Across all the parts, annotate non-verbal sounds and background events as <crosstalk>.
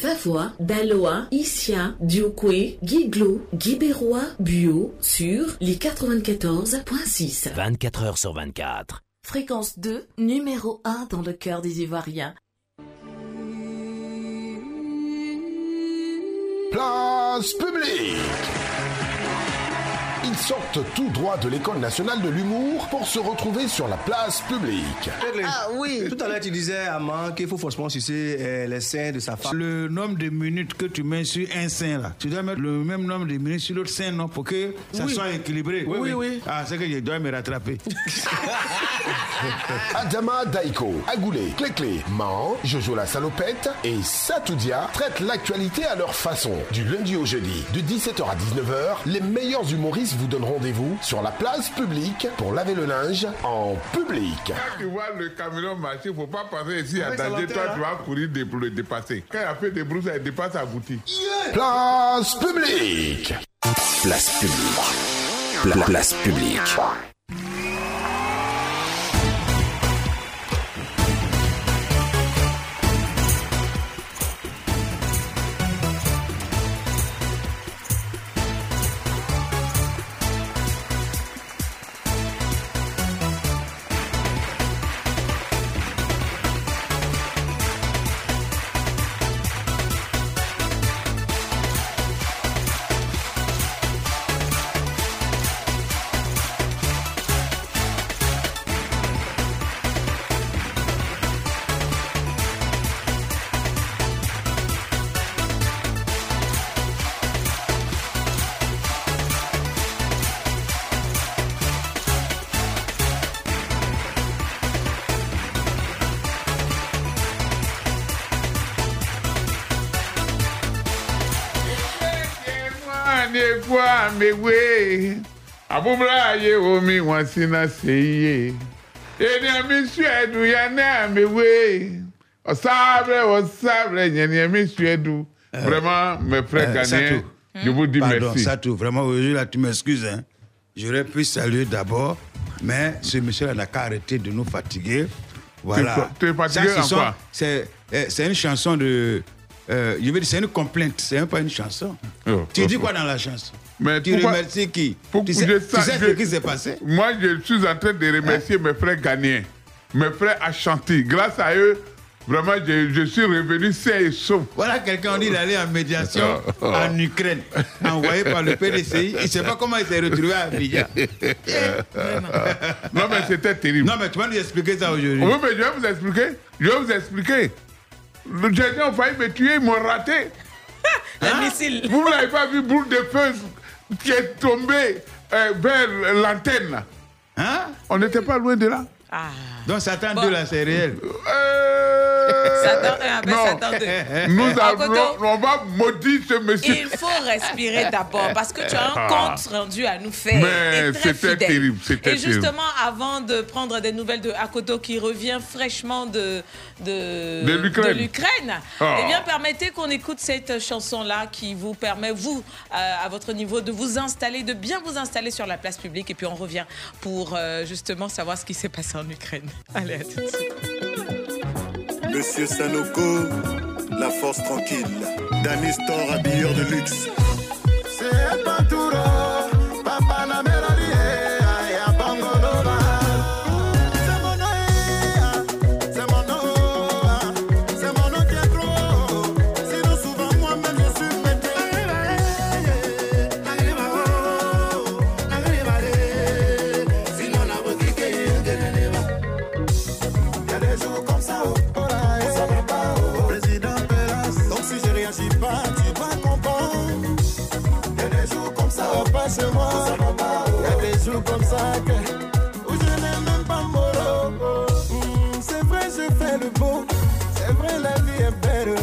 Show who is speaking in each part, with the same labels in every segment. Speaker 1: Vavois, Daloa, Issia, Diokwe, Guiglo, Guibérois, Buot sur les 94.6.
Speaker 2: 24 heures sur 24.
Speaker 1: Fréquence 2, numéro 1 dans le cœur des Ivoiriens.
Speaker 3: Place publique Ils sortent tout droit de l'école nationale de l'humour pour se retrouver sur la place publique.
Speaker 4: Ah oui.
Speaker 5: Tout à l'heure, tu disais à Man qu'il faut forcément sucer euh, les seins de sa femme.
Speaker 4: Le nombre de minutes que tu mets sur un sein là, tu dois mettre le même nombre de minutes sur l'autre sein non pour que ça
Speaker 5: Oui.
Speaker 4: soit équilibré.
Speaker 5: Oui, oui, oui.
Speaker 4: Ah, c'est que je dois
Speaker 5: <laughs>
Speaker 4: me rattraper.
Speaker 3: Adama Daiko, Agoulé, Cléclé, Mahan, Jojo la salopette et Satoudia traitent l'actualité à leur façon. Du lundi au jeudi, de 17h à 19h, les meilleurs humoristes vous donnent rendez-vous sur la place publique pour laver le linge en public.
Speaker 4: Ah.
Speaker 6: Quand tu vois le camion marcher, faut pas passer ici à
Speaker 5: Avec sa
Speaker 6: danger. Toi,
Speaker 5: lanterne,
Speaker 6: tu
Speaker 4: hein.
Speaker 6: vas courir dé- pour le dépasser. Quand il a fait des brousses, elle dépasse sa boutique.
Speaker 3: Place publique
Speaker 7: Place publique. Pla- place publique.
Speaker 6: Wane kwa mewe, abubla ye omi wansina seye. Ene mi suedu yana mewe, osabre osabre nyene mi suedu. Vraiment, mes frères
Speaker 4: euh,
Speaker 6: Ghanéens,
Speaker 4: Eh. Satou.
Speaker 6: je vous dis
Speaker 4: Pardon,
Speaker 6: merci.
Speaker 4: ça tout. Vraiment, aujourd'hui là, tu m'excuses. Hein. J'aurais pu saluer d'abord, mais ce monsieur-là n'a qu'à arrêter de nous fatiguer. Voilà.
Speaker 6: Tu es fa- tu es fatigué
Speaker 4: Ça, ce
Speaker 6: en
Speaker 4: sont-
Speaker 6: quoi
Speaker 4: C'est euh, c'est une chanson de. euh, je veux dire, c'est une complainte, c'est même pas une chanson.
Speaker 6: Oh,
Speaker 4: tu
Speaker 6: oh,
Speaker 4: dis
Speaker 6: oh.
Speaker 4: quoi dans la chanson
Speaker 6: Mais
Speaker 4: Tu
Speaker 6: pourquoi-
Speaker 4: remercies qui
Speaker 6: Pour-
Speaker 4: Tu sais,
Speaker 6: je
Speaker 4: tu
Speaker 6: sa-
Speaker 4: sais
Speaker 6: je-
Speaker 4: ce qui s'est passé
Speaker 6: Moi, je suis en train de remercier mes frères ghanéens, mes frères Ashanti. Grâce à eux, vraiment, je, je suis revenu sain et sauf.
Speaker 4: Voilà quelqu'un, on dit d'aller en médiation en Ukraine, envoyé par le PDCI. Il ne sait pas comment il s'est retrouvé à Abidjan.
Speaker 6: <laughs> Non, mais c'était terrible.
Speaker 4: Non, mais tu vas nous expliquer ça aujourd'hui.
Speaker 6: Oui, mais je vais vous expliquer. Je vais vous expliquer. Le gens ont failli me tuer, ils m'ont raté.
Speaker 8: <laughs> Un missile.
Speaker 6: Vous n'avez pas vu boule de feu qui est tombée euh, vers l'antenne. là.
Speaker 4: Hein
Speaker 6: On n'était pas loin de là.
Speaker 8: Ah.
Speaker 4: Donc Satan
Speaker 8: Bon.
Speaker 4: 2, là, c'est réel.
Speaker 6: Euh,
Speaker 8: <laughs> Satan un avec
Speaker 6: non.
Speaker 8: Satan deux.
Speaker 6: Nous
Speaker 8: Ah,
Speaker 6: avons,
Speaker 8: Koto.
Speaker 6: on va maudire ce monsieur. Ah.
Speaker 8: Il faut respirer d'abord parce que tu as un compte rendu à nous faire.
Speaker 6: Mais
Speaker 8: et très
Speaker 6: c'était
Speaker 8: fidèle.
Speaker 6: terrible, c'était
Speaker 8: Et justement, avant de prendre des nouvelles de Akoto qui revient fraîchement de, de,
Speaker 6: De l'Ukraine.
Speaker 8: l'Ukraine,
Speaker 6: Ah.
Speaker 8: eh bien, permettez qu'on écoute cette chanson-là qui vous permet, vous, euh, à votre niveau, de vous installer, de bien vous installer sur la place publique. Et puis on revient pour euh, justement savoir ce qui s'est passé en Ukraine. Allez, à tout de suite.
Speaker 9: Monsieur Sanoko, la force tranquille. Danny Store, habilleur de luxe. C'est Panturo, Papa na Merarie, Aya Bangoloba. C'est mon oeil, c'est mon oeil, c'est mon oeil qui est gros. Sinon, souvent, moi-même, je suis pété. Arrive à haut, arrive à haut. Sinon, la boutique est guérie. Y a des jours comme ça, oh, oh là, eh. ça va pas, oh, oh. Président Perez. Donc si je réagis pas, tu vas comprendre. Y a des jours comme ça, oh, pas chez moi, ça va pas, oh. Y a des jours comme ça que où je n'ai même pas mon logo. Hmm, c'est vrai, je fais le beau, c'est vrai, la vie est belle.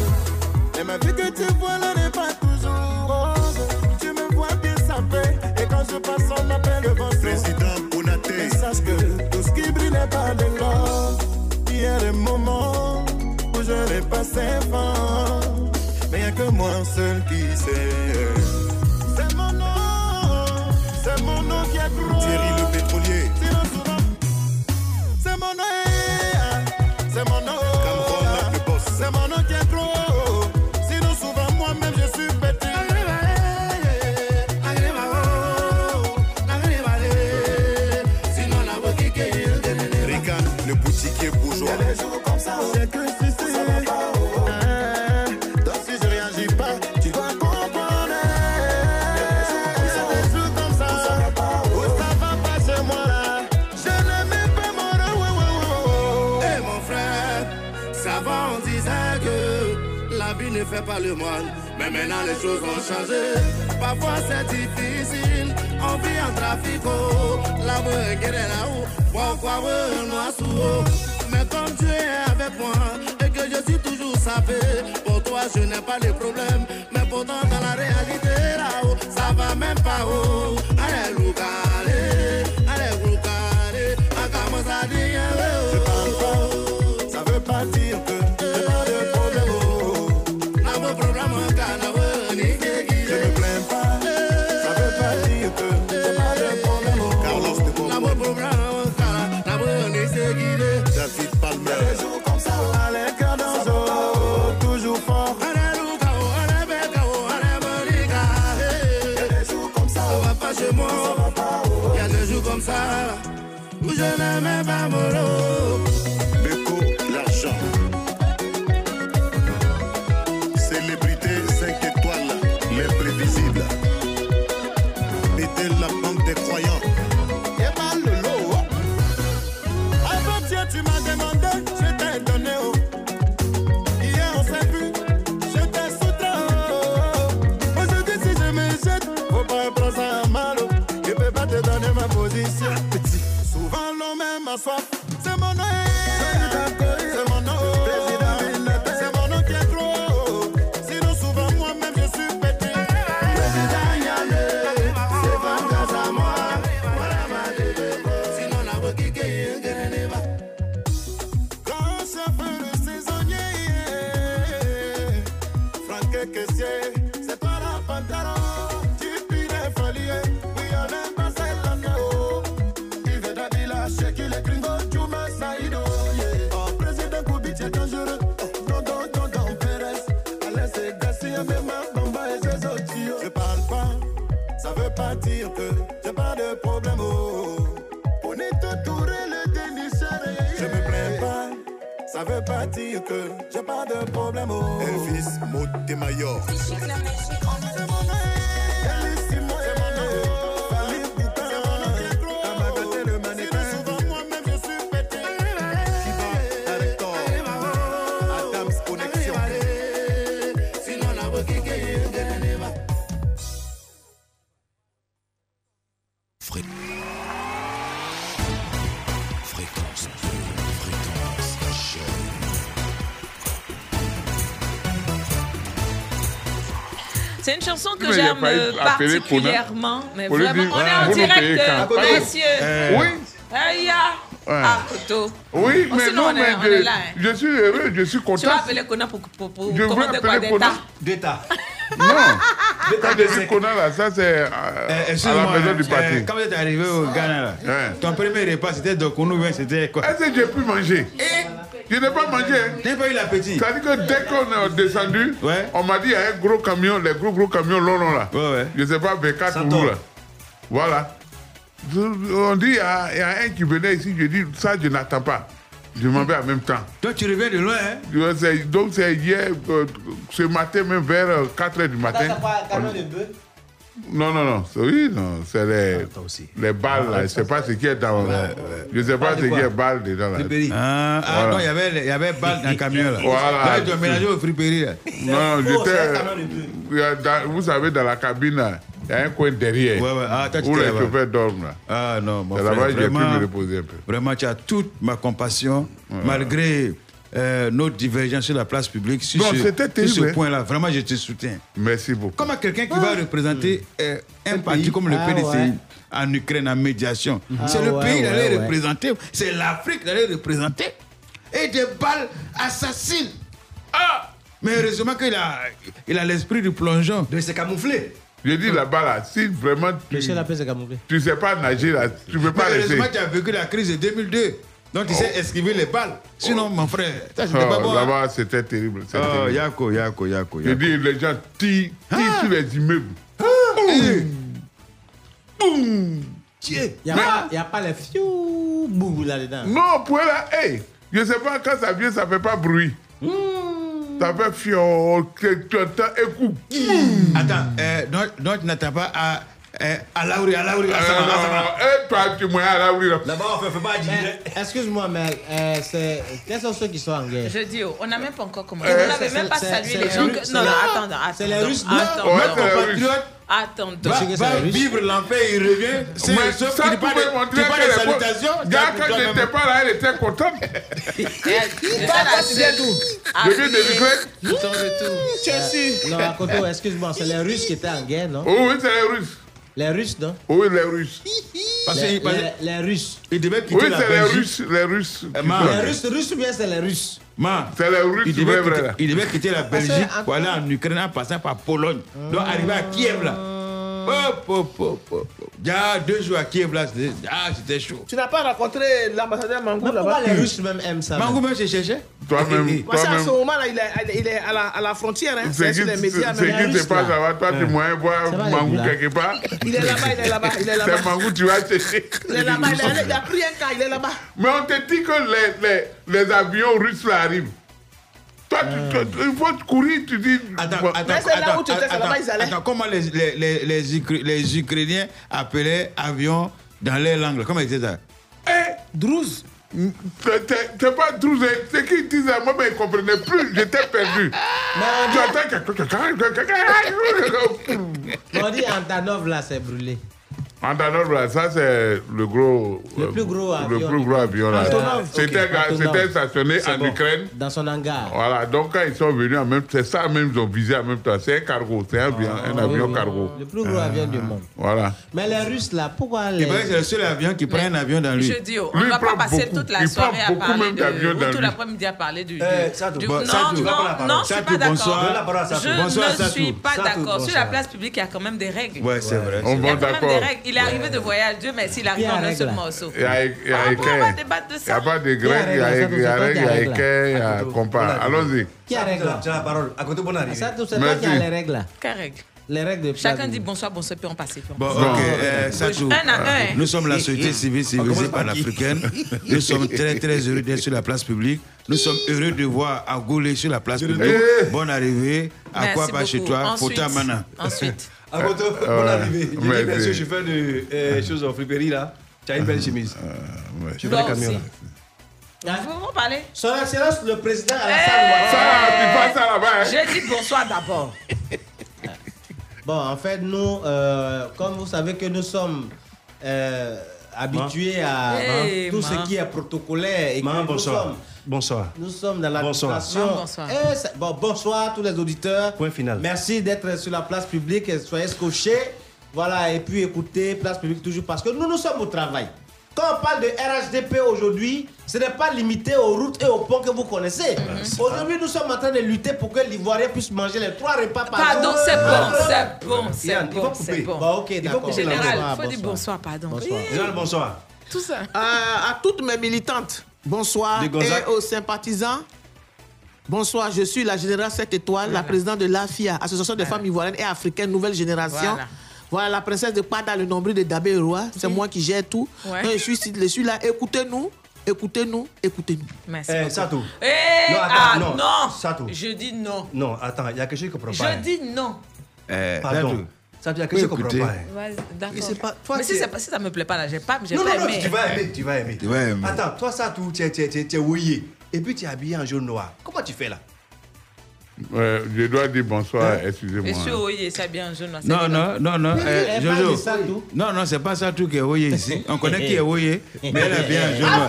Speaker 9: Mais ma vie que tu vois là n'est pas toujours rose. Tu me vois bien sapé, et quand je passe, on m'appelle le bon Président Bonaté. Mais sache que tout ce qui brille n'est pas de l'or. Hier est le moment où je n'ai pas ses fins. Mais y a que moi seul qui sait. C'est mon nom, c'est mon nom qui est gros. Thierry le pétrolier. C'est mon nom, eh, ah, c'est mon nom. C'est mon nom qui est gros. Sinon, ticket bourgeois. Il y a des jours comme ça, c'est que si si. Hein, Donc si je réagis pas, tu dois comprendre. Il y a des jours comme ça, oh. où ça va pas chez moi là. Je ne mets pas mon rang, ouais, ouais, ouais, ouais. Eh, mon frère, ça va, on disait que la vie ne fait pas le moine. Mais maintenant les choses ont changé. Parfois c'est difficile, on vit en trafic. oh. La voie est là-haut, pourquoi veut moi sous Mais comme Dieu est avec moi et que je suis toujours sapé, pour toi je n'ai pas de problème. Mais pourtant dans la réalité là-haut, ça va même pas haut. Allez, Lucale, allez, Lucale, à commencer à dire, oh, je parle pas, ça veut pas dire que. j'ai pas de problème, oh. N'a pas de problème, oh, car n'a pas ni guéguillé. Je me plains pas, ça veut pas dire que j'ai pas de problème, oh. N'a pas de problème, oh, car n'a pas ni guéguillé. Il y a des jours comme ça, oh. Alléluia, oh, alléluia, oh, alléluia. Ça va pas chez moi, oh. Il y a des jours comme ça, où je n'aimais pas mon lot.
Speaker 10: Beko, l'argent. Célébrité 5 étoiles, l'imprévisible. Était la banque des croyants.
Speaker 9: Et pas le lot. Avant Dieu, tu m'as demandé, je t'ai donné. Oh. Hier, on s'est vu, je t'ai soutenu. Oh. Aujourd'hui, si je me jette, faut pas prendre ça à mal. oh. Je peux pas te donner ma position. Petit. Souvent, l'homme est ma soif. C'est mon nom. C'est mon nom. oh. C'est mon nom qui est gros. oh. Sinon, souvent, moi-même, je suis pété. Président Yandé, c'est vengeance à moi. Voilà ma débébé. Sinon, la voix qui guérit, guérit, n'est pas. Grand chauffeur saisonnier, Franck Caissier, c'est pas la pantalon. Tipi des folies, oui, on aime pas celle-là, oh. Yves Davila, Sheikh, il est gringo, Juma Saïdo, yeah. Oh, président Koubi, c'est dangereux. Oh, Tonton, tonton Pérez, Alès Garcia, Bema, Bamba et ses autres tuyaux. Je parle pas, ça veut pas dire que j'ai pas de problème, oh. Bonito Touré, le eh. dénicheur, yeah. Je me plains pas, ça veut pas dire que j'ai pas de problème, oh.
Speaker 10: Elvis Motte Mayor.
Speaker 11: Fréquence fréquence
Speaker 8: C'est une chanson que
Speaker 6: Mais il a
Speaker 8: j'aime
Speaker 6: failli
Speaker 8: euh,
Speaker 6: appeler Conan.
Speaker 8: particulièrement. Mais
Speaker 6: Pour lui
Speaker 8: vraiment,
Speaker 6: dire,
Speaker 8: on est
Speaker 6: ah, vous
Speaker 8: en
Speaker 6: me
Speaker 8: direct,
Speaker 6: payez
Speaker 8: euh,
Speaker 6: quand
Speaker 8: messieurs.
Speaker 6: Euh, oui.
Speaker 8: Aïe,
Speaker 6: Ouais.
Speaker 8: ah, Koto.
Speaker 6: Oui,
Speaker 8: Bon,
Speaker 6: mais
Speaker 8: Oh, sinon,
Speaker 6: non,
Speaker 8: on est-
Speaker 6: mais
Speaker 8: on
Speaker 6: je,
Speaker 8: est là, hein.
Speaker 6: je suis heureux, je suis
Speaker 8: Tu vas
Speaker 6: content.
Speaker 8: appeler Conan pour, pour, pour
Speaker 6: Je veux
Speaker 8: commander quoi
Speaker 6: appeler
Speaker 8: des
Speaker 6: Conan.
Speaker 8: tas
Speaker 4: D'État.
Speaker 6: Non,
Speaker 4: D'État
Speaker 6: quand je dis Conan là, ça c'est euh,
Speaker 4: Euh,
Speaker 6: à la
Speaker 4: Excuse-moi,
Speaker 6: maison du
Speaker 4: euh,
Speaker 6: parti.
Speaker 4: quand vous êtes arrivé au Ghana, là,
Speaker 6: Ouais.
Speaker 4: ton premier repas c'était de Kounou, bien, c'était quoi
Speaker 6: Est-ce que j'ai pu manger Je n'ai pas mangé. hein.
Speaker 4: T'as pas eu l'appétit
Speaker 6: Ça veut dire que dès qu'on est descendu,
Speaker 4: Ouais.
Speaker 6: on m'a dit il y a un gros camion, les gros gros camions longs longs, là.
Speaker 4: Ouais, ouais.
Speaker 6: Je ne sais pas, B4 ou
Speaker 4: tombe.
Speaker 6: où, là. Voilà. Je- On dit il y, a il y a un qui venait ici, je dis ça, je n'attends pas. Je m'en vais en même temps.
Speaker 4: Toi, tu reviens de loin, hein
Speaker 6: Je vois, c'est- Donc c'est hier, euh, ce matin, même vers 4h du matin. Non, non, non. C'est- Oui, non. C'est
Speaker 4: Ah,
Speaker 6: les, les balles, là. Je ne sais pas ce qui est dans. euh, Je ne sais pas ce qui est balle dedans, là.
Speaker 4: Friperie. Ah, ah,
Speaker 6: Voilà.
Speaker 4: non, il y avait, il y avait balle dans le camion, là.
Speaker 6: Voilà.
Speaker 4: Là, ils ont mélangé au friperie, là.
Speaker 6: Non, non, j'étais. Dans- Vous savez, dans la cabine, là, il y a un coin derrière.
Speaker 4: Ouais, ouais. Ah, toi, tu
Speaker 6: Où
Speaker 4: t'es
Speaker 6: les
Speaker 4: là-bas.
Speaker 6: chauffeurs dorment, là.
Speaker 4: Ah non, mon
Speaker 6: C'est
Speaker 4: frère,
Speaker 6: là-bas que j'ai pu
Speaker 4: vraiment,
Speaker 6: me reposer un peu.
Speaker 4: Vraiment, tu as toute ma compassion, malgré euh, nos divergences sur la place publique. Sur
Speaker 6: Non,
Speaker 4: ce,
Speaker 6: c'était
Speaker 4: sur
Speaker 6: terrible, hein.
Speaker 4: ce point-là, vraiment, je te soutiens.
Speaker 6: Merci beaucoup. Ah. Mm.
Speaker 4: Comment quelqu'un qui va représenter euh, un parti comme le
Speaker 12: Ah,
Speaker 4: PDCI
Speaker 12: ouais. Ah,
Speaker 4: en Ukraine en médiation, c'est le
Speaker 12: ouais, ouais,
Speaker 4: pays d'aller
Speaker 12: ouais.
Speaker 4: représenter, c'est l'Afrique d'aller représenter, et des balles assassines. Ah Mais heureusement qu'il a il a l'esprit du plongeon.
Speaker 12: De se camoufler.
Speaker 6: Je dis là-bas, là, si vraiment tu
Speaker 12: Le chien
Speaker 6: ne
Speaker 12: appelle se camoufler.
Speaker 6: sais pas nager, là, tu ne peux pas
Speaker 4: Mais
Speaker 6: laisser.
Speaker 4: heureusement, tu as vécu la crise de 2002. Donc, tu sais esquiver les balles. Sinon, mon frère, ça, c'était pas
Speaker 6: Oh,
Speaker 4: bon. hein.
Speaker 6: Là-bas, c'était terrible. c'était
Speaker 4: Oh,
Speaker 6: terrible.
Speaker 4: Yako, Yako, Yako.
Speaker 6: Je
Speaker 4: Yako. Ah,
Speaker 6: dis, les gens tirent, tirent sur les immeubles.
Speaker 4: Eh,
Speaker 6: Dieu.
Speaker 13: Il n'y a, pas les fiou bou là-dedans.
Speaker 6: Non, pour elle, là, hey, je ne sais pas quand ça vient, ça ne fait pas bruit. Ça fait fion, que tu entends, écoute.
Speaker 4: Attends, euh, donc, donc tu n'attends pas à. Euh, à Lauri, à Lauri, à
Speaker 6: Euh, non, non,
Speaker 4: Samara.
Speaker 6: Eh, toi, tu m'as à Lauri, là.
Speaker 13: D'abord, on ne fait pas Excuse-moi, mais euh, c'est. Quels sont ceux qui sont anglais
Speaker 8: Je dis, oh, on n'a même pas encore commencé.
Speaker 13: Euh,
Speaker 8: on n'avait
Speaker 13: c'est-
Speaker 8: même pas
Speaker 13: c'est-
Speaker 8: salué
Speaker 13: c'est
Speaker 8: les
Speaker 13: les
Speaker 8: gens.
Speaker 13: Russes,
Speaker 8: Que...
Speaker 13: c'est
Speaker 8: Non, non,
Speaker 13: les-
Speaker 8: attendez, attendez.
Speaker 13: c'est les Russes, non,
Speaker 8: attendez.
Speaker 13: ouais, c'est les Russes.
Speaker 8: Attendez.
Speaker 13: Va- va vivre
Speaker 4: l'enfer, il revient.
Speaker 6: C'est Mais ça,
Speaker 4: qui dit
Speaker 6: vous
Speaker 4: pas
Speaker 6: pouvez
Speaker 4: de-
Speaker 6: montrer
Speaker 4: qui dit pas
Speaker 6: qu'elle
Speaker 4: de
Speaker 6: est bonne.
Speaker 4: salutations, c'est
Speaker 6: Gars,
Speaker 4: pour
Speaker 6: quand
Speaker 4: toi-même.
Speaker 6: j'étais pas là, elle était
Speaker 4: <laughs>
Speaker 6: contente.
Speaker 13: Eh,
Speaker 8: Il
Speaker 6: parle à
Speaker 8: Ah,
Speaker 6: Je viens de
Speaker 8: oui.
Speaker 13: Ah,
Speaker 6: regretter.
Speaker 8: Ton retour.
Speaker 13: Euh, non, à côté, excuse-moi, c'est les Russes qui étaient en guerre, non
Speaker 6: Oh, oui, c'est les Russes. Oh
Speaker 13: Les Russes, non
Speaker 6: Oui, les Russes.
Speaker 13: Parce que- Les- parce que- les Russes.
Speaker 4: Ils devaient
Speaker 6: Oui,
Speaker 13: quitter la
Speaker 6: c'est les
Speaker 13: Belgique.
Speaker 6: Russes. Les Russes. qui sont-
Speaker 13: Les Russes, Russes ou bien c'est les Russes
Speaker 4: Man,
Speaker 6: c'est les Russes,
Speaker 4: il
Speaker 6: vrai,
Speaker 4: devait,
Speaker 6: vrai,
Speaker 4: quitter,
Speaker 6: là.
Speaker 4: il devait quitter la
Speaker 14: Ah,
Speaker 13: Parce que-
Speaker 4: Belgique pour aller en Ukraine en passant par Pologne. Donc, arrivé à Kiev, là.
Speaker 14: Ah.
Speaker 4: Hop, hop, hop, hop, hop. Déjà, deux jours à Kiev, là, c'était- ah, c'était chaud.
Speaker 14: Tu n'as pas rencontré l'ambassadeur Mangou
Speaker 13: Mais pourquoi
Speaker 14: là-bas
Speaker 13: les Russes même aiment ça
Speaker 4: Mangou même, j'ai cherché.
Speaker 6: Toi-même,
Speaker 14: Parce qu'à
Speaker 6: toi-même.
Speaker 14: ce moment-là, il est, il est à, la, à la frontière, hein.
Speaker 6: C'est
Speaker 14: c'est
Speaker 6: qui
Speaker 14: sur les médias.
Speaker 6: c'est- c'est
Speaker 14: même.
Speaker 6: qui te passe avant toi, tu
Speaker 13: Ouais.
Speaker 6: moyens voir
Speaker 13: Ça va,
Speaker 6: Mangou
Speaker 13: les blagues.
Speaker 6: quelque part.
Speaker 14: Il est là-bas, il est là-bas, il est là-bas.
Speaker 6: C'est Mangou, tu vas chercher.
Speaker 14: Il est là-bas, il est là- il a pris un cas, il est là-bas.
Speaker 6: Mais on te dit que les, les, les avions russes là arrivent. Toi, tu, tu- il faut courir, tu dis.
Speaker 4: Attends, attends,
Speaker 14: Mais c'est là
Speaker 4: attends,
Speaker 14: où tu étais, c'est
Speaker 4: attends,
Speaker 14: là-bas, ils allaient.
Speaker 4: attends, comment les, les, les, les, Ukra- les Ukrainiens appelaient avion dans leur langue là Comment ils disaient ça
Speaker 13: Eh,
Speaker 6: Hé, Drouz T'es pas Drouz, hein. c'est qui disent à moi, mais ils comprenaient plus, j'étais perdu. Tu entends quelqu'un.
Speaker 13: On dit Antanov, là, c'est brûlé.
Speaker 6: Antonov, là, ça c'est le gros.
Speaker 13: Le
Speaker 6: euh,
Speaker 13: plus gros
Speaker 6: Le
Speaker 13: avion.
Speaker 6: plus gros avion là.
Speaker 13: Antonov,
Speaker 6: C'était
Speaker 13: ok,
Speaker 6: ga-
Speaker 13: Antonov.
Speaker 6: c'était stationné
Speaker 13: C'est
Speaker 6: en
Speaker 13: bon.
Speaker 6: Ukraine.
Speaker 13: Dans son hangar.
Speaker 6: Voilà, donc quand ils sont venus, en même c'est ça même, ils ont visé en même temps. C'est un cargo, c'est un, avion-
Speaker 13: Ah,
Speaker 6: un avion cargo.
Speaker 13: Le plus
Speaker 6: Euh.
Speaker 13: gros avion du monde.
Speaker 6: Voilà.
Speaker 13: Mais les Russes, là, pourquoi les.
Speaker 4: Il paraît que c'est le seul avion qui prend un avion dans lui.
Speaker 8: Je dis, oh, on
Speaker 4: Lui,
Speaker 8: ne va
Speaker 4: il prend
Speaker 8: pas passer
Speaker 4: beaucoup.
Speaker 8: toute la
Speaker 4: Il prend
Speaker 8: soirée à
Speaker 4: beaucoup
Speaker 8: parler
Speaker 4: même d'avion
Speaker 8: de,
Speaker 4: dans
Speaker 8: ou tout
Speaker 4: lui.
Speaker 8: l'après-midi à parler du,
Speaker 4: Eh,
Speaker 8: du-
Speaker 4: Sadou,
Speaker 8: du-
Speaker 4: bon,
Speaker 8: non,
Speaker 4: Sadou,
Speaker 8: non,
Speaker 4: va prendre la
Speaker 8: non,
Speaker 4: parole.
Speaker 8: je suis
Speaker 4: Sadou,
Speaker 8: pas d'accord.
Speaker 4: bonsoir. Donne la parole à Sadou.
Speaker 8: Je
Speaker 4: Bonsoir,
Speaker 8: ne
Speaker 4: Sadou.
Speaker 8: suis pas
Speaker 4: Sadou,
Speaker 8: d'accord. Sur la
Speaker 4: bonsoir.
Speaker 8: place publique, il y a quand même des règles.
Speaker 4: Ouais, c'est vrai.
Speaker 6: On va
Speaker 4: c'est
Speaker 8: Il
Speaker 4: vrai.
Speaker 8: y a quand même
Speaker 6: d'accord.
Speaker 8: des règles. Il est arrivé de voyage, Dieu merci, il arrive
Speaker 6: Il y a
Speaker 8: en un
Speaker 6: règle,
Speaker 8: seul
Speaker 6: là.
Speaker 8: morceau.
Speaker 6: Il y a il y a
Speaker 8: Ah, bon, on va
Speaker 6: Eke.
Speaker 8: débattre de
Speaker 6: Il n'y a
Speaker 8: ça.
Speaker 6: pas de grec, il y a il y a Eke, il y a Eke, il y a Compa. Allons-y.
Speaker 13: Qui a règle
Speaker 15: Tu as la parole. À côté, bon arrivée.
Speaker 13: Ça, tout- c'est toi qui as
Speaker 6: Merci.
Speaker 13: les règles, là.
Speaker 8: Quelle règle
Speaker 13: Les règles de
Speaker 8: Chacun dit bonsoir, bonsoir, puis on passe. puis on
Speaker 4: Bon,
Speaker 8: passe.
Speaker 4: ok, euh, Sadou,
Speaker 8: Un à un.
Speaker 4: nous sommes la société civile
Speaker 14: Ah,
Speaker 4: civilisée
Speaker 14: <laughs>
Speaker 4: panafricaine. Nous sommes très très heureux d'être sur la place publique. Nous sommes heureux de voir Agoulé sur la place publique. Bonne arrivée. À
Speaker 8: Merci
Speaker 4: quoi pas chez
Speaker 8: beaucoup.
Speaker 4: toi
Speaker 8: Ensuite.
Speaker 4: Fota Mana.
Speaker 8: Ensuite.
Speaker 15: À côté, bon
Speaker 4: Euh, ouais.
Speaker 15: arrivée. J'ai dit,
Speaker 4: Merci.
Speaker 15: bien sûr, je fais des euh, choses en friperie là. Tu as une
Speaker 4: Euh,
Speaker 15: belle chemise. Je fais
Speaker 8: Toi
Speaker 15: des camions là.
Speaker 8: Vous vous parlez
Speaker 13: Ah. Son Excellence, le président
Speaker 8: Alassane
Speaker 4: Ah,
Speaker 6: Ouattara. Ça, tu passes là-bas, hein.
Speaker 8: J'ai dit bonsoir d'abord.
Speaker 13: Bon, en fait, nous, euh, comme vous savez que nous sommes euh, habitués à
Speaker 15: Hey,
Speaker 13: tout
Speaker 15: ma.
Speaker 13: ce qui est protocolaire. Et que
Speaker 15: Maman,
Speaker 13: nous,
Speaker 15: bonsoir.
Speaker 13: sommes,
Speaker 15: Bonsoir.
Speaker 13: nous sommes dans la
Speaker 15: Bonsoir.
Speaker 13: discussion.
Speaker 15: Ma, bonsoir.
Speaker 13: Eh, c'est- bon, bonsoir à tous les auditeurs.
Speaker 15: Point final.
Speaker 13: Merci d'être sur la place publique. et Soyez scotchés. Voilà, et puis écoutez Place publique toujours parce que nous, nous sommes au travail. Quand on parle de RHDP aujourd'hui, ce n'est pas limité aux routes et aux ponts que vous connaissez. Aujourd'hui, nous sommes en train de lutter pour que l'Ivoirien puisse manger les trois repas par
Speaker 8: Pardon,
Speaker 13: jour.
Speaker 8: c'est
Speaker 13: Ah,
Speaker 8: bon,
Speaker 13: ah,
Speaker 8: c'est bon, c'est bon, c'est bon.
Speaker 13: Bah, ok, d'accord.
Speaker 8: Général,
Speaker 13: Bonsoir,
Speaker 8: il faut dire bonsoir, pardon.
Speaker 13: Bonsoir.
Speaker 8: Oui.
Speaker 15: Général, bonsoir.
Speaker 8: Tout ça.
Speaker 14: Euh, À, à toutes mes militantes, bonsoir.
Speaker 15: De Gonzague.
Speaker 14: Et aux sympathisants, bonsoir. Je suis la générale 7 étoiles, la présidente de l'AFIA, Association des femmes ivoiriennes et africaines Nouvelle Génération.
Speaker 8: Voilà.
Speaker 14: Voilà. la princesse de Pada, le nombril de Dabé Roi. C'est moi qui gère tout.
Speaker 8: Ouais.
Speaker 14: Donc, je, suis, je suis là. Écoutez-nous, écoutez-nous, écoutez-nous.
Speaker 8: Merci.
Speaker 15: Eh, Sato.
Speaker 8: Eh,
Speaker 15: Non, attends,
Speaker 8: ah
Speaker 15: non.
Speaker 8: non,
Speaker 15: Sato.
Speaker 8: Je dis non.
Speaker 15: Non, attends, il y a quelque chose que je ne comprends pas.
Speaker 8: Je dis non.
Speaker 4: Euh,
Speaker 15: Pardon.
Speaker 4: Sadou.
Speaker 15: Sato, il y a quelque chose que je ne
Speaker 4: Écoutez.
Speaker 15: comprends pas.
Speaker 8: Vas-y, D'accord.
Speaker 15: Mais c'est pas- toi,
Speaker 8: Mais si,
Speaker 15: c'est-
Speaker 8: c'est pas- si ça me plaît pas là, j'ai pas, j'ai
Speaker 15: Non,
Speaker 8: pas
Speaker 15: non, non,
Speaker 8: aimé.
Speaker 15: tu vas aimer, tu vas aimer.
Speaker 4: Tu vas aimer.
Speaker 15: Attends, toi, ça, tu es, tu es, tu es, tu es ouillé. Et puis, tu es habillé en jaune noir. Comment tu fais là
Speaker 6: Euh, Je dois dire bonsoir, excusez-moi.
Speaker 8: Et sur Oye, c'est bien jeune. là, c'est
Speaker 4: Non,
Speaker 8: bien.
Speaker 4: non, non, non.
Speaker 8: Mais
Speaker 4: euh,
Speaker 8: elle parle de
Speaker 4: Jojo.
Speaker 8: Sadou.
Speaker 4: Non, non, c'est pas Sadou qui est Oye ici. On connaît qui est Oye, mais elle a bien
Speaker 14: Ah,
Speaker 4: un jaune. noir.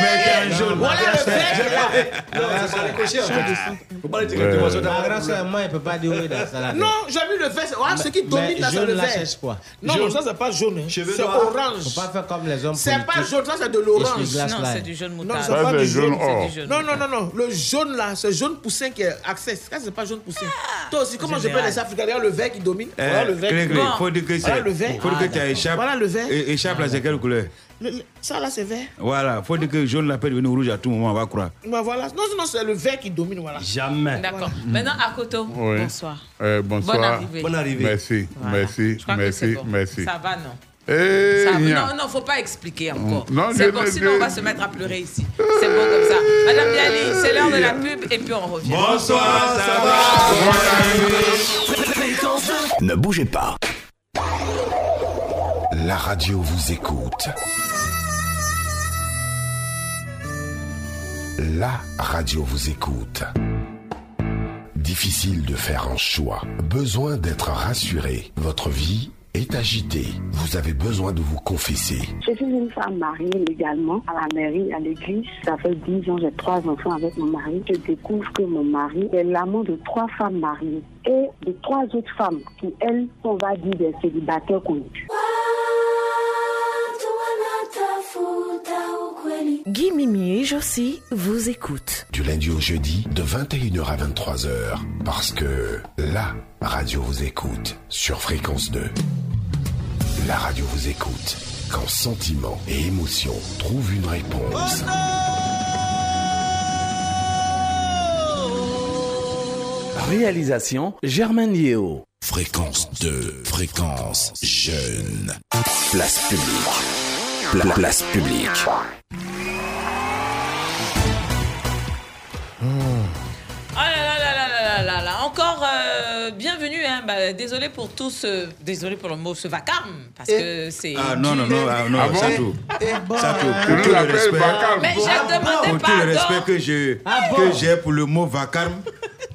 Speaker 4: Mais elle a un jaune. noir.
Speaker 15: Faut pas
Speaker 13: dire
Speaker 15: que tu vas
Speaker 13: que
Speaker 15: sur
Speaker 13: tu
Speaker 15: ta-
Speaker 13: Ma grâce à moi, elle ne peut pas dire oui dans sa
Speaker 14: Non, j'ai vu le vert. Voilà ce qui
Speaker 13: Mais
Speaker 14: domine là, c'est
Speaker 13: jaune,
Speaker 14: le
Speaker 13: là,
Speaker 14: vert.
Speaker 13: c'est quoi
Speaker 14: Non,
Speaker 13: Jaune.
Speaker 14: ça, c'est pas jaune. hein.
Speaker 13: Cheveux
Speaker 14: C'est
Speaker 13: noirs.
Speaker 14: orange.
Speaker 13: Faut pas faire comme les hommes
Speaker 14: C'est pas
Speaker 13: politiques.
Speaker 14: jaune, ça, c'est de
Speaker 13: Et je suis
Speaker 14: l'orange.
Speaker 13: glace, Non, là. c'est
Speaker 8: du jaune
Speaker 14: Non,
Speaker 8: moutarde.
Speaker 14: c'est
Speaker 8: Ça,
Speaker 14: pas
Speaker 8: c'est
Speaker 14: du
Speaker 8: jaune
Speaker 14: jaune.
Speaker 8: or. C'est du jaune
Speaker 14: Non, non, non, non. Le jaune là, c'est jaune poussin qui est accès. Ça, c'est pas jaune poussin.
Speaker 8: Ah.
Speaker 14: Toi aussi, comment je
Speaker 4: Général.
Speaker 14: peux laisser Africain Regarde le vert qui domine.
Speaker 4: Eh,
Speaker 14: Voilà le vert.
Speaker 4: clé,
Speaker 14: qui
Speaker 4: clé,
Speaker 14: domine.
Speaker 4: faut dire que c'est-
Speaker 14: Voilà le vert.
Speaker 4: faut dire que tu as échappe.
Speaker 14: Voilà le vert.
Speaker 4: Et- Échappe là, c'est quelle couleur
Speaker 14: Le- le- ça là, c'est vert.
Speaker 4: Voilà, faut dire que jaune là peut devenir rouge à tout moment, on va croire.
Speaker 14: Bah, voilà. Non, non, c'est le vert qui domine. Voilà.
Speaker 4: Jamais.
Speaker 8: D'accord. Maintenant, à Koto,
Speaker 6: Oui.
Speaker 8: bonsoir.
Speaker 6: Euh, bonsoir.
Speaker 8: Bonne arrivée. Bonne arrivée.
Speaker 6: Merci,
Speaker 8: Voilà.
Speaker 6: merci,
Speaker 8: Je crois que c'est
Speaker 6: merci,
Speaker 8: bon.
Speaker 6: merci.
Speaker 8: Ça va, non
Speaker 6: Eh,
Speaker 8: Ça va.
Speaker 6: gna.
Speaker 8: Non, non, faut pas expliquer encore.
Speaker 6: Non,
Speaker 8: c'est
Speaker 6: je-
Speaker 8: bon,
Speaker 6: je-
Speaker 8: sinon on va se mettre à pleurer ici. C'est bon comme ça. Madame Bialy, c'est l'heure de la pub et puis on revient.
Speaker 5: Bonsoir, ça
Speaker 7: Ne bougez pas. La radio vous écoute. La radio vous écoute. Difficile de faire un choix. Besoin d'être rassuré. Votre vie est agitée. Vous avez besoin de vous confesser.
Speaker 16: Je suis une femme mariée légalement à la mairie, à l'église. Ça fait 10 ans, j'ai trois enfants avec mon mari. Je découvre que mon mari est l'amant de trois femmes mariées et de trois autres femmes qui, elles, on va dire des célibataires connus.
Speaker 17: Guy Mimi et Josie vous écoutent.
Speaker 7: Du lundi au jeudi, de 21h à 23h. Parce que la radio vous écoute sur Fréquence 2. La radio vous écoute quand sentiments et émotions trouvent une réponse.
Speaker 18: Réalisation Germaine Liéo.
Speaker 5: Fréquence 2, fréquence jeune. Place publique. Pla- place publique.
Speaker 8: Oh là là là là là là là là. Encore euh, bienvenue. Hein. Bah, désolé pour tout ce. Désolé pour le mot, ce vacarme. Parce que c'est.
Speaker 4: Ah non, non, non, ah, non,
Speaker 6: Ah bon
Speaker 4: ça tout.
Speaker 13: Eh
Speaker 4: Ça tout.
Speaker 6: Tu nous
Speaker 4: Pour tout le
Speaker 6: l'appelles
Speaker 4: respect.
Speaker 6: vacarme.
Speaker 8: Mais j'ai demandé
Speaker 4: Pour tout
Speaker 8: pardon.
Speaker 4: le respect que je-
Speaker 8: Ah bon
Speaker 4: que j'ai pour le mot vacarme.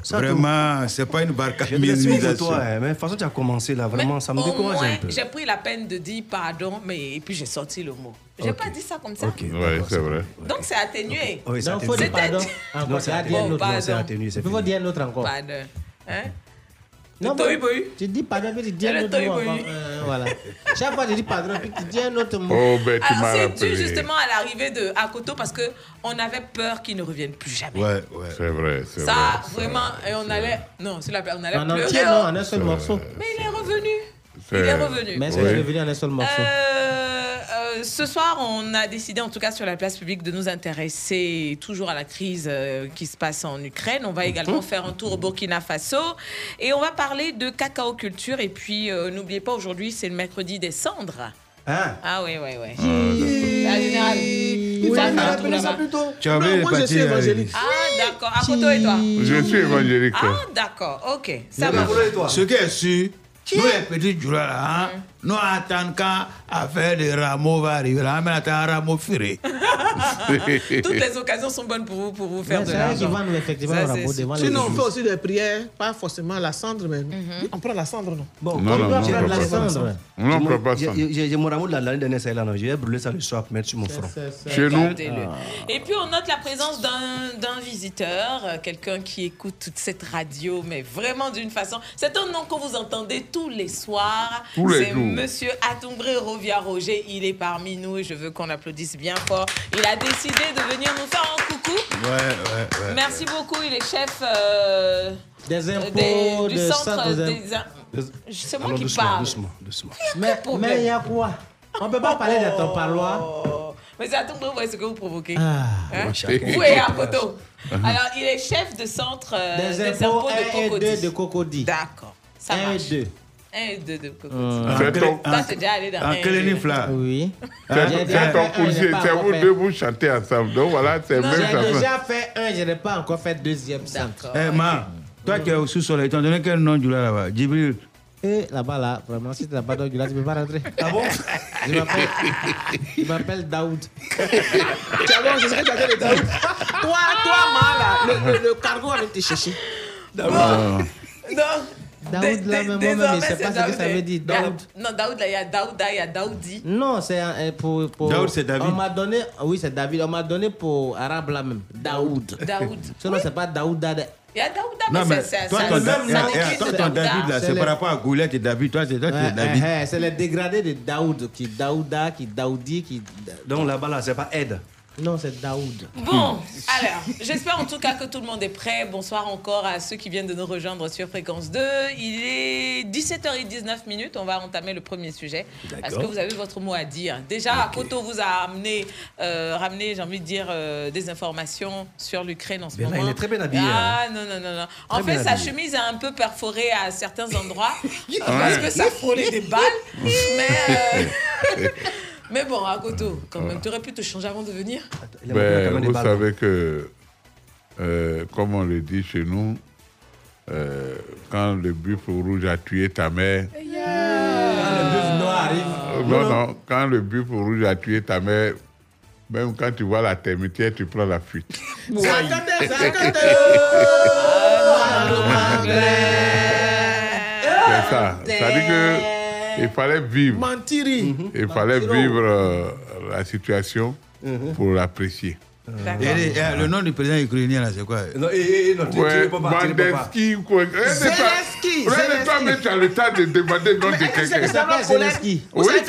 Speaker 4: Vraiment, c'est pas une
Speaker 15: suis pour
Speaker 4: barcamisation.
Speaker 15: toi, hein, mais de toute façon, tu as commencé là, vraiment, ça me
Speaker 8: Au
Speaker 15: décourage
Speaker 8: moins,
Speaker 15: un peu.
Speaker 8: j'ai pris la peine de dire pardon, mais et puis j'ai sorti le mot. J'ai pas dit ça comme ça.
Speaker 6: Ouais, c'est vrai.
Speaker 8: Donc c'est atténué.
Speaker 15: Oui, ça
Speaker 13: Donc, faut dire
Speaker 8: C'était-
Speaker 13: pardon. Ah, Encore,
Speaker 15: c'est
Speaker 13: ça
Speaker 15: atténué.
Speaker 13: dire un
Speaker 15: Bon,
Speaker 13: autre.
Speaker 15: pardon. c'est atténué, c'est
Speaker 13: Il faut dire un autre encore.
Speaker 8: Pardon. Hein?
Speaker 13: Non,
Speaker 8: Toi,
Speaker 13: mais
Speaker 8: oui, oui.
Speaker 13: Tu dis pardon, puis tu dis un
Speaker 8: Elle est
Speaker 13: autre mot.
Speaker 8: toi, oui,
Speaker 13: encore.
Speaker 8: oui.
Speaker 13: Euh,
Speaker 8: <laughs>
Speaker 13: Voilà. Chaque fois, tu dis pardon, puis tu dis un autre mot.
Speaker 6: Oh, ben, tu m'as
Speaker 8: Alors c'est dû
Speaker 6: rappelé.
Speaker 8: justement à l'arrivée de Akoto parce que on avait peur qu'il ne revienne plus jamais.
Speaker 6: Ouais, ouais. C'est vrai, c'est vrai.
Speaker 8: Ça, vraiment, et on allait. Non, c'est la on allait
Speaker 13: En
Speaker 8: pleurer.
Speaker 13: entier, non, en un seul morceau.
Speaker 8: Mais il est revenu.
Speaker 13: Il
Speaker 8: est revenu.
Speaker 13: Mais est-ce
Speaker 8: Oui.
Speaker 13: qu'il est revenu en un seul morceau
Speaker 8: Euh, euh, ce soir, on a décidé, en tout cas sur la place publique, de nous intéresser toujours à la crise euh, qui se passe en Ukraine. On va également faire un tour au Burkina Faso et on va parler de cacao culture. Et puis, euh, n'oubliez pas, aujourd'hui, c'est le mercredi des cendres.
Speaker 4: Ah.
Speaker 8: oui, oui, oui. La générale. Ça fait un tour là-bas.
Speaker 4: Tu avais
Speaker 8: Non,
Speaker 4: les
Speaker 8: moi, je
Speaker 4: parties,
Speaker 8: suis
Speaker 4: euh,
Speaker 8: évangélique. Ah, d'accord. À côté et toi
Speaker 6: Je suis évangélique.
Speaker 8: Ah, d'accord. Ok. Ça
Speaker 4: Non,
Speaker 8: va.
Speaker 4: mais Ce qui est sûr, nous les petits joueurs là,
Speaker 15: Hum.
Speaker 4: hein, nous attendons quand affaire de rameaux va arriver. Là, mais attend un rameau ferré.
Speaker 8: <laughs> Toutes les occasions sont bonnes pour vous, pour vous faire
Speaker 13: Mais
Speaker 8: de
Speaker 13: c'est vrai
Speaker 8: l'argent.
Speaker 13: qu'ils vendent effectivement
Speaker 8: Ça,
Speaker 13: le
Speaker 8: c'est
Speaker 13: rabot
Speaker 8: sûr.
Speaker 13: devant les
Speaker 14: Sinon, on
Speaker 13: églises.
Speaker 14: fait aussi des prières, pas forcément la cendre, mais
Speaker 8: Mhm.
Speaker 14: on prend la cendre, non
Speaker 15: Bon,
Speaker 6: Non, non, non, on prend pas ça. Non, on
Speaker 15: J'ai
Speaker 6: prend
Speaker 15: mon-
Speaker 6: pas ça.
Speaker 15: j'ai- J'ai j'ai mon amour de la- l'année dernière, ça là, non, je vais brûler ça le soir, mettre sur mon front.
Speaker 6: Chez nous, Ah.
Speaker 8: Et puis on note la présence d'un d'un visiteur, euh, quelqu'un qui écoute toute cette radio, mais vraiment d'une façon. C'est un nom que vous entendez tous les soirs.
Speaker 6: Tous les
Speaker 8: C'est
Speaker 6: jours.
Speaker 8: Monsieur Atumbré Rovia Roger. Il est parmi nous et je veux qu'on l'applaudisse bien fort. Il a décidé de venir nous faire un coucou.
Speaker 4: Ouais, ouais, ouais.
Speaker 8: Merci beaucoup. Il est chef euh,
Speaker 13: Des
Speaker 8: euh, des-
Speaker 13: impôts,
Speaker 8: du
Speaker 13: des
Speaker 8: centre
Speaker 13: centres d'impôts.
Speaker 8: des. im- C'est moi
Speaker 15: Alors,
Speaker 8: qui
Speaker 15: doucement,
Speaker 8: parle.
Speaker 15: doucement, doucement.
Speaker 13: Mais mais il y a quoi On peut pas parler de
Speaker 8: Oh.
Speaker 13: ton parloir.
Speaker 8: Euh, Mais Atumbré, vous voyez ce que vous provoquez.
Speaker 13: Ah,
Speaker 8: Hein?
Speaker 13: mon cher.
Speaker 8: Vous et
Speaker 4: <laughs>
Speaker 8: Akoto.
Speaker 4: Ah.
Speaker 8: Alors, il est chef de centre euh,
Speaker 13: Des
Speaker 8: des
Speaker 13: impôts eh,
Speaker 8: impôts de
Speaker 13: 1 et 2
Speaker 8: Cocody.
Speaker 13: de Cocody.
Speaker 8: D'accord. Ça
Speaker 13: 1 et
Speaker 8: marche.
Speaker 13: 2.
Speaker 8: 1
Speaker 13: eh.
Speaker 8: et 2 Eh, de Cocody.
Speaker 13: Euh,
Speaker 6: C'est ton-
Speaker 8: Toi, t'es déjà allé dans un
Speaker 4: En
Speaker 8: et deux.
Speaker 4: clénif là.
Speaker 13: Oui. Ah,
Speaker 4: Hein?
Speaker 6: c'est c'est ton cousin, c'est vous
Speaker 13: fait.
Speaker 6: deux, vous chantez ensemble. Donc voilà, c'est même
Speaker 13: J'ai
Speaker 6: chanson.
Speaker 13: déjà fait un, je n'ai pas encore fait deuxième centre. Hein?
Speaker 4: Eh, ma, toi qui es au sous-sol, étant donné quel nom du là là-bas, Djibril.
Speaker 13: Et là-bas, là, vraiment, si tu n'as pas d'orgue, là, tu ne peux pas rentrer.
Speaker 15: Ah bon
Speaker 13: <laughs> Je m'appelle- Je
Speaker 8: <laughs>
Speaker 13: m'appelle Daoud.
Speaker 14: Tiens, bon, je sais que tu as fait les dames. Toi, toi, ma, là, le, le- le cargo va venir te chercher.
Speaker 8: Bon.
Speaker 4: Ah.
Speaker 8: Donc,
Speaker 13: Daoud, là,
Speaker 8: dé-
Speaker 13: mais
Speaker 8: dé-
Speaker 13: moi-même, je ne
Speaker 8: désormais,
Speaker 13: sais pas
Speaker 8: c'est
Speaker 13: ce que ça
Speaker 8: Daoud.
Speaker 13: veut dire.
Speaker 8: Il y a-
Speaker 13: Daoud.
Speaker 8: Non, Daoud, là, il y a Daouda, il y a Daoudi.
Speaker 13: Non, c'est euh, pour. pour
Speaker 4: Daoud, c'est David.
Speaker 13: On m'a donné. Oui, c'est David. On m'a donné pour arabe là même. Daoud.
Speaker 8: Daoud.
Speaker 13: Sinon, c'est pas Daoud. Daoud.
Speaker 8: Il y a Daouda,
Speaker 4: Non,
Speaker 8: mais
Speaker 4: mais
Speaker 8: c'est- c'est
Speaker 4: toi,
Speaker 8: c'est-
Speaker 4: ton,
Speaker 8: c'est-
Speaker 4: Da-
Speaker 8: c'est-
Speaker 4: eh,
Speaker 8: c'est-
Speaker 4: eh,
Speaker 8: c'est-
Speaker 4: toi,
Speaker 8: c'est-
Speaker 4: ton
Speaker 8: c'est-
Speaker 4: David là,
Speaker 13: c'est
Speaker 4: c'est
Speaker 13: le-
Speaker 4: par rapport à Goulette et David. Toi, c'est toi,
Speaker 13: Ouais,
Speaker 4: c'est David.
Speaker 13: eh, eh, c'est les dégradés de Daoud qui Daouda, qui Daoudi, qui.
Speaker 15: Donc là-bas, là, c'est pas aide.
Speaker 13: Non, c'est Daoud.
Speaker 19: Hmm.
Speaker 8: Bon, alors, j'espère en tout cas que tout le monde est prêt. Bonsoir encore à ceux qui viennent de nous rejoindre sur Fréquence 2. Il est 17h19 minutes. On va entamer le premier sujet.
Speaker 19: D'accord.
Speaker 8: Est-ce que vous avez votre mot à dire Déjà, Koto vous a amené, euh, ramené, j'ai envie de dire, euh, des informations sur l'Ukraine en ce
Speaker 19: Bien,
Speaker 8: moment.
Speaker 19: il est très bien habillé,
Speaker 8: Ah, non, non, non, non. En
Speaker 19: Très
Speaker 8: fait,
Speaker 19: bien
Speaker 8: sa
Speaker 19: habillé.
Speaker 8: chemise a un peu perforé à certains
Speaker 19: <laughs>
Speaker 8: endroits euh, parce que ça frôlait des balles. mais, euh, <laughs> mais bon, à Koto, quand même, tu aurais pu te changer avant de venir.
Speaker 6: Ben, vous savez que, euh, comme on le dit chez nous, euh, quand le buffle rouge a tué ta mère. Euh, Non, non, quand le buffle rouge a tué ta mère, même quand tu vois la termitière, tu prends la fuite. C'est ça. Ça dit que il fallait vivre. Il fallait
Speaker 5: Mentiro.
Speaker 6: vivre euh, la situation
Speaker 15: Mhm.
Speaker 6: pour l'apprécier.
Speaker 5: Et
Speaker 4: <laughs>
Speaker 5: les- et euh, le nom du président ukrainien, là, c'est quoi
Speaker 15: Non, eh, eh, non, tu- tu
Speaker 6: Ouais,
Speaker 15: ne peux pas, tu ne peux pas.
Speaker 6: Mandelsky ou quoi.
Speaker 15: Zelensky,
Speaker 6: Regarde-toi,
Speaker 15: Zelensky.
Speaker 6: mais tu as le temps de demander le nom de quelqu'un.
Speaker 14: Vous
Speaker 6: Oui,
Speaker 14: savez que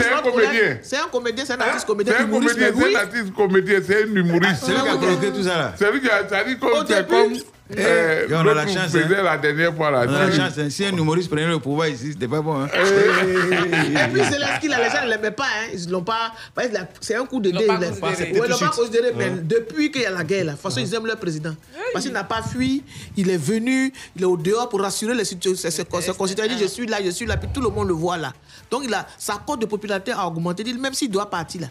Speaker 6: c'est un
Speaker 14: Laurent Collen,
Speaker 6: comédien. Hein?
Speaker 14: C'est un comédien, c'est un artiste comédien.
Speaker 6: C'est un
Speaker 14: humoriste,
Speaker 6: comédien,
Speaker 14: mais
Speaker 6: c'est
Speaker 14: oui.
Speaker 6: un artiste comédien, c'est un humoriste.
Speaker 14: c'est lui qui a provoqué
Speaker 5: tout ça là.
Speaker 6: C'est lui qui a ça dit
Speaker 14: Oh,
Speaker 6: comme. c'est comme
Speaker 5: Eh,
Speaker 6: euh,
Speaker 5: et on a
Speaker 6: l'autre
Speaker 5: la
Speaker 6: nous
Speaker 5: chance,
Speaker 6: faisait
Speaker 5: hein.
Speaker 6: la dernière fois là.
Speaker 5: On a la
Speaker 6: C'est- Eh,
Speaker 5: chance, hein. si un humoriste prenait le pouvoir ici, c'était pas bon. Hein.
Speaker 14: Et puis Zelensky, là, les gens ne l'aimaient pas. hein. Ils l'ont pas. par exemple, la- C'est un coup de dé.
Speaker 5: l'ont
Speaker 14: Ils
Speaker 5: pas
Speaker 14: l'ont
Speaker 5: considéré.
Speaker 14: Ouais, ils l'ont pas
Speaker 5: Tout de suite.
Speaker 14: considéré. Mais
Speaker 5: Ouais.
Speaker 14: depuis qu'il y a la guerre, là, de toute façon, ils aiment leur président. Parce qu'il n'a pas fui. Il est venu. Il est au dehors pour rassurer les situ- ses- ses ses concitoyens. Il dit Je suis là, je suis là. Puis tout le monde le voit là. Donc il a, sa cote de popularité a augmenté. Il- Même s'il doit partir là.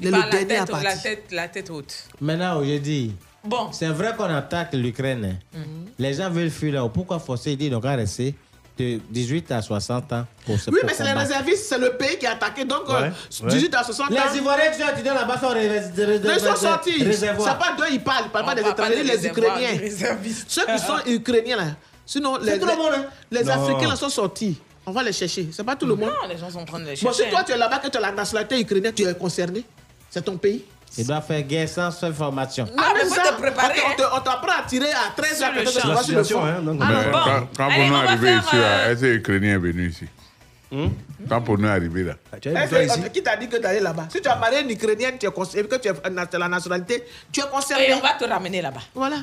Speaker 14: Il est
Speaker 8: Par
Speaker 14: le
Speaker 8: la
Speaker 14: dernier à
Speaker 8: tête, la
Speaker 14: partir.
Speaker 8: tête, la tête haute.
Speaker 13: Maintenant, je dis,
Speaker 8: bon.
Speaker 13: c'est vrai qu'on attaque l'Ukraine. hein. Les gens veulent fuir là-haut. Pourquoi forcer Ils donc à rester de 18 à 60 ans pour se
Speaker 14: Oui, mais c'est les réservistes, c'est le pays qui a attaqué. Donc,
Speaker 13: Ouais,
Speaker 14: euh,
Speaker 13: ouais.
Speaker 14: 18 à 60 ans.
Speaker 13: Les Ivoiriens qui sont étudiants là-bas sont réservistes.
Speaker 14: Mais ils sont sortis. C'est pas d'eux, ils parlent. Ils parlent pas des
Speaker 13: parle pas
Speaker 14: étrangers,
Speaker 13: des
Speaker 14: les
Speaker 13: réservoirs,
Speaker 14: Ukrainiens.
Speaker 13: des réservistes. Ah,
Speaker 14: Ceux qui sont Ukrainiens, là. Sinon,
Speaker 13: C'est
Speaker 14: les,
Speaker 13: tout le monde, hein.
Speaker 14: les
Speaker 13: Non.
Speaker 14: Africains, là, sont sortis. On va les chercher. C'est pas tout le monde.
Speaker 8: Non, les gens sont en train de les
Speaker 14: Bon,
Speaker 8: chercher. hein.
Speaker 14: si toi, tu es là-bas, que tu as la nationalité ukrainienne, tu es concerné. C'est ton pays.
Speaker 13: Ils doivent faire guerre sans seule formation.
Speaker 14: Ah, mais ça, on
Speaker 8: hein.
Speaker 14: te- on te- on t'apprend à tirer à 13 heures,
Speaker 13: Sur le
Speaker 14: peut-être,
Speaker 13: champ.
Speaker 14: tu vas sur le
Speaker 13: Situation,
Speaker 14: front.
Speaker 13: hein, donc-
Speaker 6: Mais
Speaker 14: Ah,
Speaker 13: bon.
Speaker 6: Quand, quand
Speaker 13: Allez,
Speaker 6: Bono
Speaker 13: on
Speaker 6: est
Speaker 13: va
Speaker 6: arrivé
Speaker 13: faire,
Speaker 6: ici,
Speaker 13: euh, Hmm?
Speaker 6: là, est-ce que l'Ukrainien est venu ici Quand Bono est arrivé là.
Speaker 14: Est-ce Eh, que- Qui t'a dit que d'aller là-bas Si tu as marié une Ukrainienne, tu es concerné, que tu as la nationalité, tu es concerné.
Speaker 8: Et on va te ramener là-bas.
Speaker 14: Voilà.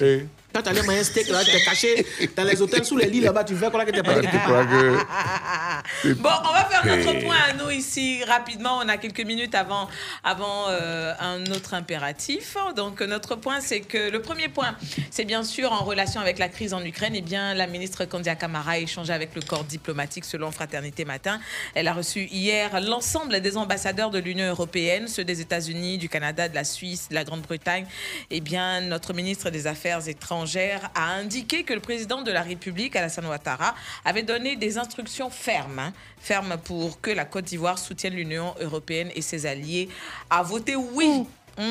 Speaker 6: Eh,
Speaker 14: Quand tu allais manger un steak, là, tu t'es caché dans les hôtels sous les lits là-bas, tu fais quoi là que t'es pas
Speaker 8: Eh,
Speaker 6: ah, tu crois que.
Speaker 8: Bon, on va faire notre
Speaker 6: Eh.
Speaker 8: point à nous ici rapidement. On a quelques minutes avant, avant euh, un autre impératif. Donc, notre point, c'est que le premier point, c'est bien sûr en relation avec la crise en Ukraine. Eh bien, la ministre Kandia Kamara a échangé avec le corps diplomatique selon Fraternité Matin. Elle a reçu hier l'ensemble des ambassadeurs de l'Union européenne, ceux des États-Unis, du Canada, de la Suisse, de la Grande-Bretagne. Eh bien, notre ministre des Affaires étrangères a indiqué que le président de la République, Alassane Ouattara, avait donné des instructions fermes, hein, fermes pour que la Côte d'Ivoire soutienne l'Union européenne et ses alliés à voter oui. Mmh,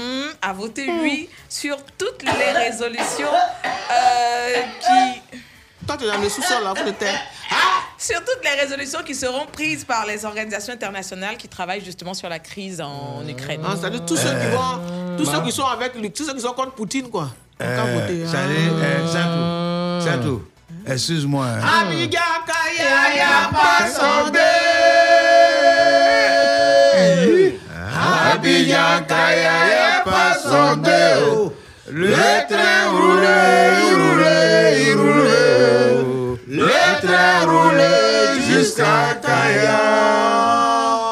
Speaker 8: à voter oui sur toutes les résolutions euh, qui eh.
Speaker 14: Toi, tu es dans le sous-sol, là, vous le terre.
Speaker 8: sur toutes les résolutions qui seront prises par les organisations internationales qui travaillent justement sur la crise en Ukraine.
Speaker 14: Ah, c'est-à-dire tous ceux qui vont, tous ceux qui sont avec lui, tous ceux qui sont contre Poutine, quoi. hein.
Speaker 5: Euh, ça allait, euh, Santo, Santo, excuse-moi. hein.
Speaker 14: Amiga, kaya, ya,
Speaker 9: Abidjan, Kaya, passons d'eux. Le train roulait, il roulait, il roulait. Le train roulait jusqu'à Kaya.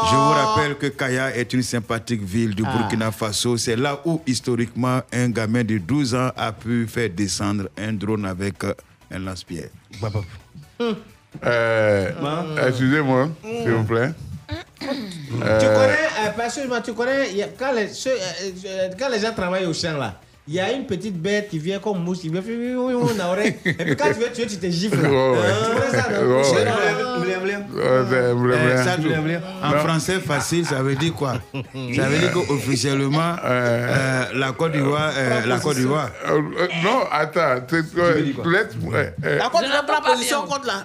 Speaker 5: Je vous rappelle que Kaya est une sympathique ville du Burkina Faso. C'est là où, historiquement, un gamin de 12 ans a pu faire descendre un drone avec euh, un lance-pierre.
Speaker 6: Bah, Euh, Excusez-moi, s'il vous plaît.
Speaker 13: Tu
Speaker 6: Euh,
Speaker 13: connais, euh, parce que moi, tu connais, il y a- quand les, ceux, euh, euh, quand les gens travaillent au champ là, il y a une petite bête qui vient comme mousse, qui vient, <laughs> oui, oui, oui, on a oreille. Et puis quand tu veux tuer, tu te gifles. <laughs> là.
Speaker 6: Ouais, ouais.
Speaker 13: Tu connais ça, non
Speaker 6: Ouais, ouais. Euh, c'est- vous voulez
Speaker 5: Euh,
Speaker 6: bien.
Speaker 5: Santo, en
Speaker 6: Non.
Speaker 5: français facile, ça veut dire quoi Ça veut dire qu'officiellement, euh, la Côte d'Ivoire, euh, la Côte d'Ivoire,
Speaker 6: Euh, euh, non, attends. c'est- euh, laisse-moi, euh, euh,
Speaker 14: D'accord, tu vas prendre position contre là.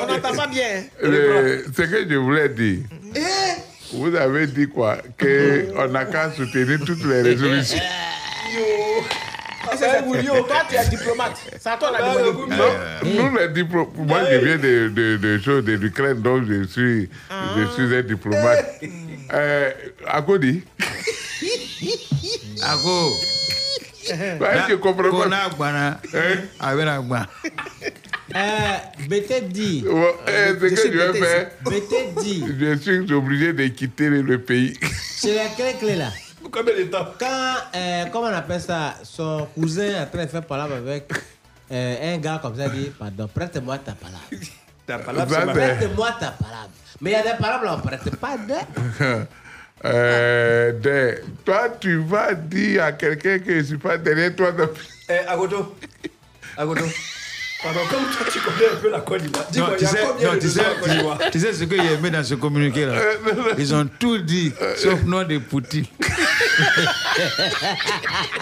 Speaker 14: On n'entend pas bien.
Speaker 6: euh, ce que je voulais dire,
Speaker 5: Eh,
Speaker 6: vous avez dit quoi
Speaker 14: Hmm.
Speaker 6: Qu'on n'a qu'à soutenir toutes
Speaker 5: eh,
Speaker 6: les résolutions.
Speaker 14: Eh, Bah, c'est- c'est- Toi, tu es diplomate. C'est à toi la demande.
Speaker 6: Bah, Nous, les diplo- Moi, je viens de, de, de choses de l'Ukraine, donc je suis, je suis un diplomate. Euh, à Gaudi,
Speaker 5: Ako.
Speaker 6: Ouais, tu comprends pas.
Speaker 5: Kona Agbana.
Speaker 6: Euh.
Speaker 5: Avec Agbana.
Speaker 15: Euh,
Speaker 13: Bété dit.
Speaker 6: eh, c'est
Speaker 13: Je
Speaker 6: que
Speaker 13: suis
Speaker 6: tu veux
Speaker 13: Bété,
Speaker 6: faire
Speaker 13: Bété dit.
Speaker 6: <laughs> Je suis obligé de quitter le- le pays. <laughs>
Speaker 13: C'est laquelle clé là Combien de temps Quand, euh, comment on appelle ça Son cousin est en train de faire palabre avec euh, un gars comme ça, il dit Pardon, prête-moi ta palabre.
Speaker 15: Ta
Speaker 6: palabre, c'est ma-
Speaker 13: Prête-moi ta palabre. Mais il y a des palabres, on ne prête pas de.
Speaker 6: Euh, des- toi, tu vas dire à quelqu'un que je ne suis pas derrière toi. Non.
Speaker 15: Eh, Agoto.
Speaker 6: <laughs>
Speaker 15: Agoto. Pardon, comme toi, tu connais un peu la Côte d'Ivoire. Dis-moi,
Speaker 5: Non,
Speaker 15: il y
Speaker 5: tu
Speaker 15: a
Speaker 5: sais,
Speaker 15: combien
Speaker 5: non,
Speaker 15: de
Speaker 5: tu, sais,
Speaker 15: gens Euh, en Côte d'Ivoire
Speaker 5: tu- tu sais ce qu'il y avait dans ce communiqué là Ils ont
Speaker 15: <laughs>
Speaker 5: tout dit,
Speaker 15: Euh,
Speaker 5: sauf nom de Poutine.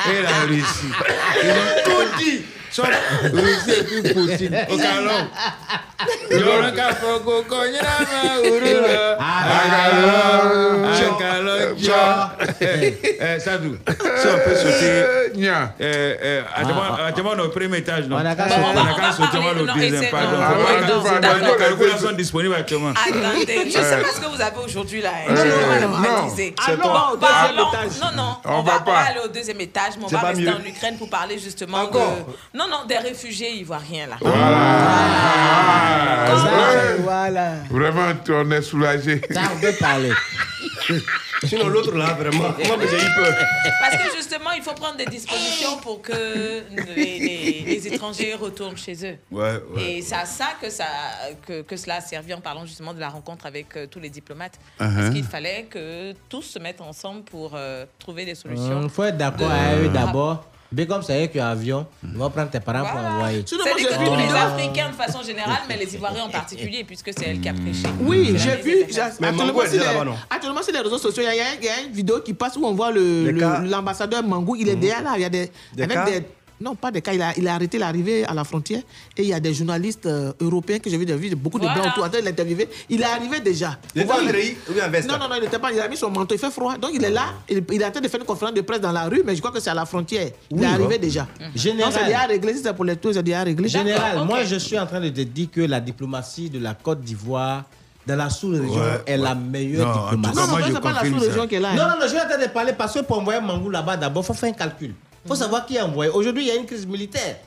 Speaker 5: Et la Russie. Ils ont tout dit, sauf Russie et puis Poutine. Au
Speaker 15: Euh,
Speaker 5: calon. Lolo kafoko
Speaker 15: <laughs>
Speaker 5: konyama urula. Akalo, akalo, tcha. Eh, eh, Sadou, si on
Speaker 15: Euh,
Speaker 5: peut sauter. Eh, eh, attends-moi- attends-moi au premier étage, non On n'a
Speaker 13: qu'à
Speaker 8: sauter.
Speaker 5: qu'à sauter
Speaker 8: Allez,
Speaker 5: au
Speaker 8: non,
Speaker 5: deuxième,
Speaker 8: essaie-
Speaker 5: pardon.
Speaker 8: non, Ah, non,
Speaker 5: Pardon,
Speaker 8: non,
Speaker 5: pardon,
Speaker 8: d'accord,
Speaker 5: Les
Speaker 8: d'accord.
Speaker 5: calculs sont disponibles actuellement.
Speaker 8: Attendez, je ne sais pas ce que vous avez aujourd'hui là. hein.
Speaker 5: Euh,
Speaker 8: Je vais le
Speaker 5: non.
Speaker 8: dramatiser.
Speaker 5: C'est
Speaker 8: Bon,
Speaker 5: toi. Au deuxième
Speaker 8: parlons-
Speaker 5: étage.
Speaker 8: Non, non,
Speaker 5: On
Speaker 8: on, va,
Speaker 5: va
Speaker 8: pas
Speaker 5: pas.
Speaker 8: aller au deuxième étage, mais on
Speaker 5: C'est
Speaker 8: va
Speaker 5: pas
Speaker 8: rester
Speaker 5: mieux.
Speaker 8: en Ukraine pour parler justement de,
Speaker 5: Encore.
Speaker 8: non, non, des réfugiés ivoiriens là.
Speaker 6: Ah,
Speaker 14: Voilà.
Speaker 6: ouais. Vraiment, tu en es soulagé.
Speaker 13: on peut parler.
Speaker 15: <laughs> Sinon, l'autre là, vraiment. Moi, mais j'ai eu peur.
Speaker 8: Parce que justement, il faut prendre des dispositions pour que les, les- les étrangers retournent chez eux.
Speaker 5: Ouais,
Speaker 8: Et c'est à ça que, ça que, que cela a servi en parlant justement de la rencontre avec euh, tous les diplomates. Parce
Speaker 13: Uh-huh.
Speaker 8: qu'il fallait que tous se mettent ensemble pour euh, trouver des solutions.
Speaker 13: Il Hum, faut être d'accord avec eux d'abord. Mais comme c'est eux qui ont avion, ils vont prendre tes parents pour envoyer.
Speaker 8: C'est-à-dire que tous les Africains de façon générale, mais les Ivoiriens en particulier, puisque c'est elle qui a prêché.
Speaker 14: Oui, j'ai vu. j'ai-
Speaker 8: Mais Mangou
Speaker 14: Actuellement,
Speaker 8: est
Speaker 14: sur
Speaker 8: déjà
Speaker 14: les-
Speaker 8: là-bas, non
Speaker 14: actuellement, sur les réseaux sociaux, il y, a- il y a une vidéo qui passe où on voit le- le- l'ambassadeur Mangou. Il est derrière là. Il y a des.
Speaker 15: Des
Speaker 14: avec
Speaker 15: cas
Speaker 14: des- non, pas des cas. Il a, il a arrêté l'arrivée à la frontière et il y a des journalistes euh, européens que j'ai vu, des vues, beaucoup de blancs autour en train de l'interviewer. Il est arrivé déjà.
Speaker 15: Il
Speaker 14: On
Speaker 15: était
Speaker 14: voit-
Speaker 15: en gris ou bien en veste
Speaker 14: Non, non, non, il n'était pas. Il a mis son manteau, il fait froid. Donc il est là. Il, il est en train de faire une conférence de presse dans la rue, mais je crois que c'est à la frontière. Il
Speaker 13: Oui,
Speaker 14: est arrivé
Speaker 13: bon.
Speaker 14: déjà.
Speaker 13: Général.
Speaker 14: Donc c'est déjà réglé. Si c'est pour les tours, c'est déjà réglé.
Speaker 13: Général, moi je suis en train de te dire que la diplomatie de la Côte d'Ivoire dans la sous-région
Speaker 14: Ouais,
Speaker 13: est la
Speaker 14: Non,
Speaker 13: meilleure
Speaker 14: en
Speaker 13: diplomatie.
Speaker 14: tout cas, Non, moi, non, je c'est pas la confirme sous-région ça. qui est là, hein.
Speaker 13: Non, non, non, je vais en train de parler parce que pour envoyer Mangou là-bas, d'abord, il faut faire un calcul. Il faut savoir qui est envoyé. Aujourd'hui, il y a une crise militaire.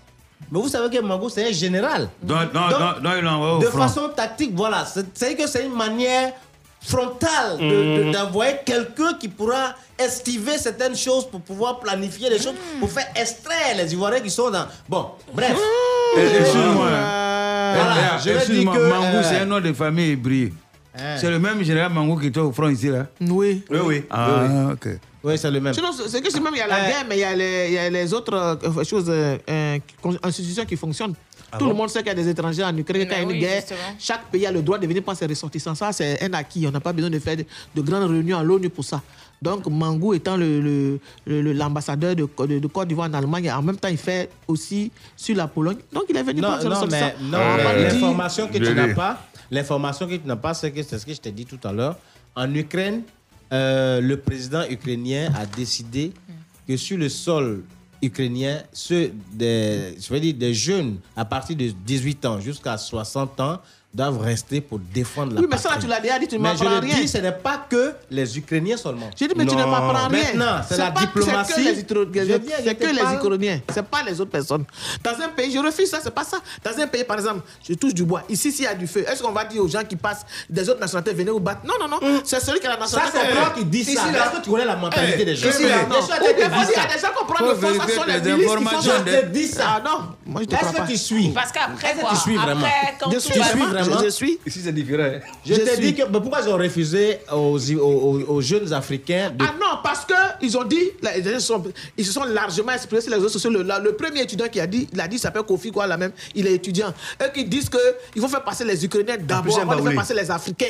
Speaker 13: Mais vous savez que Mangou, c'est un général.
Speaker 5: Donc, non,
Speaker 13: Donc,
Speaker 5: non, non, il l'envoie au
Speaker 13: de
Speaker 5: front.
Speaker 13: façon tactique, voilà. C'est- C'est-à-dire que c'est une manière frontale de- de-
Speaker 5: Mm.
Speaker 13: d'envoyer quelqu'un qui pourra estiver certaines choses pour pouvoir planifier les choses, pour faire extraire les Ivoiriens qui sont dans... Bon, bref.
Speaker 5: Eh,
Speaker 14: Euh,
Speaker 5: Excuse-moi.
Speaker 13: Voilà,
Speaker 5: Eh,
Speaker 13: je vais
Speaker 5: excuse-moi,
Speaker 13: dire que,
Speaker 5: Mangou,
Speaker 13: euh,
Speaker 5: c'est un nom de famille hébrée.
Speaker 13: Hein.
Speaker 5: C'est le même général Mangou qui était au front ici, là
Speaker 14: Oui.
Speaker 15: Oui, oui.
Speaker 5: Ah, ok.
Speaker 13: Oui, c'est le même.
Speaker 14: Sinon, c'est que c'est même, il y a la
Speaker 13: Euh,
Speaker 14: guerre, mais il y a les, il y a les autres euh, choses, euh, euh, con- institutions qui fonctionnent.
Speaker 15: Ah
Speaker 14: Tout
Speaker 15: bon
Speaker 14: le monde sait qu'il y a des étrangers en Ukraine, quand il y a une
Speaker 15: Eh ben oui,
Speaker 14: guerre,
Speaker 15: justement.
Speaker 14: chaque pays a le droit de venir prendre ses ressortissants. Ça, c'est un acquis. On n'a pas besoin de faire de, de grandes réunions à l'ONU pour ça. Donc, Mangou étant l'ambassadeur le, le, le- l'ambassadeur de, Co- de, de Côte d'Ivoire en Allemagne, en même temps, il fait aussi sur la Pologne. Donc, il est venu
Speaker 13: Non,
Speaker 14: prendre ses
Speaker 13: non,
Speaker 14: ressortissants.
Speaker 13: mais non,
Speaker 14: On va
Speaker 13: mais
Speaker 14: pas lui dire-
Speaker 13: l'information que tu n'as pas, l'information que tu n'as pas, c'est que c'est ce que je t'ai dit tout à l'heure. En Ukraine, euh, le président ukrainien a décidé que sur le sol ukrainien, ceux des, je veux dire, des jeunes à partir de 18 ans jusqu'à 60 ans doivent rester pour défendre la
Speaker 14: Oui, mais ça,
Speaker 13: patrie.
Speaker 14: tu l'as déjà dit, tu ne
Speaker 13: Mais je le
Speaker 14: m'apprends rien.
Speaker 13: dis, ce n'est pas que les Ukrainiens seulement.
Speaker 14: J'ai dit, mais tu ne m'apprends rien.
Speaker 13: Maintenant, c'est la
Speaker 14: pas-
Speaker 13: diplomatie.
Speaker 14: C'est que les, Itro-
Speaker 13: Je viens, je
Speaker 14: c'est
Speaker 13: te
Speaker 14: que les
Speaker 13: parle.
Speaker 14: Ukrainiens, c'est pas les autres personnes. Dans un pays, je refuse ça, c'est pas ça. Dans un pays, par exemple, je touche du bois. Ici, s'il y a du feu, est-ce qu'on va dire aux gens qui passent des autres nationalités, venez vous battre Non, non, non. C'est celui qui a la
Speaker 13: Mm. Ça,
Speaker 14: nationalité.
Speaker 13: c'est
Speaker 14: qu'on
Speaker 13: toi
Speaker 14: prend.
Speaker 13: qui dis
Speaker 14: Ici,
Speaker 13: ça.
Speaker 14: là.
Speaker 13: Est-ce que tu connais la mentalité
Speaker 14: Eh,
Speaker 13: des gens
Speaker 14: ici, là,
Speaker 13: Des
Speaker 14: non.
Speaker 13: gens qui
Speaker 14: Ou bien,
Speaker 13: disent
Speaker 14: parce qu'il y a
Speaker 13: ça.
Speaker 14: des gens qui
Speaker 13: Faut
Speaker 14: comprennent le fond, ça
Speaker 13: vérifier
Speaker 14: sont
Speaker 13: que
Speaker 14: les
Speaker 13: les
Speaker 14: milices qui font
Speaker 13: informations
Speaker 14: ça.
Speaker 13: de- Je te dis ça.
Speaker 14: Ah non, moi je te
Speaker 13: Est-ce
Speaker 14: crois
Speaker 13: que
Speaker 14: pas.
Speaker 13: tu suis
Speaker 8: Parce qu'après,
Speaker 13: Est-ce que
Speaker 8: quoi,
Speaker 13: tu suis vraiment
Speaker 8: après, quand
Speaker 13: Je
Speaker 8: tu
Speaker 13: suis
Speaker 8: vas-
Speaker 13: vraiment.
Speaker 14: Je suis.
Speaker 15: Ici, c'est différent.
Speaker 13: Je,
Speaker 14: Je
Speaker 13: t'ai
Speaker 14: suis.
Speaker 13: dit que mais pourquoi ils ont refusé aux, aux- aux- aux jeunes Africains de.
Speaker 14: Ah non, parce que ils ont dit, là, ils, se sont, ils se sont largement exprimés sur les réseaux sociaux. Le, la- le premier étudiant qui a dit, il a dit, il s'appelle Kofi quoi là même, il est étudiant. Eux qui disent qu'ils vont faire passer les Ukrainiens d'abord,
Speaker 15: plus,
Speaker 14: avant de
Speaker 15: Mbaoulé.
Speaker 14: faire passer les Africains.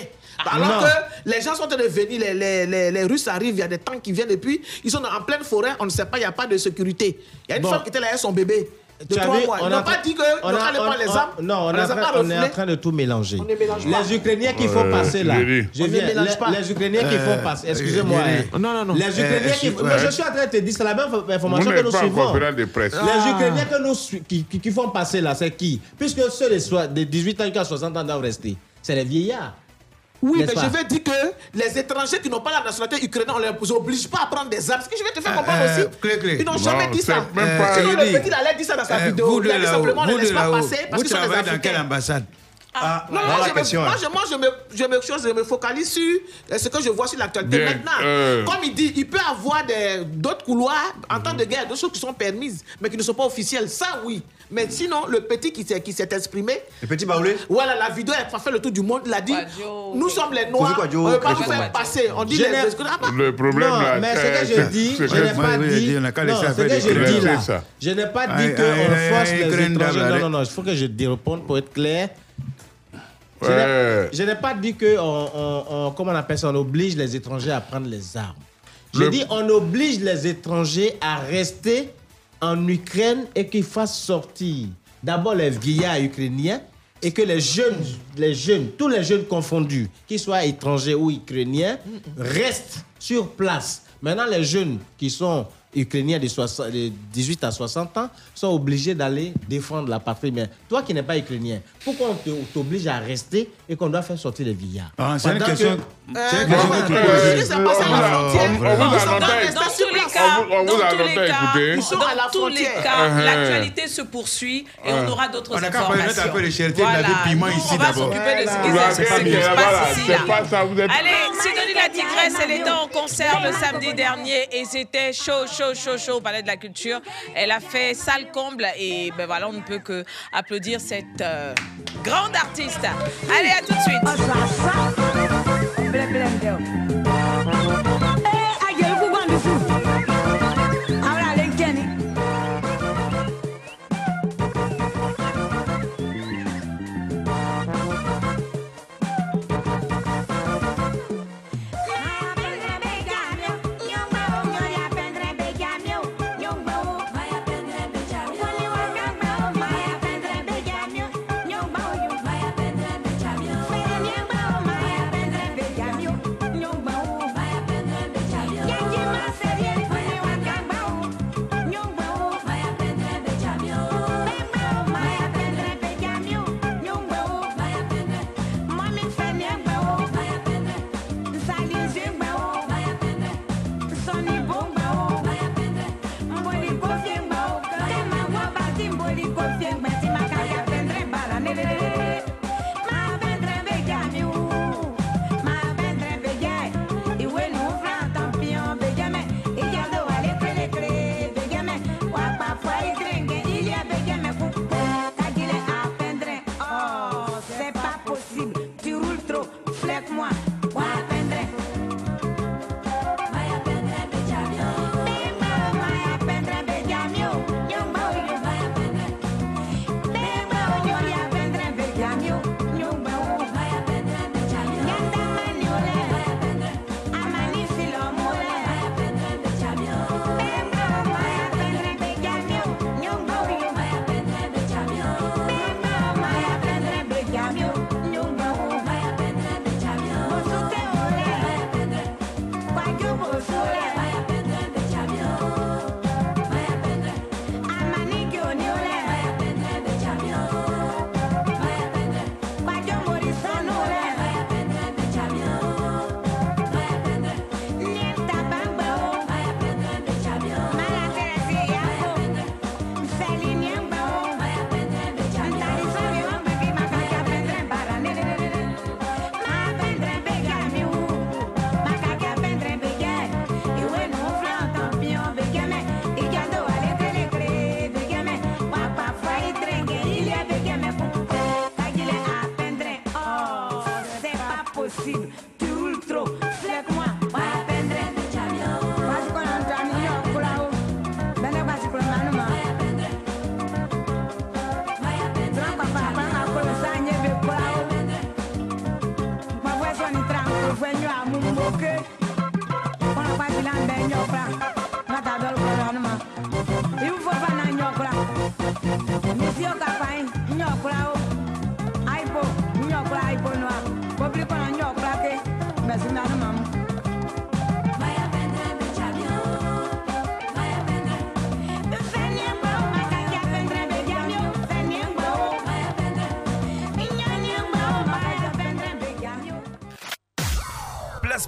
Speaker 15: Ah,
Speaker 14: Alors
Speaker 15: non.
Speaker 14: que les gens sont en train de venir, les, les- les- les Russes arrivent, il y a des tanks qui viennent et puis ils sont en pleine forêt, on ne sait pas, il n'y a pas de sécurité. Il y a une
Speaker 13: Bon.
Speaker 14: femme qui était là avec son bébé de
Speaker 13: Tu as
Speaker 14: trois
Speaker 13: vu,
Speaker 14: mois.
Speaker 13: on
Speaker 14: Ils
Speaker 13: a-
Speaker 14: n'ont pas dit que
Speaker 13: on
Speaker 14: on
Speaker 13: a-
Speaker 14: n'allait
Speaker 13: on-
Speaker 14: pas les
Speaker 13: on-
Speaker 14: armes.
Speaker 13: Non, on,
Speaker 14: ne
Speaker 13: est
Speaker 14: les
Speaker 13: en
Speaker 14: a
Speaker 13: train-
Speaker 14: pas
Speaker 13: on est en
Speaker 14: refoulés.
Speaker 13: train de tout mélanger.
Speaker 14: On ne mélange pas.
Speaker 13: les Ukrainiens qui font
Speaker 14: Euh,
Speaker 13: passer là.
Speaker 14: Julie.
Speaker 13: Je
Speaker 14: On ne
Speaker 13: viens,
Speaker 14: mélange
Speaker 13: les,
Speaker 14: pas.
Speaker 13: les Ukrainiens qui
Speaker 14: Euh,
Speaker 13: font passer. Excusez-moi.
Speaker 14: Julie.
Speaker 13: hein.
Speaker 14: Non, non, non.
Speaker 13: Les
Speaker 14: Euh,
Speaker 13: Ukrainiens qui.
Speaker 14: je-
Speaker 13: Mais
Speaker 14: ouais.
Speaker 13: je suis en train de te dire, c'est la même information
Speaker 6: Vous
Speaker 13: que
Speaker 6: n'êtes
Speaker 13: nous
Speaker 6: pas en
Speaker 13: suivons.
Speaker 6: conférence de presse.
Speaker 14: Euh,
Speaker 13: Les
Speaker 6: Ah.
Speaker 13: Ukrainiens que nous su- qui, qui- qui font passer là, c'est qui Puisque ceux de, soi- de 18 ans jusqu'à 60 ans doivent rester. C'est les vieillards.
Speaker 14: Oui, mais
Speaker 13: N'est-ce
Speaker 14: je
Speaker 13: pas
Speaker 14: vais dire que les étrangers qui n'ont pas la nationalité ukrainienne, on ne les oblige pas à prendre des armes. Parce que je vais te faire
Speaker 5: Eh,
Speaker 14: comprendre
Speaker 4: euh,
Speaker 14: aussi.
Speaker 4: Clé, Clé.
Speaker 14: Ils n'ont jamais
Speaker 4: Non,
Speaker 14: dit ça.
Speaker 4: c'est
Speaker 13: Eh,
Speaker 4: même pas-
Speaker 14: Sinon,
Speaker 4: Elodie,
Speaker 14: le petit allait dire ça dans sa
Speaker 4: euh,
Speaker 5: Eh,
Speaker 14: vidéo.
Speaker 4: vous
Speaker 14: Il a
Speaker 4: de
Speaker 14: dit
Speaker 4: là-haut,
Speaker 14: simplement, on ne
Speaker 4: vous
Speaker 14: laisse
Speaker 4: de
Speaker 14: pas
Speaker 4: là-haut,
Speaker 14: passer parce
Speaker 4: vous
Speaker 14: qu'ils sont des
Speaker 4: travaillez dans quelle
Speaker 14: Africains.
Speaker 4: ambassade
Speaker 14: Ah, non,
Speaker 4: voilà
Speaker 14: moi,
Speaker 4: la
Speaker 14: je
Speaker 4: question,
Speaker 14: me, moi,
Speaker 4: hein.
Speaker 14: je, moi, je me, je me, chose, je me focalise sur euh, ce que je vois sur l'actualité
Speaker 4: Bien,
Speaker 14: maintenant.
Speaker 4: euh.
Speaker 14: Comme il dit, il peut avoir des- d'autres couloirs en temps de guerre, d'autres choses qui sont permises, mais qui ne sont pas officielles. Ça, oui. Mais sinon, le petit qui s'est qui s'est exprimé.
Speaker 15: Le petit Baoulé
Speaker 14: Voilà, la vidéo a fait le tour du monde. Il a dit Nous sommes les
Speaker 15: Koufi
Speaker 14: Noirs,
Speaker 15: Kwadjo,
Speaker 14: on ne peut pas
Speaker 15: Kwadjo.
Speaker 14: nous faire passer. On dit Ah,
Speaker 13: Je
Speaker 14: les.
Speaker 13: n'ai-
Speaker 14: bah.
Speaker 6: Le problème,
Speaker 13: non,
Speaker 6: là,
Speaker 13: mais
Speaker 6: euh,
Speaker 13: ce que je dis, je
Speaker 6: c'est-
Speaker 13: n'ai
Speaker 6: Ouais,
Speaker 13: pas
Speaker 6: oui,
Speaker 13: dit.
Speaker 6: il a qu'à
Speaker 13: non,
Speaker 6: laisser
Speaker 13: ce
Speaker 6: faire
Speaker 13: que
Speaker 6: des
Speaker 13: je dis
Speaker 6: crèmes,
Speaker 13: là,
Speaker 6: c'est ça.
Speaker 13: je n'ai pas
Speaker 6: Aïe,
Speaker 13: dit qu'on
Speaker 6: aïe,
Speaker 13: force
Speaker 6: aïe,
Speaker 13: les
Speaker 6: graine
Speaker 13: étrangers.
Speaker 6: d'arrêt.
Speaker 13: Non, non, non, il faut que je te réponde pour être clair. Je
Speaker 6: Ouais.
Speaker 13: n'ai- Je n'ai pas dit que, on, on- on- comment on appelle ça, on oblige les étrangers à prendre les armes. Je
Speaker 6: Le-
Speaker 13: dis on oblige les étrangers à rester en Ukraine et qu'ils fassent sortir d'abord les vieillards ukrainiens et que les jeunes, les jeunes, tous les jeunes confondus, qu'ils soient étrangers ou ukrainiens, restent sur place. Maintenant, les jeunes qui sont ukrainiens de, 60 de 18 à 60 ans sont obligés d'aller défendre la patrie. Mais toi qui n'es pas ukrainien, pourquoi on te- on t'oblige à rester et qu'on doit faire sortir les vieillards
Speaker 4: Ah, c'est une
Speaker 13: Pendant que-
Speaker 4: question- c'est une question
Speaker 13: Euh,
Speaker 4: que tu
Speaker 13: euh,
Speaker 4: poses.
Speaker 13: je sais pas, c'est à la
Speaker 4: Ah,
Speaker 13: frontière.
Speaker 4: on- on vous
Speaker 13: Oh, Ils sont
Speaker 4: attend.
Speaker 13: dans les-
Speaker 8: Dans tous les
Speaker 13: place.
Speaker 8: cas,
Speaker 13: On vous-
Speaker 8: dans
Speaker 13: on vous a
Speaker 8: tous les
Speaker 13: longtemps
Speaker 8: cas,
Speaker 13: écouté. Ils sont
Speaker 8: dans
Speaker 13: à la
Speaker 8: tous les
Speaker 13: frontière.
Speaker 8: cas,
Speaker 4: Ah,
Speaker 8: l'actualité se poursuit et on
Speaker 4: Ah.
Speaker 8: aura d'autres
Speaker 4: On a qu'à
Speaker 8: informations.
Speaker 4: parler de la légèreté, de la
Speaker 8: Voilà.
Speaker 4: vie piment
Speaker 8: Nous,
Speaker 4: ici
Speaker 8: on va
Speaker 4: d'abord.
Speaker 8: s'occuper de ce qui
Speaker 4: Voilà,
Speaker 8: se-
Speaker 4: c'est
Speaker 8: ce
Speaker 4: pas
Speaker 8: qui
Speaker 4: bien.
Speaker 8: se
Speaker 4: Voilà,
Speaker 8: passe ici.
Speaker 4: c'est
Speaker 8: là.
Speaker 4: pas ça, vous êtes-
Speaker 8: Allez, Sidonie la Tigresse, elle était en concert le samedi dernier et c'était chaud, chaud, chaud, chaud au Palais de la Culture. Elle a fait salle comble et ben voilà, on ne peut que applaudir cette euh, grande artiste. Allez, à tout de suite.
Speaker 19: Oh, c'est pas possible, tu roules trop, flecque-moi, moi peindrai. Possible, tu roules trop, fais-moi, moi peindre, moi je connais un camion, pour là-haut.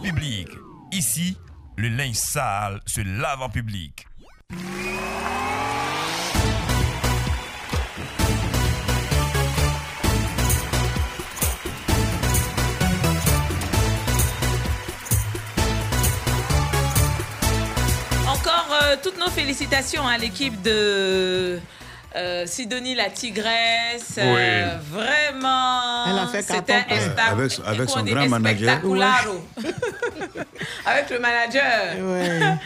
Speaker 20: public. Ici, le linge sale se lave en public.
Speaker 8: Encore euh, toutes nos félicitations à l'équipe de euh, Sidonie la Tigresse. Euh, vraiment.
Speaker 14: Elle a fait hein.
Speaker 8: C'était
Speaker 14: carton plein.
Speaker 8: un spectacle.
Speaker 4: Avec, avec son
Speaker 8: On dit
Speaker 4: grand manager.
Speaker 8: spectacularo. <laughs> avec le manager.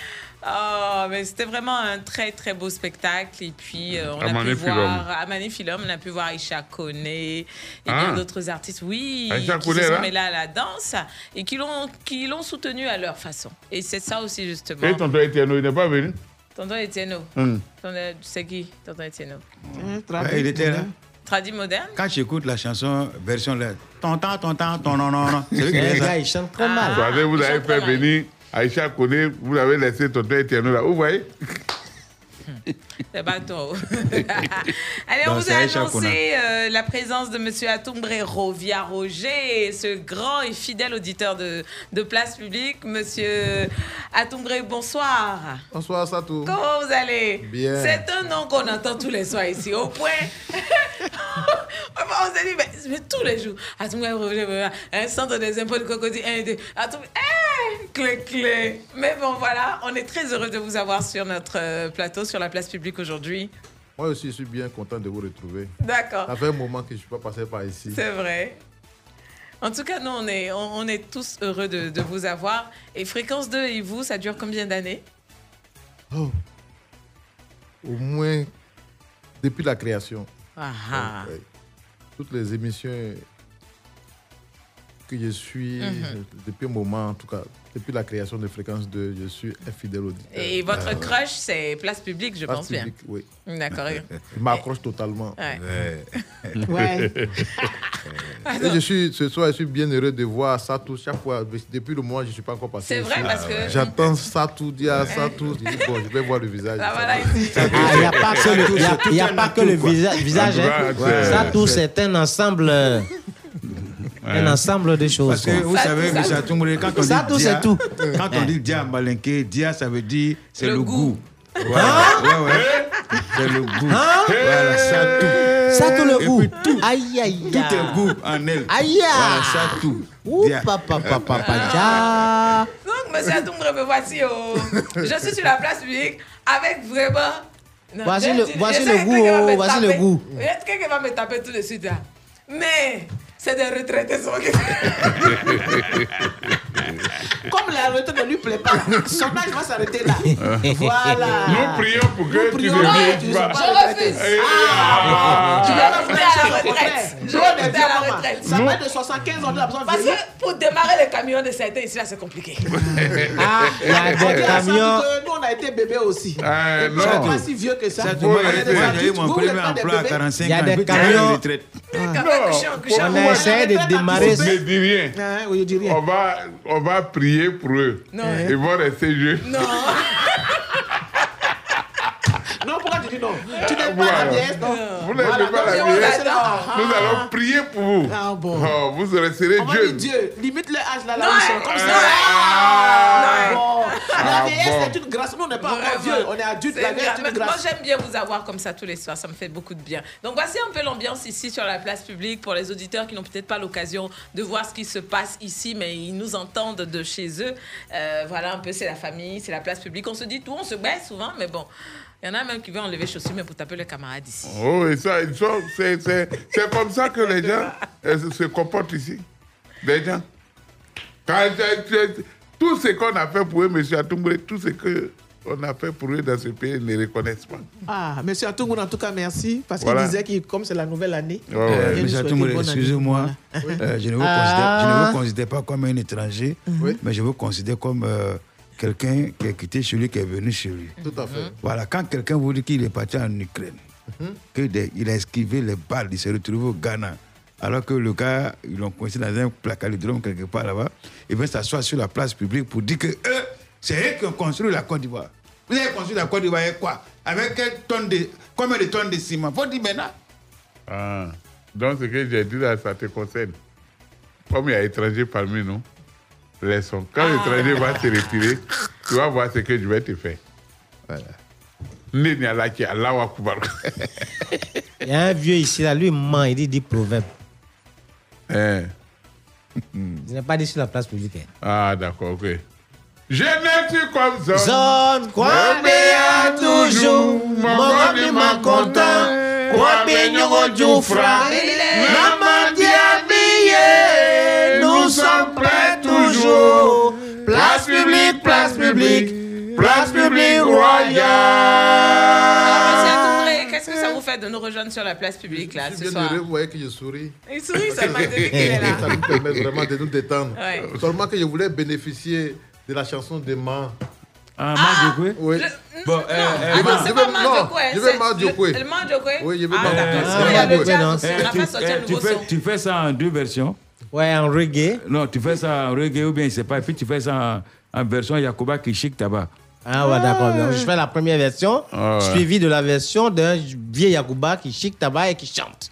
Speaker 8: Oh, mais c'était vraiment un très très beau spectacle et puis euh, on a pu
Speaker 6: Amane Philom.
Speaker 8: voir Amane Philom, on a pu voir Isha Kone et bien
Speaker 6: Ah.
Speaker 8: d'autres artistes, oui,
Speaker 6: Aïcha
Speaker 8: qui
Speaker 6: Kone,
Speaker 8: se sont
Speaker 4: hein.
Speaker 6: là
Speaker 8: mêlés à la danse et qui l'ont qui l'ont soutenu à leur façon. Et c'est ça aussi justement.
Speaker 6: Et Eh, tonton Etienne, il n'est pas venu
Speaker 8: Tonton Etienne,
Speaker 6: Hum.
Speaker 8: Tonton- c'est qui Tonton Etienne
Speaker 4: Ouais, il était là.
Speaker 8: Tradi moderne
Speaker 4: Quand j'écoute la chanson version là, tonton, tonton, ton non, non, non. C'est lui qui
Speaker 6: Les
Speaker 4: fait ça.
Speaker 6: gars, ils chantent
Speaker 4: Ah.
Speaker 6: très mal. Ah, Vous avez, vous avez fait venir Aïcha Kone, vous l'avez laissé tonton Etienne là. Vous voyez
Speaker 8: C'est pas
Speaker 6: <laughs>
Speaker 8: toi. <laughs> Allez, on
Speaker 6: Non,
Speaker 8: vous
Speaker 6: c'est
Speaker 8: a
Speaker 6: Aïcha qu'on a.
Speaker 8: annoncé euh, la présence de Monsieur Atombré Rovia Roger, ce grand et fidèle auditeur de, de Place Publique. Monsieur Atombré, bonsoir.
Speaker 12: Bonsoir Satou.
Speaker 8: Comment vous allez
Speaker 12: Bien.
Speaker 8: C'est un nom qu'on entend tous les soirs ici, au point. <laughs> on s'est dit, mais, mais tous les jours, Atombré Roger, voilà, un centre des impôts de Cocody, un, deux, Atombré, hey, clé, clé. Mais bon, voilà, on est très heureux de vous avoir sur notre euh, plateau, sur la Place Publique aujourd'hui.
Speaker 12: Moi aussi, je suis bien content de vous retrouver.
Speaker 8: D'accord.
Speaker 12: Ça fait un moment que je ne suis pas passé par ici.
Speaker 8: C'est vrai. En tout cas, nous, on est, on, on est tous heureux de, de vous avoir. Et Fréquence 2 et vous, ça dure combien d'années
Speaker 12: Oh. Au moins, depuis la création.
Speaker 8: Ah
Speaker 12: Donc, euh, toutes les émissions que je suis,
Speaker 8: Mhm.
Speaker 12: euh, depuis un moment, en tout cas, depuis la création de Fréquence 2, je suis un fidèle auditeur.
Speaker 8: Et votre
Speaker 13: ben,
Speaker 12: Euh,
Speaker 8: crush, c'est Place Publique, je
Speaker 12: Place
Speaker 8: pense
Speaker 12: Publique, oui.
Speaker 8: bien. D'accord.
Speaker 12: <laughs> Je m'accroche totalement.
Speaker 8: Ouais.
Speaker 14: Ouais.
Speaker 12: <laughs> Et je suis, ce soir, je suis bien heureux de voir Satou chaque fois. Depuis le mois, je ne suis pas encore passé.
Speaker 8: C'est vrai,
Speaker 12: ici.
Speaker 8: parce que-
Speaker 12: J'attends Satou dire Satou. Je dis, bon, je vais voir le visage.
Speaker 8: Ah,
Speaker 12: de Satou.
Speaker 10: Ah,
Speaker 13: Il n'y a pas que le, Ah, y a- y a pas que le visa- visage. hein.
Speaker 12: Ouais, ouais.
Speaker 13: Ça, tout, c'est un ensemble. euh, Un ensemble de choses.
Speaker 4: Parce que vous savez, M. Atoumbré, quand on dit
Speaker 13: Ça, tout,
Speaker 4: dia,
Speaker 13: c'est tout.
Speaker 4: quand on dit dia malinké, dia, ça veut dire c'est le, goût. Ouais, ouais, ouais. C'est le goût.
Speaker 13: Hein
Speaker 4: Voilà, ça tout.
Speaker 13: Ça, tout le
Speaker 4: Et
Speaker 13: goût.
Speaker 4: puis tout,
Speaker 13: Aïe, aïe,
Speaker 4: tout
Speaker 13: aïe.
Speaker 4: est goût en elle.
Speaker 13: Aïe, aïe.
Speaker 4: Voilà, ça tout.
Speaker 13: Ouh,
Speaker 4: Dia.
Speaker 10: Oh,
Speaker 13: papa, papa, papa,
Speaker 8: Ah. Donc, monsieur Atombré, me voici.
Speaker 13: <laughs>
Speaker 8: au- Je suis sur la Place Publique avec vraiment. Non,
Speaker 13: Voici
Speaker 8: je-
Speaker 13: le-
Speaker 8: je-
Speaker 13: voici
Speaker 8: je
Speaker 13: le
Speaker 8: sais que
Speaker 13: goût,
Speaker 8: quelqu'un va
Speaker 13: oh,
Speaker 8: me
Speaker 13: voici le
Speaker 8: taper.
Speaker 13: goût.
Speaker 8: Je sais que Quelqu'un va me taper tout de suite là. Mais c'est des retraités sont
Speaker 14: Comme la retraite ne lui plaît pas, son âge va s'arrêter là. Voilà.
Speaker 6: Nous prions pour que tu
Speaker 14: prions
Speaker 6: ne
Speaker 14: pour que
Speaker 6: viennes
Speaker 14: tu
Speaker 6: pas.
Speaker 14: ne sois pas retraité.
Speaker 6: Eh,
Speaker 14: Tu
Speaker 6: ah.
Speaker 14: vas rester à
Speaker 8: la
Speaker 14: la
Speaker 8: retraite.
Speaker 14: retraite.
Speaker 8: Je
Speaker 14: Je
Speaker 8: vais
Speaker 14: vais
Speaker 8: rester
Speaker 14: dire
Speaker 8: à la
Speaker 14: maman,
Speaker 8: retraite.
Speaker 14: Ça va de 75 ans, tu as besoin de
Speaker 8: Parce
Speaker 14: venir.
Speaker 8: que pour démarrer les camions de certains ici, là, c'est compliqué.
Speaker 14: Ah, il y a
Speaker 4: On dit
Speaker 14: des
Speaker 4: à Sandy
Speaker 14: camions.
Speaker 4: que
Speaker 14: Nous, on a été bébé aussi.
Speaker 4: Euh, non.
Speaker 14: On pas si vieux que ça.
Speaker 4: Ça, tu vois, j'ai eu mon premier emploi à 45 ans.
Speaker 13: Il y a des
Speaker 4: Je vais te
Speaker 13: camions.
Speaker 4: faire une retraite.
Speaker 13: On a essayé de démarrer.
Speaker 6: Ne dis rien. On va, on va prier pour eux.
Speaker 14: Non.
Speaker 6: Ils vont rester jeunes.
Speaker 14: Non. Non, pourquoi tu dis non Tu n'es pas
Speaker 6: Voilà.
Speaker 14: la vieille.
Speaker 6: Vous n'avez pas la vieillesse. Nous allons prier pour vous.
Speaker 14: Ah, bon.
Speaker 6: Oh, vous resterez
Speaker 14: On va dire
Speaker 6: jeunes.
Speaker 14: Dieu, Ah. limite le âge là, là
Speaker 6: Non,
Speaker 14: où ils sont,
Speaker 6: eh,
Speaker 14: comme
Speaker 6: eh,
Speaker 14: ça.
Speaker 6: ah,
Speaker 14: Euh, bon.
Speaker 6: ah,
Speaker 14: La vieillesse,
Speaker 6: bon.
Speaker 14: c'est une grâce. Nous, on n'est pas encore
Speaker 8: Vraiment.
Speaker 14: vieux, on est adulte. La
Speaker 8: C'est
Speaker 14: vieillesse,
Speaker 8: bien.
Speaker 14: c'est une
Speaker 8: Moi,
Speaker 14: grâce.
Speaker 8: j'aime bien vous avoir comme ça tous les soirs. Ça me fait beaucoup de bien. Donc, voici un peu l'ambiance ici sur la place publique pour les auditeurs qui n'ont peut-être pas l'occasion de voir ce qui se passe ici, mais ils nous entendent de chez eux. Euh, voilà un peu, c'est la famille, c'est la place publique. On se dit tout, on se baisse souvent, mais bon. Il y en a même qui veulent enlever chaussures, mais pour taper les camarades ici.
Speaker 6: Oh, et ça, ils sont- c'est, c'est- c'est comme ça que les
Speaker 14: <laughs>
Speaker 6: gens euh, se, se comportent ici. Les gens. Quand je- je- tout ce qu'on a fait pour eux, M. Atumbre, tout ce qu'on a fait pour eux dans ce pays, ils ne reconnaissent pas.
Speaker 14: Ah, monsieur Atungun, en tout cas, merci. Parce qu'il
Speaker 6: Voilà.
Speaker 14: disait que comme c'est la nouvelle année,
Speaker 4: Ouais, ouais.
Speaker 14: il vient nous
Speaker 4: Monsieur
Speaker 14: souhaiter
Speaker 4: Atoumbré,
Speaker 14: bonne année.
Speaker 4: excusez-moi, euh, je, ne vous
Speaker 14: Ah.
Speaker 4: considère- je ne vous considère pas comme un étranger,
Speaker 14: Mhm.
Speaker 4: mais je vous considère comme euh, quelqu'un qui a quitté chez lui, qui est venu chez lui.
Speaker 12: Tout à
Speaker 14: Mhm.
Speaker 12: fait.
Speaker 4: Voilà, quand quelqu'un vous dit qu'il est parti en Ukraine, qu'il a esquivé les balles, il s'est retrouvé au Ghana, alors que le gars, ils l'ont coincé dans un placalidrome quelque part là-bas, et bien s'asseoir sur la place publique pour dire que eux, c'est eux qui ont construit la Côte d'Ivoire. Vous avez construit la Côte d'Ivoire avec quoi Avec quelle tonne de, combien de tonnes de ciment Faut dire maintenant.
Speaker 6: Ah. Donc, ce que j'ai dit là, ça te concerne. Comme il y a étrangers parmi nous, Laissons.
Speaker 8: Ah.
Speaker 6: Quand le traîner va se retirer, tu vas voir ce que je vais te faire. Voilà. Nini Allah qui est Allah wa Akbar.
Speaker 10: Il y a un vieux ici, là, lui, il ment, il dit, il dit proverbe.
Speaker 4: Eh.
Speaker 10: Je n'ai pas dit sur la place publique. hein.
Speaker 6: <laughs> Ah, d'accord, ok. Je ne suis comme ça.
Speaker 10: Zone, quoi, à toujours, mon ami m'a content, quoi, bien, nous, du frère, la main habillée, nous sommes prêts toujours, place publique, place publique, place publique royale.
Speaker 8: Ah, monsieur Touré, Qu'est-ce que ça vous fait de nous rejoindre sur la place publique là ce
Speaker 12: Bien
Speaker 8: soir
Speaker 12: heureux, vous voyez que je souris.
Speaker 8: Il sourit, ça m'a
Speaker 12: <laughs>
Speaker 8: donné qu'il est là.
Speaker 12: Ça nous permet vraiment de nous détendre.
Speaker 8: Ouais.
Speaker 12: Seulement que je voulais bénéficier de la chanson de Man.
Speaker 13: Ah,
Speaker 12: de quoi Oui. Bon, euh,
Speaker 8: Ah non, c'est pas Mandjokwe.
Speaker 12: Je vais Man de quoi
Speaker 8: Le Mandjokwe
Speaker 12: Oui, je vais
Speaker 8: Ah,
Speaker 13: Euh,
Speaker 12: Man de
Speaker 8: d'accord. Sinon,
Speaker 12: quoi
Speaker 8: il y a le
Speaker 12: Ouais,
Speaker 8: jazz
Speaker 12: non.
Speaker 8: aussi. On a
Speaker 12: Eh,
Speaker 8: pas sorti un
Speaker 13: tu,
Speaker 8: nouveau
Speaker 13: fais,
Speaker 8: son.
Speaker 13: tu fais ça en deux versions Euh,
Speaker 10: Ouais, en reggae.
Speaker 13: Non, tu fais ça en reggae ou bien, je sais pas. Et puis tu fais ça en, en version Yakuba qui chic tabac.
Speaker 10: Ah ouais, d'accord. bien. Je fais la première version,
Speaker 13: Ah ouais.
Speaker 10: suivie de la version d'un vieux Yacouba qui chic tabac et qui chante.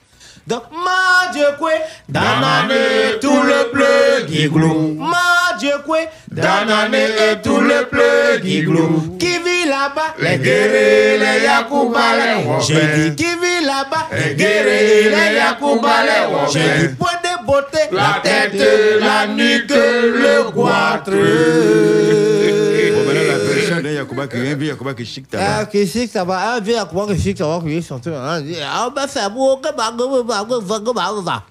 Speaker 10: Donc, ma Dieu quoi, d'anane et tout le bleu glou. Ma Dieu quoi, d'anane et tout le bleu glou. Qui vit là-bas, les guerriers, les Yacouba, les
Speaker 21: Wopin.
Speaker 10: J'ai dit qui vit là-bas, les
Speaker 21: guerriers,
Speaker 10: guerriers,
Speaker 21: les
Speaker 10: les Yacouba, les
Speaker 21: Wopin.
Speaker 10: J'ai dit point de beauté, la tête, la nuque, le goitre.
Speaker 4: Bon, maintenant, la version d'un Yakuba qui est un vieux Yakuba qui chic
Speaker 10: Ah,
Speaker 6: Hein?
Speaker 4: tabac.
Speaker 10: que c'est que ça va. Ah, viens, comment que c'est que ça va, que chanter. hein. Ah, bah, ça va, que bah, que bah, que bah, que bah, que bah.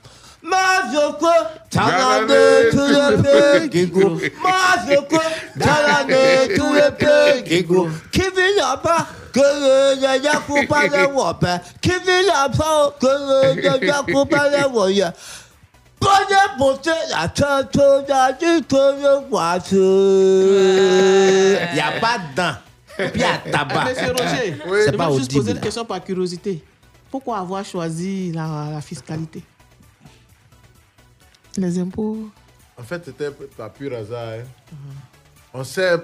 Speaker 10: Ma Zoko, talane, tout le peuple qui court. Ma Zoko, talane, tout le peuple qui court. Qui vit là-bas, que le Yaya coupe à la wapin. Qui vit là-bas, que le Yaya coupe à la wapin. Bonne beauté, la tante, la nuque, le voiture. Il n'y a pas de dents. Et puis il y a tabac.
Speaker 14: Euh,
Speaker 4: <laughs>
Speaker 14: Monsieur Roger,
Speaker 10: Oui.
Speaker 14: je
Speaker 10: C'est pas
Speaker 14: vais juste
Speaker 10: audible,
Speaker 14: poser une
Speaker 10: là.
Speaker 14: question par curiosité. Pourquoi avoir choisi la, la fiscalité Les impôts.
Speaker 12: En fait, c'était par pur hasard. hein. On sait,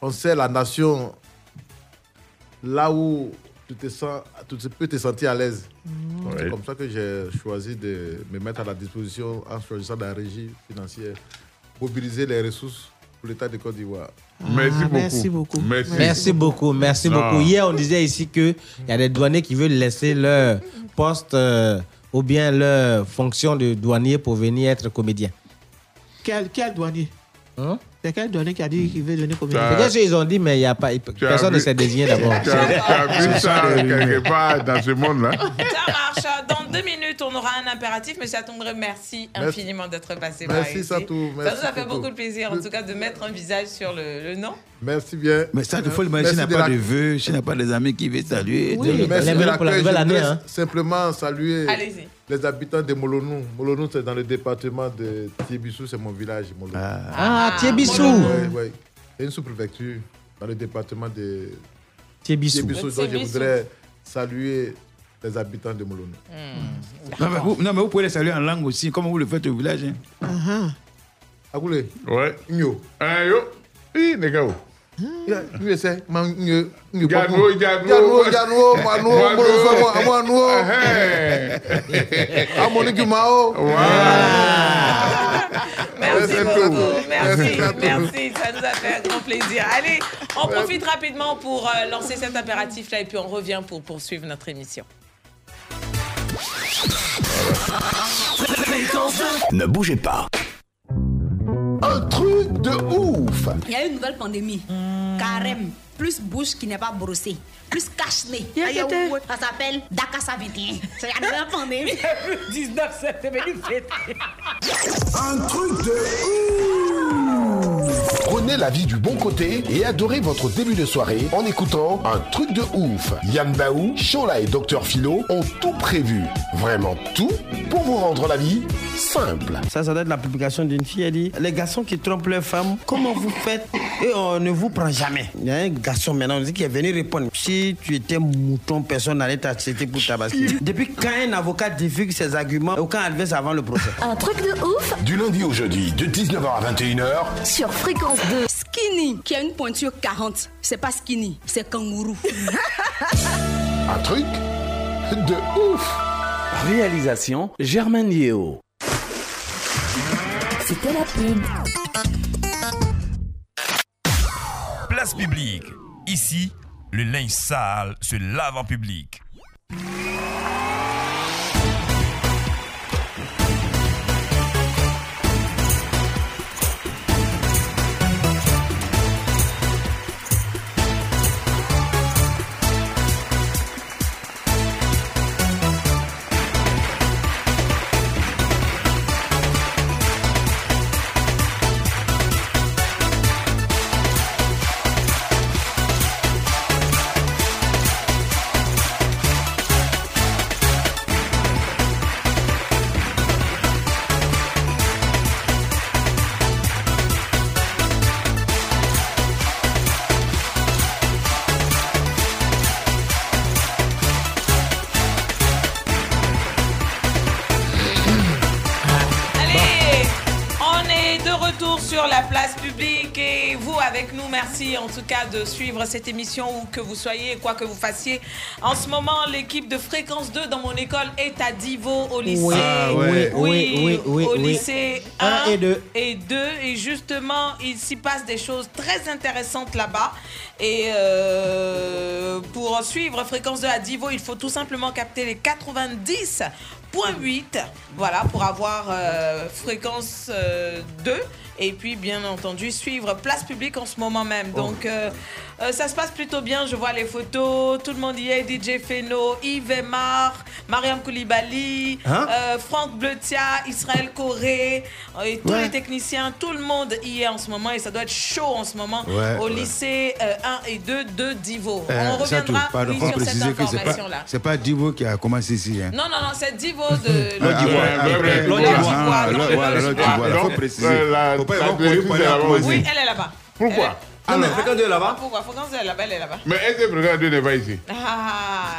Speaker 12: on sait la nation là où tu te sens, tu te- peux te sentir à l'aise.
Speaker 10: Mm.
Speaker 12: Donc, C'est
Speaker 6: Ouais.
Speaker 12: comme ça que j'ai choisi de me mettre à la disposition en choisissant la régie financière, mobiliser les ressources pour l'État de Côte d'Ivoire.
Speaker 10: Ah, Merci beaucoup. Merci, beaucoup. Merci
Speaker 12: Non.
Speaker 10: beaucoup. Hier, on disait ici qu'il y a des douaniers qui veulent laisser leur poste euh, ou bien leur fonction de douanier pour venir être comédien.
Speaker 14: Quel, quel douanier
Speaker 10: Hein?
Speaker 14: C'est quel douanier qui a dit qu'il veut donner combien
Speaker 10: C'est Peut-être qu'ils ont dit, mais il y a pas, personne ne
Speaker 6: vu-
Speaker 10: s'est désigné d'abord.
Speaker 6: Tu as,
Speaker 10: <laughs>
Speaker 6: tu as vu ça
Speaker 10: Personne ne-
Speaker 6: quelque part dans ce monde-là
Speaker 8: Ça marche. Dans deux minutes, on aura un impératif. Monsieur Atongre, merci infiniment d'être passé par
Speaker 12: Merci,
Speaker 8: ici.
Speaker 12: Satou.
Speaker 8: ça nous
Speaker 12: Merci,
Speaker 8: a fait
Speaker 12: Toto.
Speaker 8: beaucoup de plaisir, en tout cas, de mettre un visage sur le, le nom.
Speaker 12: Merci bien.
Speaker 4: Mais ça, il faut imaginer
Speaker 12: Merci
Speaker 4: s'il n'a
Speaker 12: de
Speaker 4: pas
Speaker 12: la-
Speaker 4: de vœux, s'il n'a pas des amis qui veulent saluer. dire-
Speaker 12: merci de l'accueil. Je voudrais
Speaker 10: hein.
Speaker 12: Simplement saluer
Speaker 4: Allez-y.
Speaker 12: les habitants de Molonou. Molonou, c'est dans le département de Thiébissou, c'est mon village, Molonou.
Speaker 10: Ah, Ah, Thiébissou. Molonou.
Speaker 12: Oui, oui. C'est une sous-préfecture dans le département de
Speaker 10: Thiébissou.
Speaker 12: Donc, je
Speaker 10: Thiébissou.
Speaker 12: voudrais saluer les habitants de Molonou.
Speaker 10: Hmm.
Speaker 4: Non, mais vous- non, mais vous pouvez les saluer en langue aussi, comme vous le faites au village. hein.
Speaker 12: Agoulé.
Speaker 6: Ouais.
Speaker 12: Nyo.
Speaker 6: Ah, yo. oh. Oui, n'est-ce pas
Speaker 12: Lui, il sait, man, nyo,
Speaker 6: Janou,
Speaker 12: nyo, papou.
Speaker 6: Janou.
Speaker 12: Janou, Janou, Manou,
Speaker 6: Manou.
Speaker 12: Molonou, Famo, Amanou. Amonikou Mao.
Speaker 8: Merci
Speaker 12: Merci,
Speaker 8: beaucoup.
Speaker 12: Toto.
Speaker 8: Merci,
Speaker 12: Merci, Toto.
Speaker 8: merci. Ça nous a fait un grand plaisir. Allez, on profite rapidement pour euh, lancer cet impératif-là et puis on revient pour poursuivre notre émission.
Speaker 7: Ne bougez pas.
Speaker 3: Un truc de ouf
Speaker 19: Il y a eu une nouvelle pandémie. Carême. Plus bouche qui n'est pas brossée. Plus cache-nez. Aïe, aïe, aïe. Ça s'appelle Dakassa 21. C'est la nouvelle pandémie. 19, c'est venu fête.
Speaker 3: Un truc de ouf Prenez la vie du bon côté et adorez votre début de soirée en écoutant un truc de ouf. Yann Baou, Chola et Docteur Philo ont tout prévu. Vraiment tout pour vous rendre la vie simple.
Speaker 22: Ça, ça doit être la publication d'une fille. Elle dit Les garçons qui trompent leurs femmes, comment vous faites Et on ne vous prend jamais. Il y a un garçon maintenant on dit, qui est venu répondre Si tu étais mouton, personne n'allait t'acheter pour tabasser. Depuis quand un avocat divulgue ses arguments, aucun adverse avant le procès.
Speaker 3: Un truc de ouf Du lundi au jeudi, de 19h à 21h.
Speaker 19: Sur fréquence 2. Skinny, qui a une pointure 40. C'est pas skinny, c'est kangourou.
Speaker 3: Un truc de ouf
Speaker 23: Réalisation Germaine Yeo.
Speaker 1: C'était la pub.
Speaker 20: Place publique. Ici, le linge sale se lave en public.
Speaker 8: Allez, on est de retour sur la place publique et vous avec nous. Merci en tout cas de suivre cette émission où que vous soyez, quoi que vous fassiez. En ce moment, l'équipe de Fréquence 2 dans mon école est à Divo au lycée.
Speaker 13: Oui, Ah ouais.
Speaker 8: oui,
Speaker 13: oui, oui, oui,
Speaker 8: Au
Speaker 13: oui.
Speaker 8: lycée
Speaker 13: Un
Speaker 8: 1
Speaker 13: et deux.
Speaker 8: Et deux. Et justement, il s'y passe des choses très intéressantes là-bas. Et euh, pour suivre Fréquence 2 à Divo, il faut tout simplement capter les 90.8 voilà, pour avoir euh, fréquence euh, 2. Et puis, bien entendu, suivre Place Publique en ce moment même. Donc, euh, euh, ça se passe plutôt bien. Je vois les photos. Tout le monde y est. DJ Feno, Yves Emar, Mariam Koulibaly,
Speaker 19: Hein
Speaker 8: euh, Franck Bleutia, Israël Coré, euh, et tous
Speaker 19: Ouais.
Speaker 8: les techniciens, tout le monde y est en ce moment et ça doit être chaud en ce moment
Speaker 4: Ouais,
Speaker 8: au
Speaker 4: ouais.
Speaker 8: lycée euh, 1 et 2 de Divo.
Speaker 4: Euh,
Speaker 8: On
Speaker 4: ça tout.
Speaker 8: reviendra
Speaker 4: Pardon,
Speaker 8: oui,
Speaker 4: faut
Speaker 8: sur cette
Speaker 4: préciser que c'est
Speaker 8: information-là.
Speaker 4: pas, c'est pas Divo qui a commencé ici. hein.
Speaker 8: Non, non, non, c'est Divo
Speaker 4: <laughs>
Speaker 8: de...
Speaker 4: Ah,
Speaker 8: Divo.
Speaker 4: ah, ah,
Speaker 6: ouais,
Speaker 4: ah,
Speaker 6: ouais, ouais.
Speaker 4: ah, ah,
Speaker 6: Ouais,
Speaker 4: ah,
Speaker 6: ouais.
Speaker 4: voilà, l'autre,
Speaker 6: Ah,
Speaker 4: voilà, faut
Speaker 6: donc,
Speaker 4: préciser.
Speaker 6: euh, la-
Speaker 4: Faut pas y
Speaker 6: la
Speaker 4: avoir couru
Speaker 6: directrice
Speaker 4: pour aller
Speaker 6: est
Speaker 4: à
Speaker 6: là-bas
Speaker 4: Croatie.
Speaker 6: aussi.
Speaker 8: Elle est là-bas.
Speaker 6: Pourquoi Alors,
Speaker 8: Fréquence 2
Speaker 6: est là-bas
Speaker 8: Pourquoi Fréquence 2 est là-bas, elle est là-bas.
Speaker 6: Mais est-ce que Fréquence 2 n'est pas ici
Speaker 8: Ah,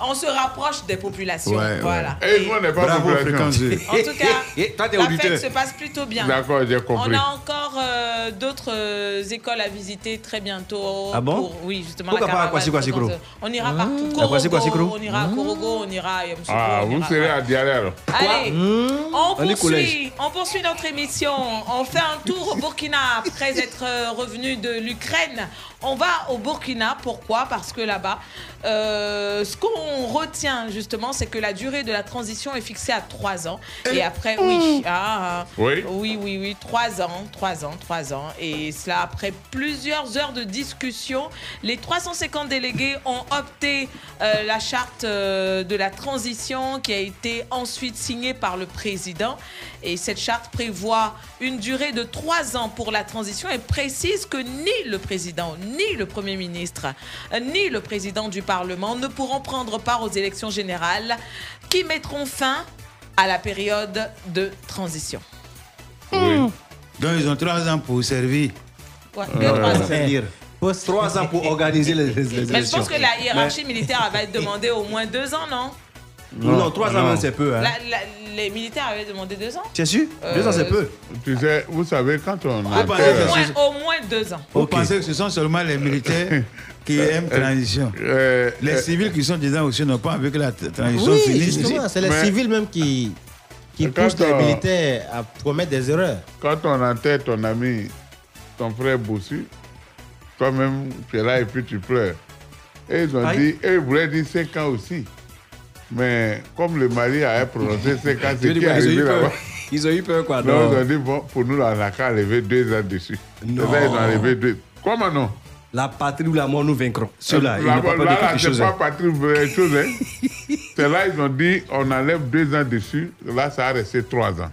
Speaker 8: on se rapproche des populations. voilà.
Speaker 6: Et nous, on n'est pas
Speaker 4: Bravo,
Speaker 6: population.
Speaker 4: Fréquence 2.
Speaker 6: <laughs>
Speaker 8: En tout
Speaker 6: Eh,
Speaker 8: cas,
Speaker 6: toi, t'es
Speaker 8: la
Speaker 6: auditeur.
Speaker 8: fête se passe plutôt bien.
Speaker 6: D'accord, j'ai compris.
Speaker 8: On a encore euh, d'autres euh, écoles à visiter très bientôt.
Speaker 6: Ah bon
Speaker 8: pour- Oui, justement.
Speaker 6: Pourquoi
Speaker 8: la
Speaker 6: pas à
Speaker 8: caravane
Speaker 6: Kwasi-Kwasi-Kro?
Speaker 8: 50. On
Speaker 6: Ah.
Speaker 8: ira partout.
Speaker 6: À Kwasi-Kwasi-Kro?
Speaker 8: Korogo, on ira à Korogo, on ira à Yamoussoukro,
Speaker 6: Ah,
Speaker 8: on
Speaker 6: vous
Speaker 8: ira-
Speaker 6: serez à Hmm? Diarré alors.
Speaker 8: Allez, on,
Speaker 6: On est
Speaker 8: poursuit,
Speaker 6: collège.
Speaker 8: on poursuit notre émission. On fait un tour au Burkina après être euh, revenu de l'Ukraine. On va au Burkina. Pourquoi Parce que là-bas, euh, ce qu'on retient justement, c'est que la durée de la transition est fixée à 3 ans. Et après, oui. ah, ah.
Speaker 19: Oui.
Speaker 8: oui, oui, oui, 3 ans, 3 ans, 3 ans. Et cela après plusieurs heures de discussion. Les 350 délégués ont opté euh, la charte euh, de la transition qui a été ensuite signée par le président. Et cette charte prévoit une durée de 3 ans pour la transition et précise que ni le président, ni le premier ministre, euh, ni le président du Parlement ne pourront prendre part aux élections générales qui mettront fin à la période de transition.
Speaker 13: Hmm.
Speaker 4: Donc ils ont trois ans pour servir. Euh,
Speaker 8: Ouais, deux, trois ans.
Speaker 15: Trois ans pour organiser les, les- les
Speaker 8: Mais je
Speaker 15: élections.
Speaker 8: pense que la hiérarchie militaire elle
Speaker 13: <laughs>
Speaker 8: va être demandée au moins deux ans, non
Speaker 15: Mais- Non, non, trois ans,
Speaker 6: Non.
Speaker 15: même, c'est peu. hein.
Speaker 8: La- la- Les militaires avaient demandé deux ans
Speaker 15: C'est sûr
Speaker 8: Euh,
Speaker 15: Deux ans, c'est peu.
Speaker 6: Tu sais, vous savez, quand on a. euh,
Speaker 8: Au moins, au moins deux ans.
Speaker 4: Vous pensez que ce sont seulement les militaires qui aiment transition. les civils qui sont dedans aussi n'ont pas envie que la t- transition
Speaker 13: Oui,
Speaker 4: finisse.
Speaker 13: justement, c'est les civils même qui, qui
Speaker 6: Quand
Speaker 13: poussent les
Speaker 6: on-
Speaker 13: militaires à commettre des erreurs.
Speaker 6: euh, Quand on entend ton ami, ton frère Bossu, toi-même, tu es là et puis tu pleures. Et ils ont
Speaker 15: Aïe.
Speaker 6: dit, et ils voulaient dire 5 ans aussi. Mais comme le mari a prononcé 5 ans,
Speaker 15: Je
Speaker 6: c'est
Speaker 15: dis
Speaker 6: qui
Speaker 15: pas, Ils
Speaker 6: est
Speaker 15: ont
Speaker 6: arrivé
Speaker 15: eu peur.
Speaker 6: là-bas.
Speaker 15: Ils ont eu peur, quoi.
Speaker 6: Non,
Speaker 15: non.
Speaker 6: ils ont dit, bon, pour nous, là, on a qu'à enlever 2 ans dessus.
Speaker 15: Non.
Speaker 6: C'est ça, ils ont enlevé 2. Comment non
Speaker 15: La patrie ou la mort nous vaincront. Ceux-là, ils
Speaker 6: Là,
Speaker 15: n'ont pas peur de
Speaker 6: là, là,
Speaker 15: quelque
Speaker 6: c'est
Speaker 15: chose. hein.
Speaker 6: pas Patrick euh, chose. hein. c'est là, ils ont dit, on enlève deux ans dessus. Là, ça a resté trois ans.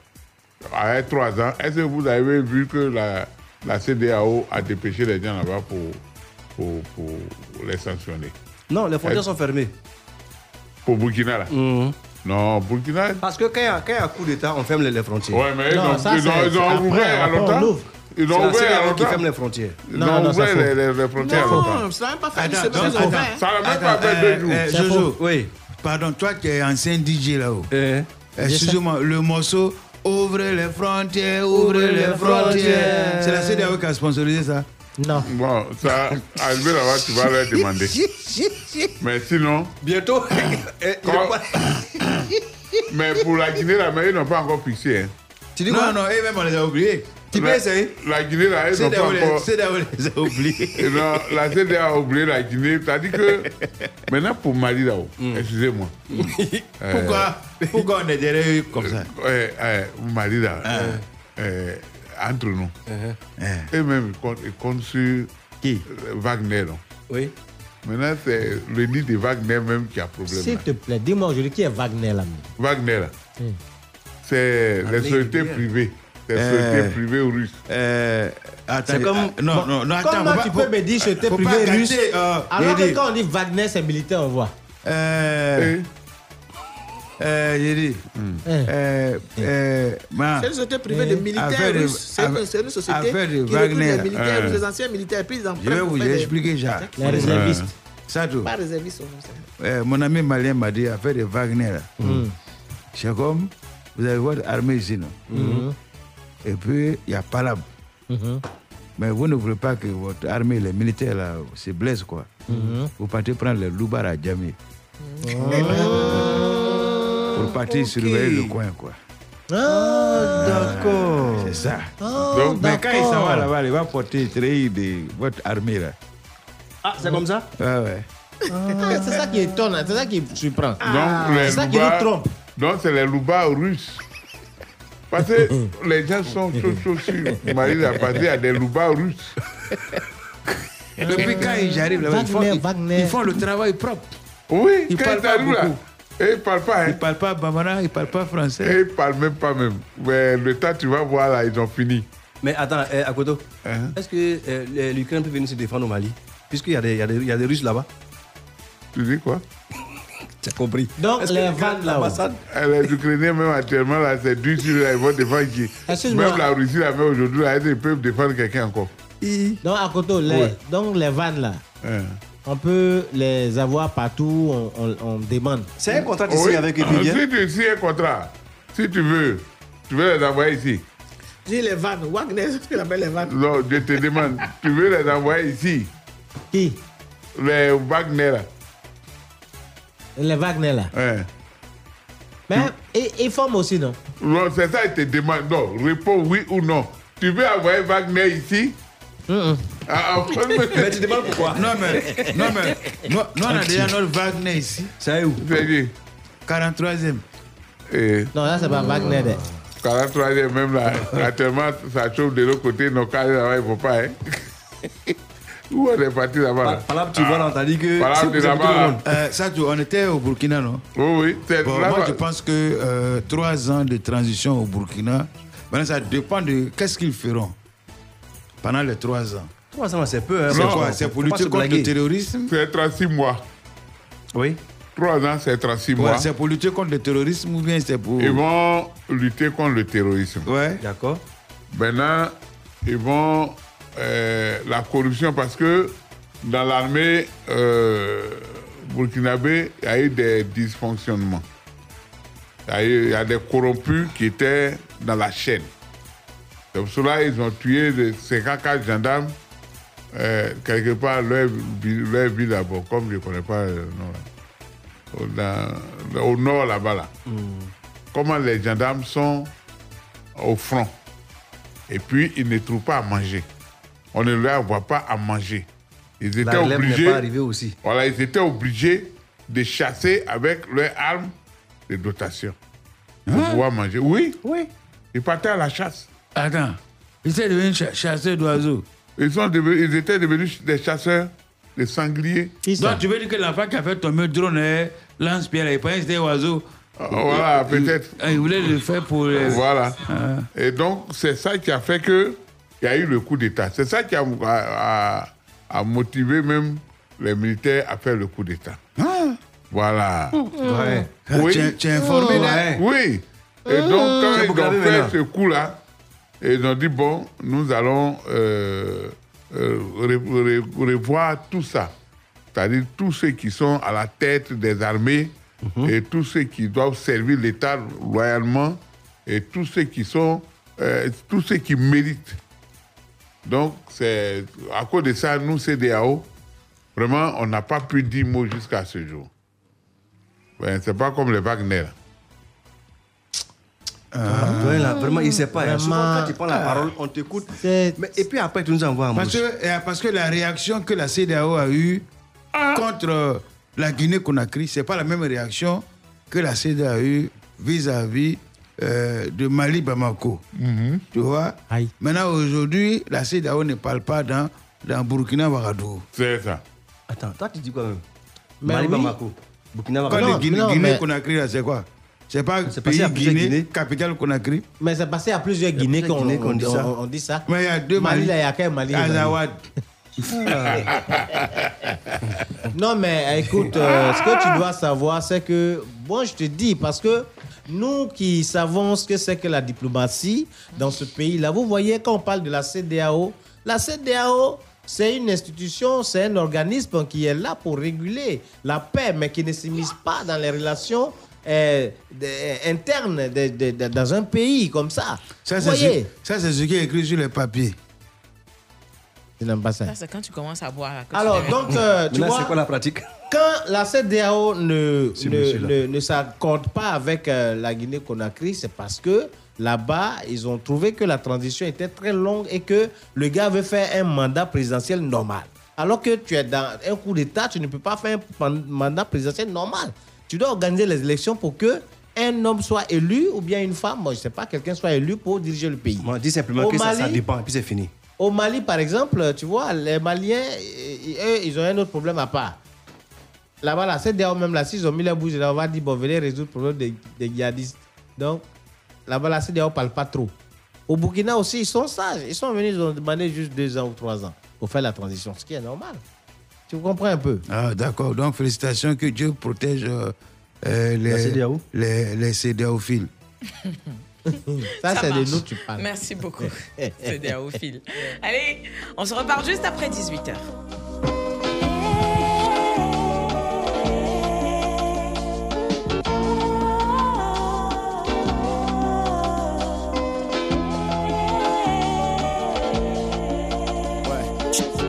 Speaker 6: Avec trois ans, est-ce que vous avez vu que la, la CDAO a dépêché les gens là-bas pour, pour, pour les sanctionner
Speaker 15: Non, les frontières
Speaker 6: Est-ce-
Speaker 15: sont fermées.
Speaker 6: Pour Burkina, là Non, Burkina.
Speaker 15: Mhm. Parce que quand il y a- quand il y a un coup d'État, on ferme les, les frontières.
Speaker 6: Ouais, mais ils ont, ils ont- ils ont ouvert à longtemps. Ils
Speaker 15: C'est
Speaker 6: ont
Speaker 15: la
Speaker 6: ouvert à
Speaker 15: CDAO qui
Speaker 6: longtemps.
Speaker 15: ferme les frontières.
Speaker 6: Ils ont ouvert les, les- les frontières à longtemps.
Speaker 15: ça n'a même pas
Speaker 4: Attends,
Speaker 15: c'est
Speaker 4: donc,
Speaker 15: pas
Speaker 4: attends, euh,
Speaker 15: ouvert.
Speaker 4: ça
Speaker 15: même
Speaker 4: pas
Speaker 15: fait deux jours. C'est
Speaker 4: Jojo,
Speaker 15: faux. oui.
Speaker 4: Pardon, toi qui es ancien DJ là-haut. Excusez-moi, le morceau Ouvrez les frontières, ouvrez les frontières. C'est la CDAO qui a sponsorisé ça
Speaker 13: Non.
Speaker 6: Bon, ça, arrivé là-bas, tu vas leur
Speaker 15: <laughs>
Speaker 6: demander. Mais sinon.
Speaker 15: Bientôt. <laughs>
Speaker 6: mais pour la Guinée, là, mais ils n'ont pas encore fixé. hein.
Speaker 4: Tu dis quoi Non, non, eh, même on les a oubliés. Tu peux
Speaker 6: La-
Speaker 4: essayer
Speaker 6: La Guinée, là, ils
Speaker 4: C'est
Speaker 6: n'ont pas
Speaker 4: là où les-
Speaker 6: encore.
Speaker 4: c'est là où les
Speaker 6: <laughs>
Speaker 4: a oubliés.
Speaker 6: non, la CDA a oublié la Guinée. C'est-à-dire que maintenant, pour Mali,
Speaker 4: <laughs>
Speaker 6: là-haut, excusez-moi. Euh,
Speaker 4: Mm. Pourquoi Pourquoi on est derrière eux comme ça Ah.
Speaker 6: Ouais, ouais, Mali, là, euh, entre nous.
Speaker 4: Uh-huh.
Speaker 6: Et même, ils comptent, ils comptent sur euh, Wagner. non
Speaker 15: Oui.
Speaker 6: Maintenant, c'est le nid de Wagner même qui a problème.
Speaker 13: S'il
Speaker 6: là.
Speaker 13: te plaît, dis-moi aujourd'hui qui est Wagner là.
Speaker 6: Wagner, là,
Speaker 10: Hmm.
Speaker 6: c'est
Speaker 13: Ah,
Speaker 6: les
Speaker 13: mais
Speaker 6: sociétés
Speaker 13: il est-
Speaker 6: privées. Les
Speaker 13: Euh,
Speaker 6: sociétés privées russes.
Speaker 4: Euh, attends, ah, non,
Speaker 13: Bon,
Speaker 4: non, non, attends,
Speaker 13: Comment
Speaker 4: faut
Speaker 13: tu
Speaker 4: pas-
Speaker 13: peux me dire
Speaker 4: faut-
Speaker 13: je t'ai
Speaker 4: faut
Speaker 13: privé
Speaker 4: pas gâter,
Speaker 13: russe
Speaker 4: euh,
Speaker 13: Alors
Speaker 4: Yedi.
Speaker 13: que quand on dit Wagner, c'est militaire, on voit.
Speaker 4: Euh, euh, j'ai dit, euh, euh, ma- Eh,
Speaker 14: C'est une société privée de militaires
Speaker 4: affaire de-
Speaker 14: russes. C'est une,
Speaker 4: affaire-
Speaker 14: c'est une société
Speaker 4: affaire de
Speaker 14: qui recrute
Speaker 4: Wagner.
Speaker 14: les militaires,
Speaker 4: Euh.
Speaker 14: russes, les anciens militaires, puis ils en
Speaker 4: Je vais
Speaker 14: prennent pour
Speaker 4: vous
Speaker 14: faire des-
Speaker 4: expliquer ça.
Speaker 14: Ouais.
Speaker 4: Ça, tout.
Speaker 14: Pas réservistes, on sait.
Speaker 4: Euh, mon ami malien m'a dit, affaire de Wagner. là. C'est comme, vous avez votre armée ici, non
Speaker 13: Mhm.
Speaker 4: Et puis, il y a Palab. Mais vous ne voulez pas que votre armée, les militaires, là, se blessent, quoi.
Speaker 10: Hein? Mm-hmm.
Speaker 13: Mhm.
Speaker 4: Vous partez prendre le loubar à Djamé. Pour partir surveiller le coin, quoi.
Speaker 15: Ah.
Speaker 4: d'accord. C'est ça.
Speaker 13: Donc,
Speaker 4: mais quand il s'en va
Speaker 13: d'accord.
Speaker 4: là-bas, il va porter trahir de votre armée, là.
Speaker 14: Ah, c'est comme ça
Speaker 4: Ouais, ouais.
Speaker 13: C'est ça qui étonne, hein. c'est ça qui surprend.
Speaker 6: Donc, Ah, les
Speaker 13: Ah, C'est ça qui nous
Speaker 6: Loubars-
Speaker 13: trompe.
Speaker 6: Donc, c'est les Loubars russes. Parce que les gens sont chauds, chauds sur Marie a passé à des Loubars russes.
Speaker 4: <laughs> Depuis quand ils arrivent là-bas, ils font- Wagner, ils- Wagner. ils font le travail propre.
Speaker 6: Oui,
Speaker 4: Ils
Speaker 6: quand
Speaker 4: parlent
Speaker 6: ils
Speaker 4: pas
Speaker 6: arrivent là.
Speaker 4: beaucoup.
Speaker 6: Et ils parlent pas. Ils
Speaker 4: parlent pas bambara, ils parlent pas français.
Speaker 6: Et ils parlent même pas même. Mais le temps, tu vas voir là, ils ont fini. Hein?
Speaker 15: Mais attends, eh, Akoto, est-ce que euh, le- l'Ukraine peut venir se défendre au Mali Puisqu'il y, a des- il y a des- il y a des Russes là-bas.
Speaker 6: Tu dis
Speaker 15: <laughs>
Speaker 6: quoi
Speaker 15: Tu as compris.
Speaker 13: Donc,
Speaker 15: Est-ce que
Speaker 13: les
Speaker 15: l'Ukraine,
Speaker 13: vannes là-haut.
Speaker 15: l'ambassade-
Speaker 6: Eh, Les Ukrainiens, même actuellement, là, c'est dur sur là, ils vont défendre qui
Speaker 13: Excuse-moi.
Speaker 6: Même la Russie, là, même aujourd'hui, là, ils peuvent défendre quelqu'un encore.
Speaker 13: Donc, à côté, les,
Speaker 6: Ouais.
Speaker 13: donc les vannes là,
Speaker 6: Hein.
Speaker 13: on peut les avoir partout, on, on- on demande.
Speaker 6: Oui. Ah,
Speaker 4: Ah,
Speaker 6: Si tu signes un contrat, si tu veux, tu veux les envoyer ici.
Speaker 14: J'ai les vannes. Wagner, c'est ce qu'il appelle les vannes.
Speaker 6: Non, je te demande, tu veux les envoyer ici
Speaker 13: Qui
Speaker 6: Les Wagner. là.
Speaker 13: Les Wagner là. Mais ils ils forment aussi, non
Speaker 6: Non, c'est ça, je te demande. Non, réponds oui ou non. Tu veux envoyer Wagner ici Ah, ah,
Speaker 15: Mais tu demandes pourquoi
Speaker 4: Non, mais, non, mais, nous, nous, on a déjà notre Wagner ici.
Speaker 15: C'est où
Speaker 6: C'est dit.
Speaker 4: 43e.
Speaker 13: Non, là, c'est pas Wagner. eh. de-
Speaker 6: 43e, Eh. même là, actuellement, ça chauffe de l'autre côté, nos carrés là-bas, il ne faut pas. Hein. <laughs> Où on est parti là-bas là?
Speaker 15: Par là, tu vois, là, on t'a dit que.
Speaker 6: Par là,
Speaker 15: c'est
Speaker 6: on est
Speaker 15: pour ça que tout le
Speaker 6: là-bas.
Speaker 15: monde-
Speaker 4: Euh, Sadio, on était au Burkina, non
Speaker 6: Oui, oui.
Speaker 4: Bon,
Speaker 6: là-bas.
Speaker 4: moi, je pense que euh, trois ans de transition au Burkina, maintenant, ça dépend de qu'est-ce qu'ils feront pendant les trois ans.
Speaker 15: Trois ans, c'est peu. hein.
Speaker 4: C'est
Speaker 15: Faut
Speaker 4: quoi
Speaker 15: pas-
Speaker 4: C'est
Speaker 15: faut
Speaker 4: pour
Speaker 15: pas se
Speaker 4: lutter contre
Speaker 15: blaguer.
Speaker 4: le terrorisme
Speaker 6: C'est 36 mois.
Speaker 15: Oui.
Speaker 6: 3 ans, c'est 36
Speaker 4: Ouais,
Speaker 6: mois.
Speaker 4: c'est pour lutter contre le terrorisme ou bien c'est pour.
Speaker 6: Ils vont lutter contre le terrorisme.
Speaker 4: Ouais.
Speaker 15: D'accord.
Speaker 6: Maintenant, ils vont. euh, la corruption, parce que dans l'armée euh, burkinabé, il y a eu des dysfonctionnements. Il y a eu- il y a des corrompus qui étaient dans la chaîne. C'est pour cela qu'ils ont tué les 54 gendarmes, euh, quelque part, leur, vi- leur ville là-bas, comme je ne connais pas le nom. là. Au, dans- au nord là-bas. Là.
Speaker 10: Mm-hmm.
Speaker 6: Comment les gendarmes sont au front. Et puis, ils ne trouvent pas à manger. On ne leur voit pas à manger. Ils étaient
Speaker 15: La relève n'est
Speaker 6: obligés.
Speaker 15: pas arrivée aussi.
Speaker 6: Voilà, ils étaient obligés de chasser avec leurs armes de dotation pour
Speaker 4: Hein?
Speaker 6: pouvoir manger. Oui.
Speaker 15: Oui.
Speaker 6: Ils partaient à la chasse.
Speaker 4: Attends, ils étaient devenus chasseurs d'oiseaux.
Speaker 6: Ils, sont devenus- ils étaient devenus des chasseurs de sangliers.
Speaker 4: Donc, tu veux dire que la femme qui a fait tomber le drone, euh, lance-pierre, elle pensait que c'était oiseau.
Speaker 6: Ah, voilà,
Speaker 4: Il- Ah,
Speaker 6: peut-être.
Speaker 4: il- Il voulait le faire Euh, pour. euh,
Speaker 6: Voilà.
Speaker 4: Ah.
Speaker 6: Et donc, c'est ça qui a fait que il y a eu le coup d'État. C'est ça qui a, a- a- a motivé même les militaires à faire le coup d'État. Voilà.
Speaker 4: Ouais.
Speaker 6: Oui.
Speaker 4: Tu es- tu es informé, là
Speaker 6: Oui. Et donc, quand
Speaker 4: Tu es
Speaker 6: ils ont
Speaker 4: programmé
Speaker 6: fait
Speaker 4: maintenant.
Speaker 6: ce coup-là, ils ont dit bon, nous allons euh, euh, re- re- revoir tout ça. C'est-à-dire tous ceux qui sont à la tête des armées et tous ceux qui doivent servir l'État loyalement et tous ceux qui sont, euh, tous ceux qui méritent. Donc, c'est à cause de ça, nous, CDAO, vraiment, on n'a pas pu dire mot jusqu'à ce jour. Ben, c'est pas comme les Wagner.
Speaker 4: Ah.
Speaker 15: Toi, là, vraiment, il ne sait pas. hein. Souvent,
Speaker 4: Vraiment.
Speaker 15: quand tu prends la parole, on t'écoute.
Speaker 13: Mais,
Speaker 15: et puis après, tu nous envoies en
Speaker 4: Parce
Speaker 15: bouche.
Speaker 4: que, euh, parce que la réaction que la CDAO a eue
Speaker 15: Ah.
Speaker 4: contre euh, la Guinée-Conakry, ce n'est pas la même réaction que la CDAO a eue vis-à-vis euh, de Mali-Bamako. Tu vois Maintenant, aujourd'hui, la CDAO ne parle pas dans, dans Burkina-Ouagadougou.
Speaker 6: C'est ça.
Speaker 15: Attends, toi, tu dis quoi même
Speaker 4: Mais
Speaker 15: Mali
Speaker 4: oui.
Speaker 15: Bamako. Burkina
Speaker 4: Quand
Speaker 15: Faso.
Speaker 4: le Guinée- Guinée-Conakry, là, c'est quoi C'est pas
Speaker 15: passé à
Speaker 4: pays
Speaker 15: plusieurs
Speaker 4: Guinée,
Speaker 15: Guinées.
Speaker 4: capitale Conakry
Speaker 13: Mais c'est passé à plusieurs Guinées
Speaker 4: plusieurs
Speaker 13: qu'on
Speaker 4: Guinées qu'on
Speaker 13: on-
Speaker 4: dit ça.
Speaker 13: on- on dit ça.
Speaker 4: Mais il y a deux
Speaker 13: Mali,
Speaker 4: Mali.
Speaker 13: là, il y a qu'un Mali. Ah. et Mali.
Speaker 4: Azawad. <laughs>
Speaker 13: Non, mais écoute, euh, ce que tu dois savoir, c'est que, moi, je te dis, parce que nous qui savons ce que c'est que la diplomatie dans ce pays-là, vous voyez, quand on parle de la CDAO, la CDAO, c'est une institution, c'est un organisme qui est là pour réguler la paix, mais qui ne s'immisce pas dans les relations euh, de- internes de- de- de- dans un pays comme ça.
Speaker 4: Ça, c'est
Speaker 13: vous
Speaker 4: ce,
Speaker 13: voyez
Speaker 4: ça, c'est ce qui est écrit sur les papiers.
Speaker 13: C'est l'ambassade.
Speaker 8: Ça, c'est quand tu commences à boire. que tu
Speaker 13: Alors,
Speaker 8: deviens-
Speaker 13: donc, euh, tu
Speaker 15: Là,
Speaker 13: vois...
Speaker 15: c'est quoi la pratique
Speaker 13: Quand la CDAO ne,
Speaker 15: Ce
Speaker 13: ne,
Speaker 15: monsieur-là.
Speaker 13: ne- ne s'accorde pas avec euh, la Guinée-Conakry, c'est parce que là-bas, ils ont trouvé que la transition était très longue et que le gars veut faire un mandat présidentiel normal. Alors que tu es dans un coup d'État, tu ne peux pas faire un pan- mandat présidentiel normal. Tu dois organiser les élections pour que un homme soit élu ou bien une femme, moi, je ne sais pas, quelqu'un soit élu pour diriger le pays.
Speaker 15: Moi, dis simplement
Speaker 13: Au
Speaker 15: que ça, ça
Speaker 13: Mali-
Speaker 15: dépend, et puis c'est fini.
Speaker 13: Au Mali, par exemple, tu vois, les Maliens, i- i- eux, ils ont un autre problème à part. Là-bas, là, c'est d'ailleurs même là, s'ils ont mis les bouches, là, on va dire, bon, venez résoudre le problème des, des djihadistes. Donc, là-bas, là, c'est d'ailleurs, on parle pas trop. Au Burkina aussi, ils sont sages. Ils sont venus, ils ont demandé juste deux ans ou trois ans pour faire la transition, ce qui est normal. Tu comprends un peu
Speaker 4: Ah, d'accord. Donc, félicitations que Dieu protège euh, euh, les,
Speaker 13: La CDAO.
Speaker 4: les, les CDAOphiles.
Speaker 13: Ça, c'est de
Speaker 8: marche.
Speaker 13: nous que tu parles.
Speaker 8: Merci
Speaker 13: <laughs>
Speaker 8: beaucoup. C'est des hauts fils. Allez, on se repart juste après 18h.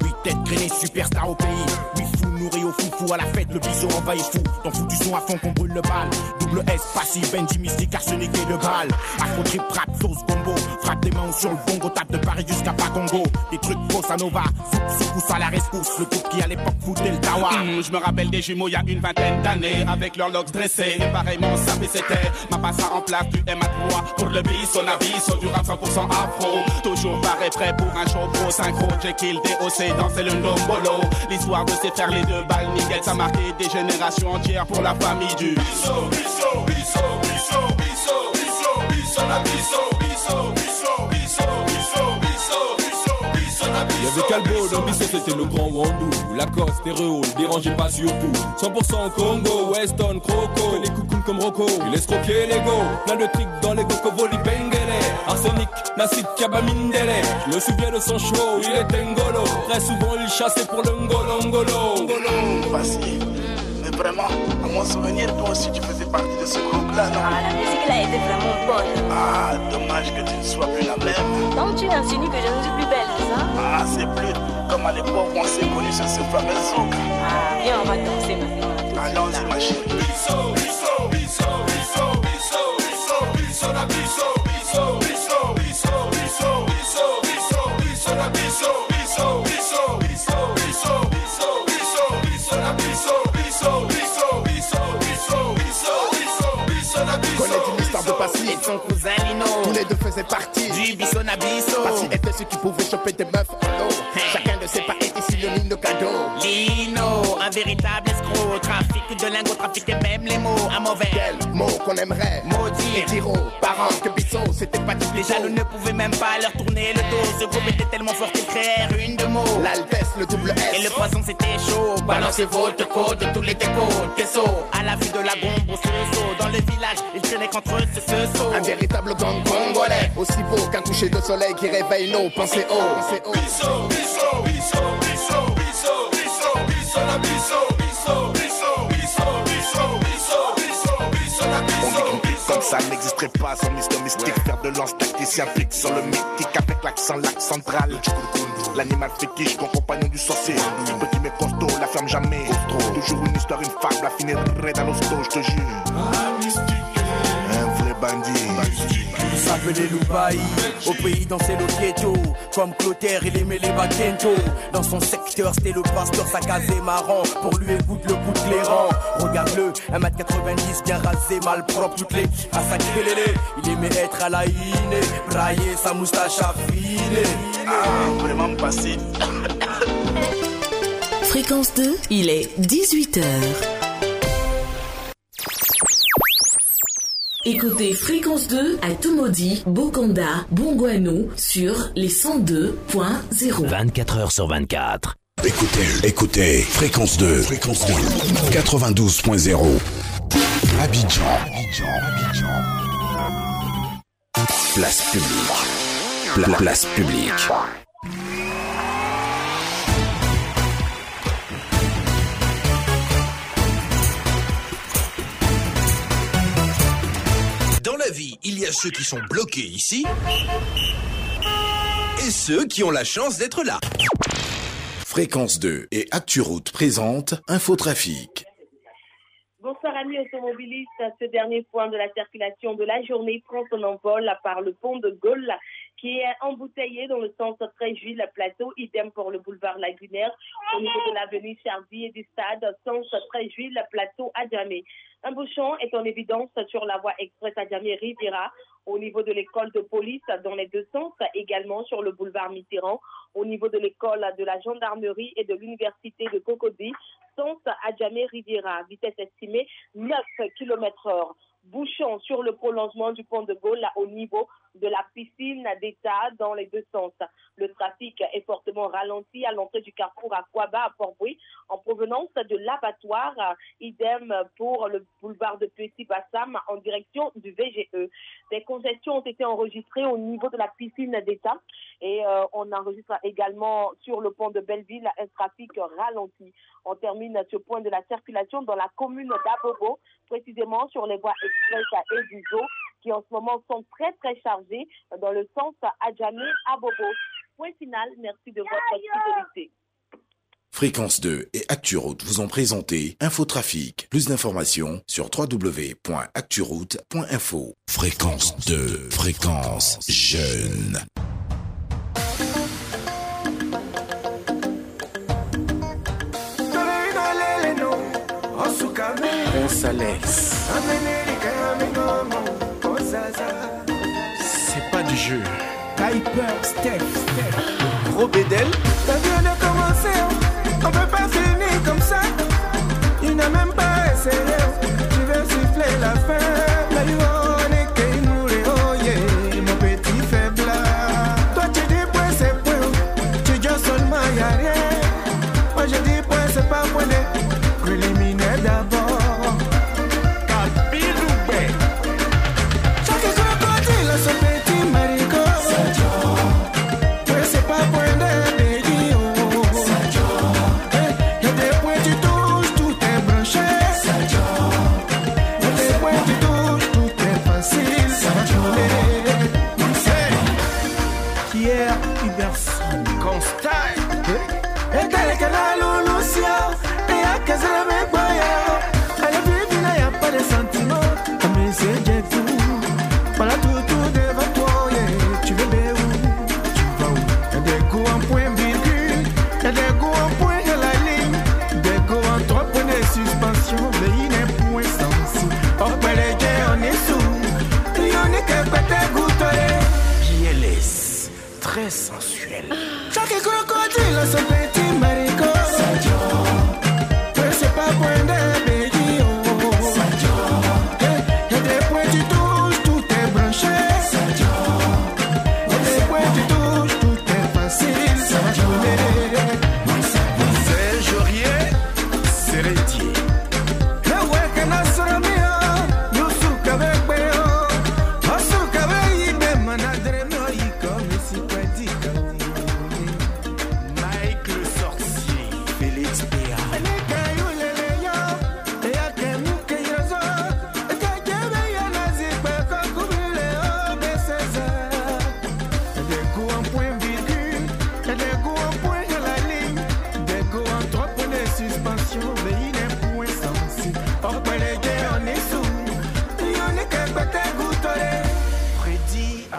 Speaker 23: Oui, tête créée, superstar au pays. Oui, fou, nourri au foufou, à la fête, le bison envahit fou. T'en fous du son à fond qu'on brûle le bal. Double S, passif, Benji, mystique, arsenic et le Graal. Afro trip, rap, sauce, bombo. Frappe des mains sur le bongo, tape de Paris jusqu'à Pacongo. Des trucs bossa nova, soupe, secousse à la rescousse. Le groupe qui à l'époque foutait le tawa.
Speaker 22: Mmh, je me rappelle des jumeaux il y a une vingtaine d'années Avec leurs locks dressés et pareillement ça c'était Ma passe en place du M à moi Pour le bis, on avis, du rap 100% afro Toujours pareil prêt pour un show pro synchro Jekyll, DOC, danser le nombolo L'histoire de ces faire les deux balles Miguel Ça a marqué des générations entières pour la famille du Bisso, bisso, bisso, bisso, bisso, bisso, bisso, la bisso, bisso, bisso, bisso, bisso, bisso, bisso, bisso, la
Speaker 24: Il y avait Calbo dans Bissot, c'était le grand Wandou. Lacoste, Terreau, dérangez pas surtout. 100% Congo, Weston, Croco. Les coucounes comme Rocco, il laisse croquer les go. Plein de tics dans les coco, voli Bengele. Arsenic, Nassid, Kabamindele. Je me souviens de son show, il était ngolo. Très souvent, il chassait pour le ngolo, ngolo.
Speaker 25: Ngolo, facile. Mais vraiment, à mon souvenir, toi aussi tu faisais partie de ce groupe-là, non
Speaker 26: Ah, la musique là était vraiment bonne.
Speaker 25: Ah, dommage que tu ne sois plus la même.
Speaker 26: Donc tu insinues que je ne suis plus belle, c'est ça
Speaker 25: Ah, c'est plus comme à l'époque où on s'est connus sur ce fameux zouk.
Speaker 26: Ah, viens, on va danser maintenant.
Speaker 25: Allons-y, ma chérie.
Speaker 24: Bisso, bisso, bisso, bisso, bisso, bisso, bisso, la bisso, bisso, bisso, bisso, bisso, bisso, bisso, bisso, la bisso, bisso, bisso, bisso, bisso, bisso, bisso, bisso, la bisso, bisso, bisso, bisso, bisso, bisso, bisso, bisso, la bisso.
Speaker 25: Connais-tu l'histoire de Passy et son cousin Lino Tous les deux faisaient partie du Bissonabiso. Passy était celui qui pouvait choper des meufs en l'eau. Chacun de ses pas était synonyme de cadeau.
Speaker 22: Lino, un véritable escroc Trafic de lingots, trafic et même les mots Un mauvais
Speaker 25: Quel mot qu'on aimerait maudire. Et dire aux parents que Bisso, c'était pas du
Speaker 22: Les jaloux ne pouvaient même pas leur tourner le dos. Ce groupe était tellement fort qu'ils créèrent une de mots.
Speaker 25: L'altesse, le double S.
Speaker 22: Et le poisson c'était chaud. Balancez votre côte, tous les décotes, queso. À la vue de la bombe, on se saut. Dans le village, ils traînaient contre eux, ce ce saut.
Speaker 25: Un véritable gang congolais, aussi beau qu'un coucher de soleil qui réveille nos pensées hautes.
Speaker 24: Bisso, bisso, bisso, bisso, bisso, bisso, bisso, la bisso, bisso, bisso, bisso, bisso, bisso, bisso, bisso, la
Speaker 25: On dit
Speaker 24: bisso.
Speaker 25: qu'une pipe comme ça n'existerait pas sans mystère mystique. Faire de lance tacticien pique sur le mythique avec l'accent lac central. L'animal fétiche, grand compagnon du sorcier. Petit mais costaud, la ferme jamais. Toujours une histoire, une fable,
Speaker 22: Hein,
Speaker 25: la finirait dans l'hosto, je te jure. Un vrai bandit.
Speaker 22: qui s'appelait Loubaï. Au pays dans ses ghetto, comme Clotaire, il aimait les Bakento. Dans son secteur, c'était le pasteur, sa case est marrant. Pour lui, écoute le coup de clairant. Regarde-le, 1m90, bien rasé, mal propre, toutes les massacrées. Il aimait être à la hine, brailler sa moustache affinée. Ah, vraiment passé.
Speaker 8: Fréquence 2, il est 18h. Écoutez Fréquence 2 à Toumodi, Bokanda, Bongouanou sur les 102.0.
Speaker 27: 24 heures sur 24.
Speaker 7: Écoutez, écoutez, fréquence 2, fréquence 2, 92.0. Abidjan, Abidjan, Abidjan.
Speaker 28: Place publique.
Speaker 7: Pla- place publique.
Speaker 5: Dans la vie, il y a ceux qui sont bloqués ici et ceux qui ont la chance d'être là.
Speaker 7: Fréquence 2 et ActuRoute présente Infotrafic.
Speaker 16: Bonsoir amis automobilistes. Ce dernier point de la circulation de la journée prend son envol par le pont de Gaulle qui est embouteillé dans le sens Tréjuil-Plateau, idem pour le boulevard Lagunaire au niveau de l'avenue Chardy et du stade, sens Tréjuil-Plateau à Djamé. Un bouchon est en évidence sur la voie express à Djamé-Riviera au niveau de l'école de police dans les deux sens, également sur le boulevard Mitterrand au niveau de l'école de la gendarmerie et de l'université de Cocody, sens Adjamé-Riviera, vitesse estimée 9 km heure. Bouchon sur le prolongement du pont de Gaulle là, au niveau de la piscine d'État dans les deux sens. Le trafic est fortement ralenti à l'entrée du carrefour à Kouaba, à Port-Bouy, en provenance de l'abattoir. euh, Idem pour le boulevard de Petit Bassam en direction du VGE. Des congestions ont été enregistrées au niveau de la piscine d'État et euh, on enregistre également sur le pont de Belleville un trafic ralenti. On termine ce point de la circulation dans la commune d'Abobo, précisément sur les voies express et du Zoo qui en ce moment sont très très chargés dans le sens Adjamé à Bobo. Point final, merci de votre fidélité.
Speaker 7: Fréquence 2 et ActuRoute vous ont présenté Infotrafic. Plus d'informations sur www.acturoute.info.
Speaker 27: Fréquence 2, fréquence jeune.
Speaker 29: C'est pas du jeu.
Speaker 10: Kuiper, Steph, Gros Bédel. Ça vient de commencer, hein. on peut pas finir comme ça. Il n'a même pas essayé, tu veux siffler la fin. La Yvonne qui mourait, oh yeah, mon petit faible. Toi tu dis point c'est point, tu dis seulement y'a rien. Moi je dis point c'est pas point, préliminaire d'abord. Kabiloubet. Chaque crocodile a son petit marigot. Mais c'est pas point de béni, oh. Eh, et des points tu touches, tout est branché. Et des points tu touches, tout est facile. Eh, eh. Pierre Iverson. Eh, et qu'elle est qu'elle a l'Olucia, et à qu'elle se remet pas, yeah. Elle est plus fine, y a pas de sentiments. Ah, mais c'est Dieu tout. Voilà tout, tout devant toi, yeah. Tu veux bien où Y'a des goûts en point virgule, y'a des goûts en point de la ligne, des goûts en trois points de suspension, mais il n'est point sans sou. On peut les guerres, on est sous, et on est que pas des
Speaker 29: JLS, très sensuel.
Speaker 10: Chaque crocodile a son petit marigot. Mais c'est pas point de béni, oh. Eh, y'a des points tu touches, tout est branché. Y'a des points tu touches, tout est facile, ça va tourner.
Speaker 29: C'est Jorier, c'est Rétier.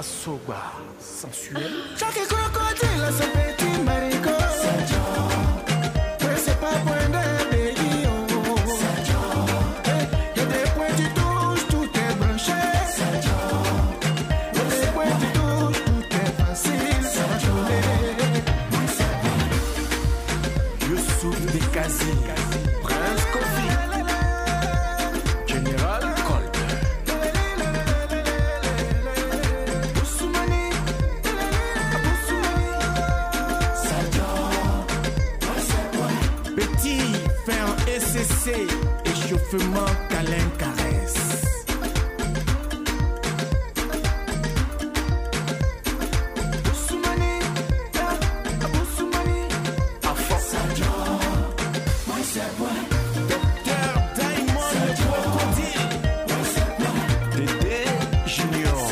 Speaker 22: soba sensuel.
Speaker 10: Chaque crocodile a son petit marigot. Mais c'est pas point de béguillon. Et des points tu touches, tout est branché. Et des points tu touches, tout est facile.
Speaker 22: Je souffre des casiers. Prince Kofi. Général Colt.
Speaker 10: Boussoumani, Boussoumani,
Speaker 22: Petit, fait un ECC, échauffement, câlin, caresse. Dédé Junior.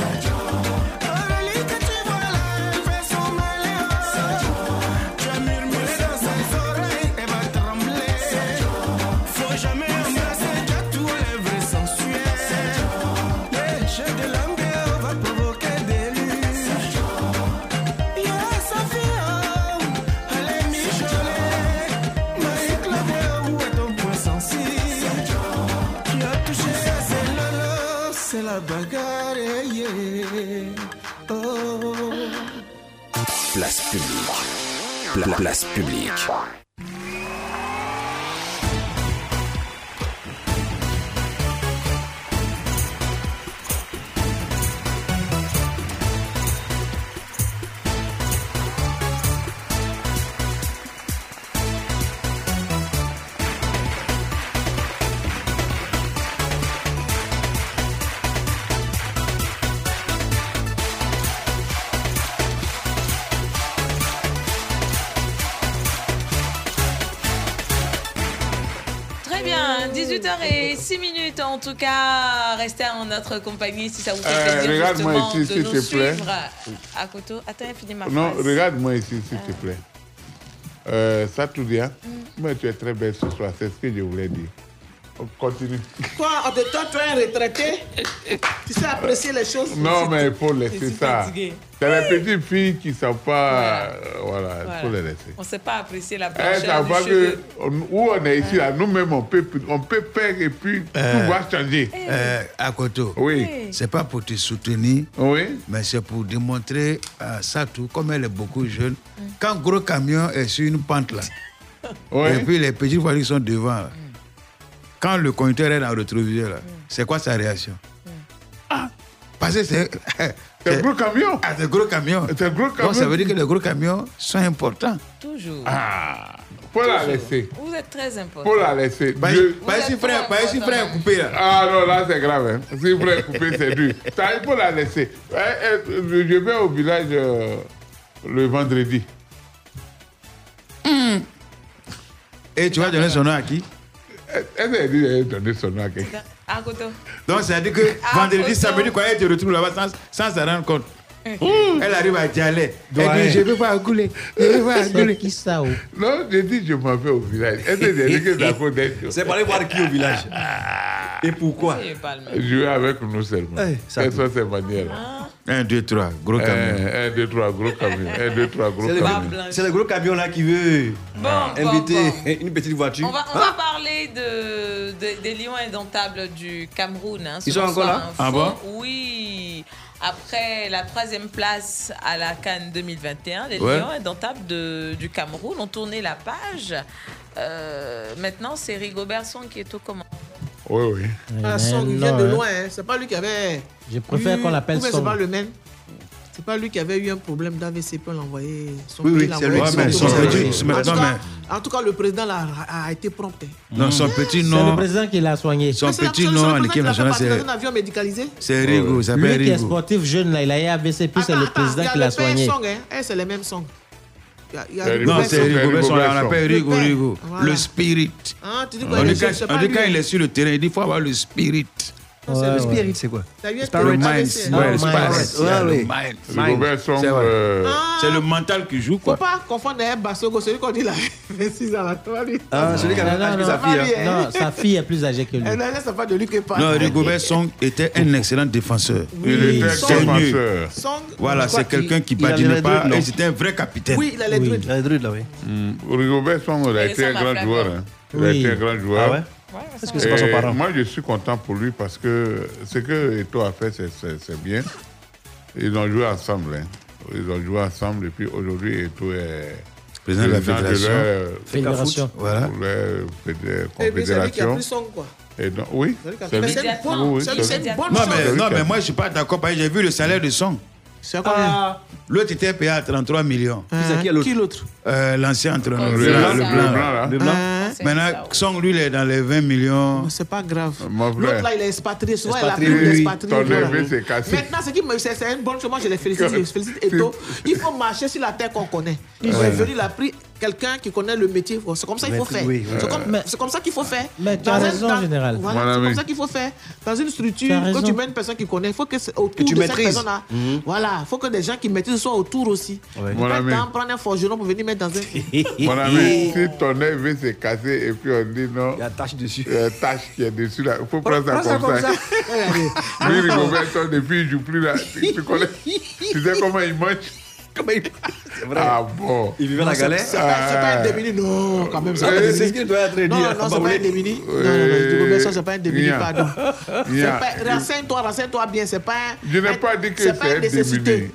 Speaker 10: Faut jamais embrasser, déjà tout lèvres sensuelles. Les jeux de langue va provoquer des luches. Yeah, Sophia, elle est michonnée. Marie-Claude, où est ton point sensible? Tu as touché à c'est lolo, c'est la bagarre. yeah. Oh.
Speaker 5: Place publique. Pla- place publique.
Speaker 8: Très bien, 18h06 minutes en tout cas. Restez en notre compagnie si ça vous fait
Speaker 6: Euh,
Speaker 8: plaisir.
Speaker 6: regarde-moi
Speaker 8: justement,
Speaker 6: ici,
Speaker 8: de
Speaker 6: s'il
Speaker 8: nous
Speaker 6: te plaît.
Speaker 8: suivre. À Koto, attends, elle finit ma
Speaker 6: Non,
Speaker 8: phrase.
Speaker 6: regarde-moi ici, s'il te plaît. Euh, ça, tout dit, hein? Mais tu es très belle ce soir, c'est ce que je voulais dire. On continue.
Speaker 14: Toi, en de temps, tu es un retraité. tu sais apprécier les choses.
Speaker 6: Non,
Speaker 14: C'est-
Speaker 6: mais il faut
Speaker 14: Je
Speaker 6: laisser
Speaker 14: suis
Speaker 6: ça.
Speaker 14: fatiguée.
Speaker 6: C'est les petites filles qui ne savent pas. euh, Voilà, il
Speaker 8: Voilà.
Speaker 6: faut les laisser.
Speaker 8: On ne sait pas apprécier la
Speaker 6: Elles
Speaker 8: blancheur
Speaker 6: savent
Speaker 8: du
Speaker 6: pas que
Speaker 8: cheveu.
Speaker 6: on- où on est ici, là, nous-mêmes, on peut, on peut faire et puis tout va changer.
Speaker 4: Euh, à Koto.
Speaker 6: Oui.
Speaker 4: C'est pas pour te soutenir.
Speaker 6: Oui.
Speaker 4: Mais c'est pour démontrer à Satou, comme elle est beaucoup jeune, quand gros camion est sur une pente là,
Speaker 6: Oui.
Speaker 4: et puis les petits voitures qui sont devant, là, quand le conducteur est dans le rétroviseur là, c'est quoi sa réaction Ah Parce
Speaker 6: <laughs>
Speaker 4: que c'est. C'est
Speaker 6: gros camion.
Speaker 4: Ah, c'est gros camion.
Speaker 6: C'est gros
Speaker 4: Donc ça
Speaker 6: camion.
Speaker 4: veut dire que les gros camions sont importants.
Speaker 8: Toujours.
Speaker 6: Ah, faut la laisser.
Speaker 8: Vous êtes très important.
Speaker 6: Faut la laisser.
Speaker 4: Bah,
Speaker 6: Dieu-
Speaker 4: bah, si frère, bah, si frère coupé là.
Speaker 6: Ah non, là c'est grave. Hein. Si vous voulez couper, c'est
Speaker 4: <laughs>
Speaker 6: dur. Ça, il faut la laisser. Eh, eh, je je vais au village euh, le vendredi.
Speaker 4: Et Hmm. Eh, tu vas donner son nom à qui
Speaker 6: Elle elle a dit qu'elle donnait son nom à quelqu'un.
Speaker 8: À Ah, Koto.
Speaker 4: Donc ça veut dire que
Speaker 8: Ah,
Speaker 4: vendredi,
Speaker 8: Koto.
Speaker 4: samedi, quand elle te retrouve là-bas sans, sans s'en rendre compte, elle arrive à Dialet. Elle dit, Eh je veux pas couler. Je veux pas couler.
Speaker 6: qui ça
Speaker 13: oh?
Speaker 6: Non, j'ai dit je m'en vais au village. Elle a dit que d'accord d'être.
Speaker 15: C'est pour aller voir qui au village
Speaker 6: <laughs>
Speaker 15: Et pourquoi
Speaker 6: Jouer avec nous seulement.
Speaker 15: Eh, ça
Speaker 6: Quelles sont ces manières Eh,
Speaker 4: 1, 2, 3, gros
Speaker 6: camion. 1, 2, 3, gros camion. 1, 2, 3, gros
Speaker 15: C'est le,
Speaker 6: camion.
Speaker 15: c'est le gros camion là qui veut
Speaker 8: Bon, bon,
Speaker 15: inviter <laughs> une petite voiture.
Speaker 8: On va, on
Speaker 15: Hein
Speaker 8: va parler de, de- des lions indomptables du Cameroun. hein,
Speaker 15: Ils
Speaker 8: selon
Speaker 15: sont encore
Speaker 8: Soir
Speaker 15: là
Speaker 8: Info.
Speaker 15: Ah bon
Speaker 8: Oui. Après la troisième place à la Cannes 2021, les
Speaker 4: Ouais.
Speaker 8: lions indomptables de- du Cameroun ont tourné la page. Euh, maintenant, c'est Rigobertson qui est au commandement.
Speaker 6: Oui, oui.
Speaker 14: Ah, Song, il
Speaker 13: Non,
Speaker 14: vient de
Speaker 13: hein.
Speaker 14: loin. hein. C'est pas lui qui avait.
Speaker 13: Je préfère
Speaker 14: eu-
Speaker 13: qu'on l'appelle
Speaker 14: ou bien
Speaker 13: Song.
Speaker 14: C'est pas le même. C'est pas lui qui avait eu un problème d'AVC pour l'envoyer. Son
Speaker 4: Oui,
Speaker 14: pays
Speaker 4: oui,
Speaker 14: l'a
Speaker 4: c'est lui.
Speaker 14: envoyé.
Speaker 4: Ouais, mais son
Speaker 14: En tout
Speaker 4: petit-
Speaker 14: cas-
Speaker 4: c'est maintenant,
Speaker 14: en tout cas- En tout cas, le président l'a- a, a été prompt. hein.
Speaker 4: Non, son petit
Speaker 13: Hmm. C'est le
Speaker 4: nom,
Speaker 13: président qui l'a soigné.
Speaker 4: son petit nom en équipe nationale,
Speaker 14: Il a
Speaker 4: c'est-
Speaker 14: un avion médicalisé.
Speaker 4: c'est Rigo. Ça s'appelle
Speaker 13: Lui qui est
Speaker 4: Rigo.
Speaker 13: sportif jeune, là, il a eu AVC, puis c'est le président
Speaker 14: Il y a
Speaker 13: qui
Speaker 14: le
Speaker 13: l'a
Speaker 14: père
Speaker 13: soigné.
Speaker 14: Song, hein. Eh, c'est les mêmes songs. Il y a- il y a le
Speaker 4: Non,
Speaker 14: père
Speaker 4: c'est
Speaker 14: Song.
Speaker 4: Rigo. On l'appelle
Speaker 14: Le
Speaker 4: Rigo,
Speaker 14: père.
Speaker 4: Rigo.
Speaker 14: Voilà.
Speaker 4: Le spirit.
Speaker 14: Ah, tu dis
Speaker 4: En
Speaker 14: quoi, il est
Speaker 4: tout cas,
Speaker 14: jeune, c'est
Speaker 4: en
Speaker 14: pas
Speaker 4: tout cas,
Speaker 14: lui.
Speaker 4: il est sur le terrain. Il dit, faut avoir le spirit.
Speaker 15: C'est le spirit, c'est quoi Spirit,
Speaker 4: mind,
Speaker 15: ah,
Speaker 4: ouais,
Speaker 15: le
Speaker 4: spirit,
Speaker 15: mind.
Speaker 4: c'est
Speaker 15: Ouais,
Speaker 4: le
Speaker 15: ouais.
Speaker 4: mind.
Speaker 15: C'est
Speaker 4: Mind.
Speaker 15: Robert Song,
Speaker 4: C'est vrai.
Speaker 15: euh,
Speaker 4: C'est le mental qui joue,
Speaker 14: Faut
Speaker 4: quoi.
Speaker 14: pas confondre avec Bassogo, celui qu'on dit là, <laughs> 26 ans, là, toi, lui.
Speaker 4: Ah, celui qui avait l'âge de sa
Speaker 14: pas
Speaker 4: fille,
Speaker 14: lui,
Speaker 4: hein.
Speaker 14: hein.
Speaker 4: Non, sa fille est plus âgée que lui.
Speaker 14: Eh, Non, là, c'est pas de lui que parle.
Speaker 4: Non, Rigobert Song était un excellent défenseur.
Speaker 14: Oui. Il était
Speaker 4: Song.
Speaker 14: défenseur.
Speaker 4: Song,
Speaker 14: Song,
Speaker 4: Voilà,
Speaker 14: je crois
Speaker 4: c'est quelqu'un qui
Speaker 14: qu'il- il avait
Speaker 4: badinait
Speaker 14: les
Speaker 4: pas.
Speaker 14: druides, non
Speaker 4: Et c'était un vrai capitaine.
Speaker 14: Oui, il a les Oui, druides.
Speaker 4: a les druides, là, oui.
Speaker 6: Rigobert Song, il a
Speaker 14: Et
Speaker 6: été
Speaker 14: ça
Speaker 6: un
Speaker 14: va
Speaker 6: grand
Speaker 14: faire
Speaker 6: joueur.
Speaker 14: quoi
Speaker 6: hein. Il a
Speaker 14: Oui.
Speaker 6: été un grand joueur.
Speaker 14: Ah ouais Ouais, Est-ce que
Speaker 15: c'est pas son
Speaker 6: Et
Speaker 15: parent
Speaker 6: Moi, je suis content pour lui parce que ce que Eto a fait, c'est- c'est c'est bien. Ils ont joué ensemble. hein. Ils ont joué ensemble et puis aujourd'hui, Eto est
Speaker 4: Président de la fédération.
Speaker 6: leur-
Speaker 4: Fédération. Voilà.
Speaker 6: leur fédé-
Speaker 14: Eh bien, c'est lui qui a
Speaker 6: confédération.
Speaker 14: pris son, quoi.
Speaker 6: Et donc, oui.
Speaker 14: C'est lui qui a
Speaker 6: c'est
Speaker 14: pris
Speaker 6: lui-
Speaker 14: son. C'est une bonne-
Speaker 6: oui, oui,
Speaker 14: c'est-
Speaker 6: c'est
Speaker 14: c'est
Speaker 6: lui.
Speaker 14: une bonne
Speaker 4: Non,
Speaker 14: chose.
Speaker 4: mais, non, mais moi, je suis pas d'accord. parce que J'ai vu le salaire de Song.
Speaker 14: C'est
Speaker 4: combien L'autre était payé à 33 millions.
Speaker 14: c'est Ah. qui, l'autre Qui, l'autre
Speaker 4: Euh, L'ancien entraîneur.
Speaker 14: Le blanc, le blanc, là. Le blanc. Ah.
Speaker 4: Maintenant, Song, lui, il est dans les 20 millions.
Speaker 14: C'est pas grave.
Speaker 6: Ah,
Speaker 4: frère.
Speaker 14: L'autre là, il est expatrié. Souvent, il a pris
Speaker 4: Expatrié,
Speaker 14: il est
Speaker 4: oui.
Speaker 14: expatrié.
Speaker 4: Ton
Speaker 14: voilà.
Speaker 4: neveu, c'est cassé.
Speaker 14: Maintenant, ce qui me- c'est c'est une bonne chose. Moi, je les félicite. Je félicite Eto. Il faut marcher sur la terre qu'on connaît. Il
Speaker 15: Ouais.
Speaker 14: est venu, il a pris quelqu'un qui connaît le métier. Bon, C'est comme ça qu'il faut
Speaker 15: Maîtrise,
Speaker 14: faire.
Speaker 15: oui, oui.
Speaker 14: C'est comme, c'est comme ça qu'il faut faire. Mais
Speaker 15: tu as raison, général.
Speaker 14: Voilà,
Speaker 15: Mon
Speaker 14: c'est
Speaker 15: ami.
Speaker 14: comme ça qu'il faut faire. Dans une
Speaker 15: Tu as
Speaker 14: structure,
Speaker 15: raison.
Speaker 14: quand tu mets une personne qui connaît, il faut que c'est autour
Speaker 15: Que tu
Speaker 14: de
Speaker 15: maîtrises.
Speaker 14: cette personne-là.
Speaker 15: Mhm.
Speaker 14: Voilà, il faut que des gens qui maîtrisent soient autour aussi.
Speaker 6: Ouais.
Speaker 14: Il
Speaker 6: Mon
Speaker 14: faut pas
Speaker 6: ami.
Speaker 14: le temps de prendre un forgeron pour venir mettre dans un.
Speaker 6: Mon ami, si ton œil s'est cassé et puis on dit non. Il y a tache dessus. Il y a tache qui est dessus là. Il faut prendre ça
Speaker 14: Prends ça
Speaker 6: comme
Speaker 14: comme
Speaker 6: ça.
Speaker 14: ça. Regardez.
Speaker 6: Lui, Rigobert, son depuis, il joue plus là. Tu tu connais Tu sais comment il mange Comment il C'est vrai. Ah bon Il
Speaker 15: vivait la
Speaker 14: C'est pas,
Speaker 15: galère.
Speaker 14: c'est pas un demi non, quand même.
Speaker 15: Ah,
Speaker 14: pas un
Speaker 15: c'est
Speaker 14: demi-nu.
Speaker 15: ce qu'il doit être dit,
Speaker 14: Non,
Speaker 15: là,
Speaker 14: non, c'est
Speaker 15: Baboulé.
Speaker 14: pas un demi Non, non, non, je dis, Robert, ça, c'est pas un demi
Speaker 6: Nya.
Speaker 14: pardon. C'est
Speaker 6: Nya.
Speaker 14: pas- Renseigne-toi, renseigne-toi bien, c'est pas un.
Speaker 6: Je n'ai pas dit que
Speaker 14: C'est pas
Speaker 6: c'est
Speaker 14: une nécessité.
Speaker 6: démuné.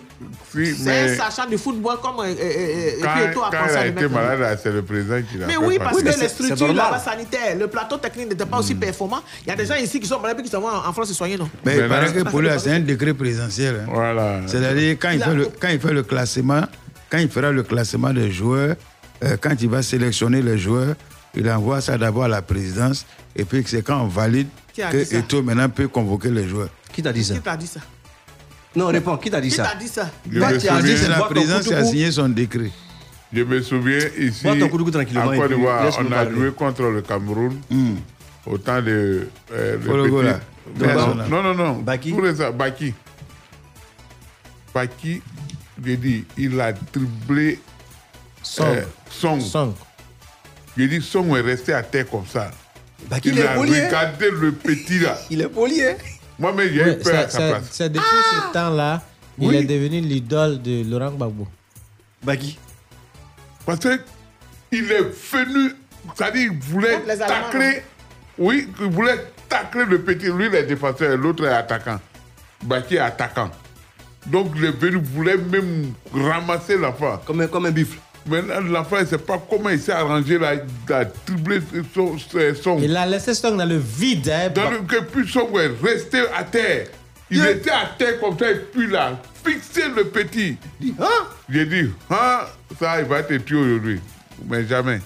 Speaker 6: Si,
Speaker 14: C'est
Speaker 6: mais
Speaker 14: un sachant du football comme. euh, euh, euh, Et
Speaker 6: quand,
Speaker 14: puis, toi,
Speaker 6: quand
Speaker 14: à
Speaker 6: il a
Speaker 14: penser
Speaker 6: été malade, là, c'est le président qui l'a
Speaker 14: mais
Speaker 6: fait
Speaker 14: oui, parce
Speaker 6: partir.
Speaker 14: que les structures là-bas sanitaires, le plateau technique n'était pas aussi performant. Il y a des gens ici qui sont malades et qui s'en vont en en France se soigner, non
Speaker 4: Mais il paraît que pour lui, c'est un décret présidentiel. hein. C'est-à-dire, quand, il
Speaker 14: Il a-
Speaker 4: fait le- quand il fait le classement, quand il fera le classement des joueurs, euh, quand il va sélectionner les joueurs, il envoie ça d'abord à la présidence, et puis c'est quand on valide
Speaker 14: Qui a dit
Speaker 4: que
Speaker 14: ça
Speaker 4: Eto maintenant peut convoquer les joueurs.
Speaker 15: Qui t'a dit
Speaker 14: Qui t'a dit ça
Speaker 15: Non, réponds, qui t'a dit
Speaker 14: Qui
Speaker 15: ça
Speaker 14: t'a dit ça
Speaker 6: Je me souviens-
Speaker 4: c'est la présidence qui a signé son décret.
Speaker 6: Je me souviens ici,
Speaker 4: Bois ton coudougou tranquillement
Speaker 6: en
Speaker 4: et
Speaker 6: Côte
Speaker 4: puis
Speaker 6: d'Ivoire,
Speaker 4: laisse-nous
Speaker 6: on a
Speaker 4: parler.
Speaker 6: joué contre le Cameroun. Au temps de. euh, le
Speaker 4: Fologo,
Speaker 6: petit-
Speaker 4: là.
Speaker 6: Mais
Speaker 4: Dans
Speaker 6: non,
Speaker 4: la-
Speaker 6: non, non, non. Baki. Baki. Baki, j'ai dit, il a triplé euh,
Speaker 15: Song.
Speaker 6: Song. J'ai dit, Song est resté à terre comme ça.
Speaker 15: Baki,
Speaker 6: il,
Speaker 15: il est
Speaker 6: a
Speaker 15: poli, hein.
Speaker 6: regardé le petit là.
Speaker 15: Il est poli, hein. Ah!
Speaker 6: Moi-même, j'ai eu peur à sa place.
Speaker 19: C'est depuis ce temps-là, il
Speaker 6: Oui.
Speaker 19: est devenu l'idole de Laurent Gbagbo.
Speaker 15: Bagui.
Speaker 6: Parce que il est venu, c'est-à-dire il voulait
Speaker 14: les Allemands,
Speaker 6: tacler, oui, il voulait tacler le petit. Lui, il est défenseur, l'autre est attaquant. Baki est attaquant. Donc le venu voulait même ramasser l'enfant.
Speaker 15: Comme un, comme un buffle.
Speaker 6: Maintenant, l'enfant, il ne sait pas comment il s'est arrangé là, il a triplé son, son.
Speaker 19: Il a laissé Song dans le vide. hein,
Speaker 6: Dans le que puis son est resté à terre. Il était à terre comme ça, et puis là, fixé le petit.
Speaker 15: hein?
Speaker 6: J'ai dit, ah, ça, il va te tuer aujourd'hui. Mais jamais.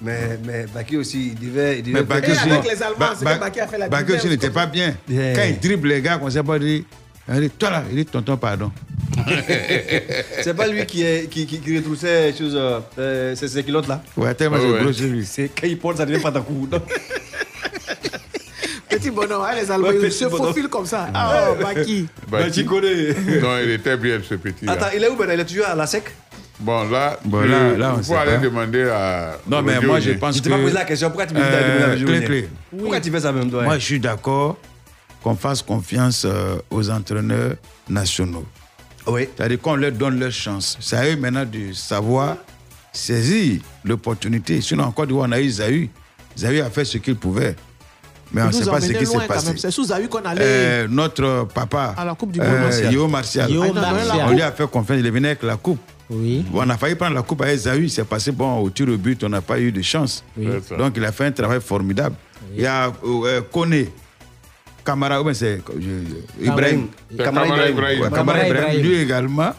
Speaker 15: Mais, mais Baki aussi, il devait. Il devait
Speaker 4: Mais Baki aussi, Ba- Ba- Baki aussi n'était pas bien.
Speaker 15: Yeah.
Speaker 4: Quand il dribble les gars, on ne sait pas dire. Il dit, toi là, il dit, tonton, pardon.
Speaker 15: <laughs> C'est pas lui qui, est, qui, qui, qui retroussait les choses. euh, euh, c'est ces culottes-là.
Speaker 4: Ouais, tellement c'est gros, c'est lui.
Speaker 15: C'est quand il porte, ça devient pas d'un coup. non.
Speaker 14: Petit bonhomme, hein, les Allemands,
Speaker 15: Ouais,
Speaker 14: ils
Speaker 15: petit
Speaker 14: se
Speaker 15: bonhomme.
Speaker 14: faufilent comme ça. Ah, oh, Baki.
Speaker 15: Baki connaît.
Speaker 6: Bah, <laughs> Non, il était bien ce petit. là.
Speaker 15: Bah, Attends, il est où, Ben Il est toujours à la sec
Speaker 6: Bon, là,
Speaker 4: Bon,
Speaker 6: tu-
Speaker 4: là- là, on
Speaker 6: il faut
Speaker 4: sait
Speaker 6: aller
Speaker 4: pas.
Speaker 6: demander à.
Speaker 4: Non, mais
Speaker 6: Roger
Speaker 4: moi, je
Speaker 6: Ogné.
Speaker 4: pense
Speaker 15: Je
Speaker 4: que. Euh,
Speaker 15: t'ai pas posé la question, pourquoi tu me dis d'aller demander à Roger
Speaker 4: clé,
Speaker 15: Ogné
Speaker 4: clé.
Speaker 15: Pourquoi tu fais ça même, toi
Speaker 4: Moi,
Speaker 15: hein
Speaker 4: je suis d'accord qu'on fasse confiance euh, aux entraîneurs nationaux.
Speaker 15: Oui.
Speaker 4: C'est-à-dire qu'on leur donne leur chance. C'est à eux maintenant de savoir saisir l'opportunité. Sinon, encore d'où on a eu Zahu. Zahu a fait ce qu'il pouvait. Mais on ne
Speaker 14: Ils
Speaker 4: sait
Speaker 14: nous
Speaker 4: pas ce
Speaker 14: emmenaient
Speaker 4: qui
Speaker 14: loin
Speaker 4: s'est
Speaker 14: quand
Speaker 4: passé.
Speaker 14: même. C'est sous Zahu qu'on allait.
Speaker 4: Euh, notre papa, euh,
Speaker 14: À la Coupe du Monde, Martial.
Speaker 4: Yo Martial,
Speaker 14: Yo Ah, il a Martial. gagné la
Speaker 4: on lui a fait confiance, il est venu avec la Coupe. On a failli prendre la Coupe à Esaü, c'est passé bon au tir au but, on n'a pas eu de chance.
Speaker 6: C'est ça.
Speaker 4: Donc il a fait un travail formidable. Il y a euh, Koné, Kamara, ou bien c'est euh, je- je- Ibrahim.
Speaker 6: C'est Kamara Kamara Ibrahim. Mhm. Ibrahim.
Speaker 4: Ouais,
Speaker 6: Kamara
Speaker 4: Kamara Ibrahim,
Speaker 6: Ibrahim.
Speaker 4: lui également,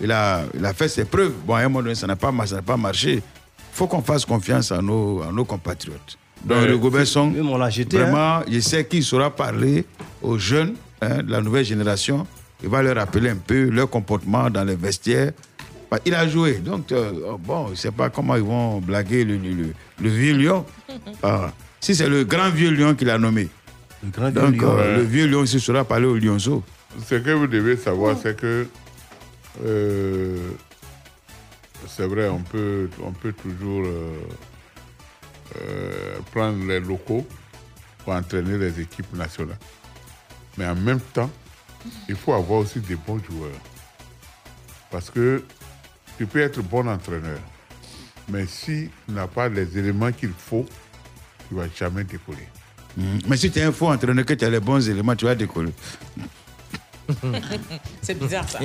Speaker 4: il, a, il a fait ses preuves. Bon, à un moment donné, ça n'a pas, mar- ça n'a pas marché. Il faut qu'on fasse confiance à nos, à nos compatriotes. Donc,
Speaker 15: Ouais.
Speaker 4: le Goberson,
Speaker 15: Même on l'a jeté. hein.
Speaker 4: Vraiment, je sais qu'il saura parler aux jeunes hein, de la nouvelle génération. Il va leur rappeler un peu leur comportement dans les vestiaires. Bah, Il a joué, donc euh, oh, bon, je ne sais pas comment ils vont
Speaker 15: <laughs>
Speaker 4: blaguer le, le- le- le vieux lion. Ah, si c'est le grand vieux lion qu'il a nommé,
Speaker 6: grand
Speaker 4: Donc,
Speaker 6: lion.
Speaker 4: euh,
Speaker 6: Ouais.
Speaker 4: le vieux lion, il saura parler au lionceau.
Speaker 6: Ce que vous devez savoir, c'est que euh, c'est vrai, on peut, on peut toujours euh, euh, prendre les locaux pour entraîner les équipes nationales. Mais en même temps, il faut avoir aussi des bons joueurs. Parce que tu peux être bon entraîneur, mais si tu n'as pas les éléments qu'il faut, tu ne vas jamais décoller.
Speaker 4: Mm. Mais si tu es un faux entraîneur, que tu as les bons éléments, tu vas décoller.
Speaker 8: <laughs> C'est bizarre ça.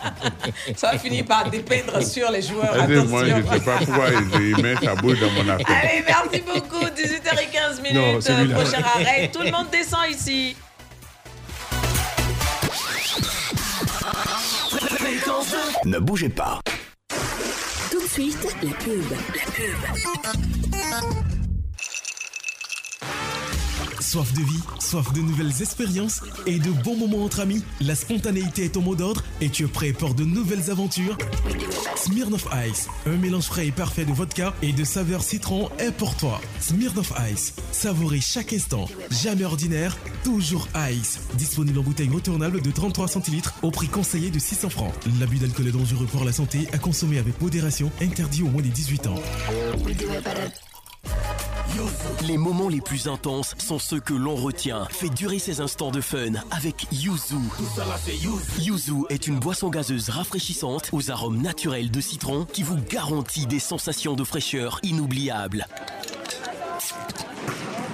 Speaker 8: <laughs> ça va finir par dépeindre sur les joueurs.
Speaker 15: Ah,
Speaker 6: Allez, moi, je ne
Speaker 8: attention.
Speaker 6: sais pas pourquoi il il met sa boule dans mon affaire.
Speaker 8: Allez, merci beaucoup. 18h15 minutes.
Speaker 6: Ah Non, celui-là.
Speaker 8: prochain arrêt. Tout le monde descend ici.
Speaker 1: Fréquence 2.
Speaker 5: Ne bougez pas.
Speaker 1: Tout de suite, la pub. La pub.
Speaker 23: Soif de vie, soif de nouvelles expériences et de bons moments entre amis. La spontanéité est ton mot d'ordre et tu es prêt pour de nouvelles aventures. Smirnoff Ice, un mélange frais et parfait de vodka et de saveur citron est pour toi. Smirnoff Ice, savourez chaque instant, jamais ordinaire, toujours ice. Disponible en bouteille retournable de 33 centilitres au prix conseillé de 600 francs. L'abus d'alcool est dangereux pour la santé, à consommer avec modération, interdit au moins des 18 ans.
Speaker 20: Les moments les plus intenses sont ceux que l'on retient. Fait durer ces instants de fun avec Yuzu. Yuzu est une boisson gazeuse rafraîchissante aux arômes naturels de citron qui vous garantit des sensations de fraîcheur inoubliables.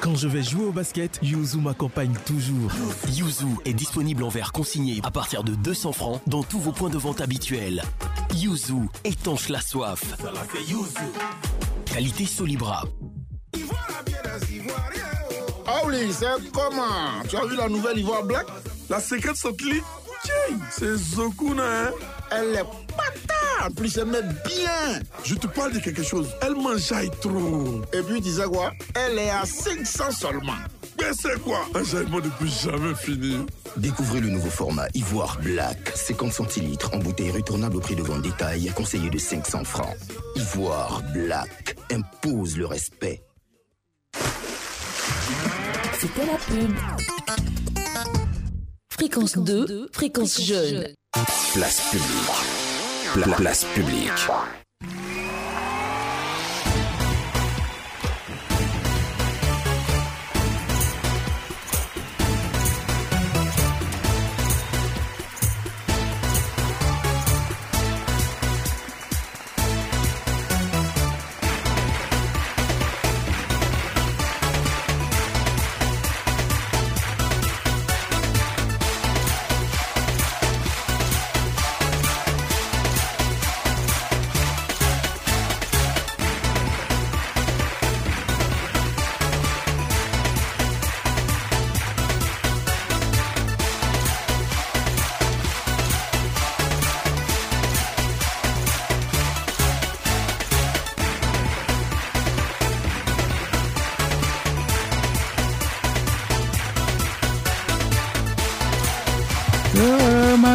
Speaker 23: Quand je vais jouer au basket, Yuzu m'accompagne toujours.
Speaker 20: Yuzu est disponible en verre consigné à partir de 200 francs dans tous vos points de vente habituels. Yuzu étanche la soif. Qualité Solibra.
Speaker 22: Ah oui, c'est comment Tu as vu la nouvelle Ivoire Black La secrète satellite Tiens, c'est Zokuna, hein Elle est patate, en plus elle m'aime bien. Je te parle de quelque chose, elle m'enjaille trop. Et puis tu disais quoi Elle est à 500 seulement. Mais c'est quoi Enjaillement depuis jamais fini.
Speaker 7: Découvrez le nouveau format Ivoire Black, 50 centilitres en bouteille retournable au prix de vente détail, conseillé de 500 francs. Ivoire Black impose le respect.
Speaker 1: C'était la pub. Fréquence 2, fréquence jeune.
Speaker 5: Place publique. Pla- place publique.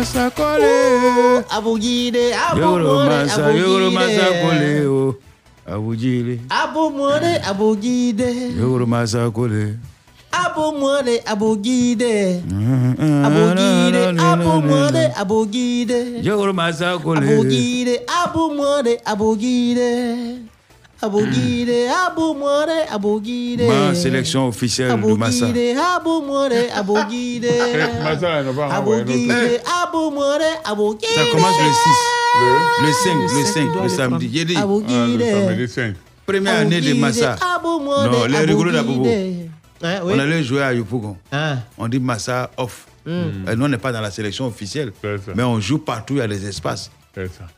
Speaker 4: Masakole.
Speaker 13: Aboguide,
Speaker 15: Ah
Speaker 4: Yoro
Speaker 13: abomore,
Speaker 4: masa, yoro masakole.
Speaker 13: aboguide.
Speaker 4: oh. Ah, vous dites, les-
Speaker 13: Abomore, aboguide.
Speaker 4: yoro masakole.
Speaker 13: Abomore, aboguide. Aboguide, abomore,
Speaker 4: Aboguide.
Speaker 13: aboguide.
Speaker 4: Yoro masakole.
Speaker 13: Aboguide, abomore, aboguide. Aboguide, abomore, aboguide.
Speaker 4: Ma sélection officielle de Massa.
Speaker 13: Aboguide,
Speaker 4: <laughs>
Speaker 13: abomore,
Speaker 4: Eh.
Speaker 13: aboguide. Aboguide, abomore, aboguide.
Speaker 4: Ça commence le 6. Le 5, eh, le 5, le eh, samedi. J'ai dit.
Speaker 13: samedi
Speaker 6: 5.
Speaker 4: Première année de Massa.
Speaker 13: Aboguide,
Speaker 4: Non, les rigolos d'Abobo.
Speaker 13: aboguide.
Speaker 8: Eh,
Speaker 13: Hein, oui.
Speaker 4: On allait jouer à Yopougon. On dit Massa off.
Speaker 8: Hmm.
Speaker 4: Et nous, on n'est pas dans la sélection officielle. Mais on joue partout, il y a des espaces.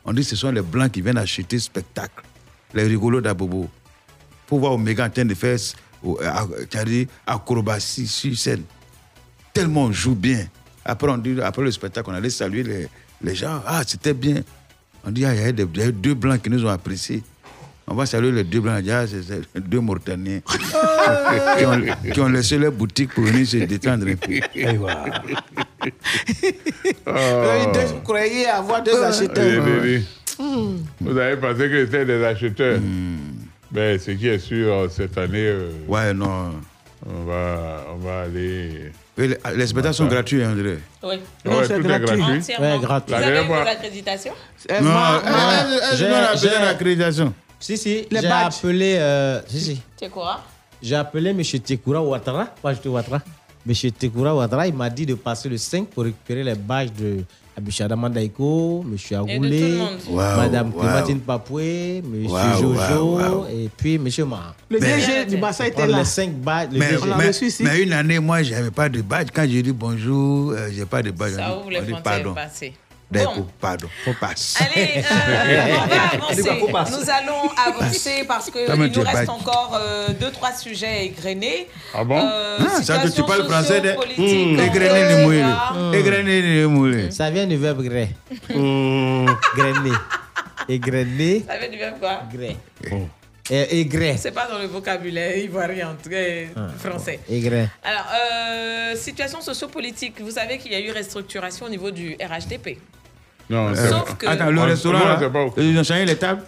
Speaker 4: On dit ce sont les blancs qui viennent acheter spectacle. Les rigolos d'Abobo. Pour voir Omega en train de faire euh, ac- c'est-à-dire acrobatie sur scène. Tellement on joue bien. Après, on dit, après le spectacle, on allait saluer les, les gens. Ah, c'était bien. On dit, ah, il y a eu des- il y a eu deux blancs qui nous ont appréciés. On va saluer les deux blancs. On dit, ah, c'est c'est deux Mauritaniens qui, ont, qui ont laissé leur boutique pour venir se détendre un peu. <laughs> Ah.
Speaker 13: Euh, deux- Vous croyez avoir
Speaker 6: Euh.
Speaker 4: Euh,
Speaker 13: deux acheteurs.
Speaker 6: Oui, oui,
Speaker 13: Hmm.
Speaker 6: oui. Vous avez pensé que c'était des acheteurs. Mais ce qui est sûr, cette année.
Speaker 4: Hmm.
Speaker 6: euh,
Speaker 4: Ouais, non.
Speaker 6: On va, on va aller.
Speaker 4: Et les- Les spectacles sont gratuits, hein, André.
Speaker 8: Oui.
Speaker 6: Non, Ouais, c'est tout est gratuit. gratuit.
Speaker 8: Entièrement.
Speaker 4: Ouais, gratuit.
Speaker 8: Vous
Speaker 4: La
Speaker 8: avez
Speaker 4: dernière
Speaker 8: vos
Speaker 4: fois-
Speaker 8: accréditations
Speaker 4: Non, elle- elle- elle
Speaker 13: j'ai-
Speaker 4: donne
Speaker 14: Ah,
Speaker 4: la-
Speaker 13: j'ai-
Speaker 4: donne l'accréditation.
Speaker 13: Si, si,
Speaker 8: Les
Speaker 13: j'ai
Speaker 8: badges.
Speaker 13: appelé. euh, si, si.
Speaker 8: Tu es courant
Speaker 13: J'ai appelé M. Tekura Ouattara, pas juste Ouattara. M. Tekura Ouattara, il m'a dit de passer le 5 pour récupérer les badges de Abishada Mandaiko, M.
Speaker 8: Et de tout le
Speaker 13: Agoulé,
Speaker 8: monde.
Speaker 4: Wow,
Speaker 13: Madame
Speaker 4: wow.
Speaker 13: Clémentine
Speaker 14: Bah,
Speaker 13: Papoué, M.
Speaker 4: Wow,
Speaker 13: Jojo,
Speaker 4: wow,
Speaker 13: et puis M. Ma.
Speaker 14: Le
Speaker 4: Ben,
Speaker 14: DG du bassin était
Speaker 13: Prendre
Speaker 14: là.
Speaker 13: les 5 badges, le
Speaker 4: Mais,
Speaker 13: DG.
Speaker 4: mais- mais une année, moi, je n'avais pas de badge. Quand j'ai dit bonjour, euh, j'ai pas de badge.
Speaker 8: Ça
Speaker 4: On
Speaker 8: ouvre
Speaker 4: dit-
Speaker 8: les
Speaker 4: on dit
Speaker 8: frontières
Speaker 4: pardon.
Speaker 8: passées.
Speaker 4: D'accord,
Speaker 8: Bon.
Speaker 4: pardon. Faut passer.
Speaker 8: Allez, euh,
Speaker 4: <laughs>
Speaker 8: on va avancer.
Speaker 4: Faut passer.
Speaker 8: Nous allons avancer parce qu'il
Speaker 4: Ça me
Speaker 8: nous
Speaker 4: tire
Speaker 8: reste
Speaker 4: pas.
Speaker 8: encore euh, deux, trois sujets à égrener.
Speaker 4: Ah bon Ah, ça que tu
Speaker 8: Euh, situation
Speaker 4: parles français. De...
Speaker 8: sociopolitique
Speaker 4: Hmm.
Speaker 8: en
Speaker 4: Égrener
Speaker 8: Côte
Speaker 4: les mouillés.
Speaker 8: d'Ivoire.
Speaker 4: Égrener les mouillés.
Speaker 13: Ça vient du verbe gré.
Speaker 4: Hmm.
Speaker 13: Grainer. Et grainer.
Speaker 8: Ça veut dire quoi
Speaker 13: Gré. Et, et gré.
Speaker 8: C'est pas dans le vocabulaire ivoirien, en tout cas, euh,
Speaker 13: Ah,
Speaker 8: français.
Speaker 13: Et gré.
Speaker 8: Alors, euh, situation sociopolitique, vous savez qu'il y a eu restructuration au niveau du RHDP.
Speaker 4: Non,
Speaker 8: Sauf que-
Speaker 4: Euh, Attends, le
Speaker 8: On-
Speaker 4: restaurant,
Speaker 8: on
Speaker 4: là,
Speaker 8: sait
Speaker 4: ils ont changé les tables.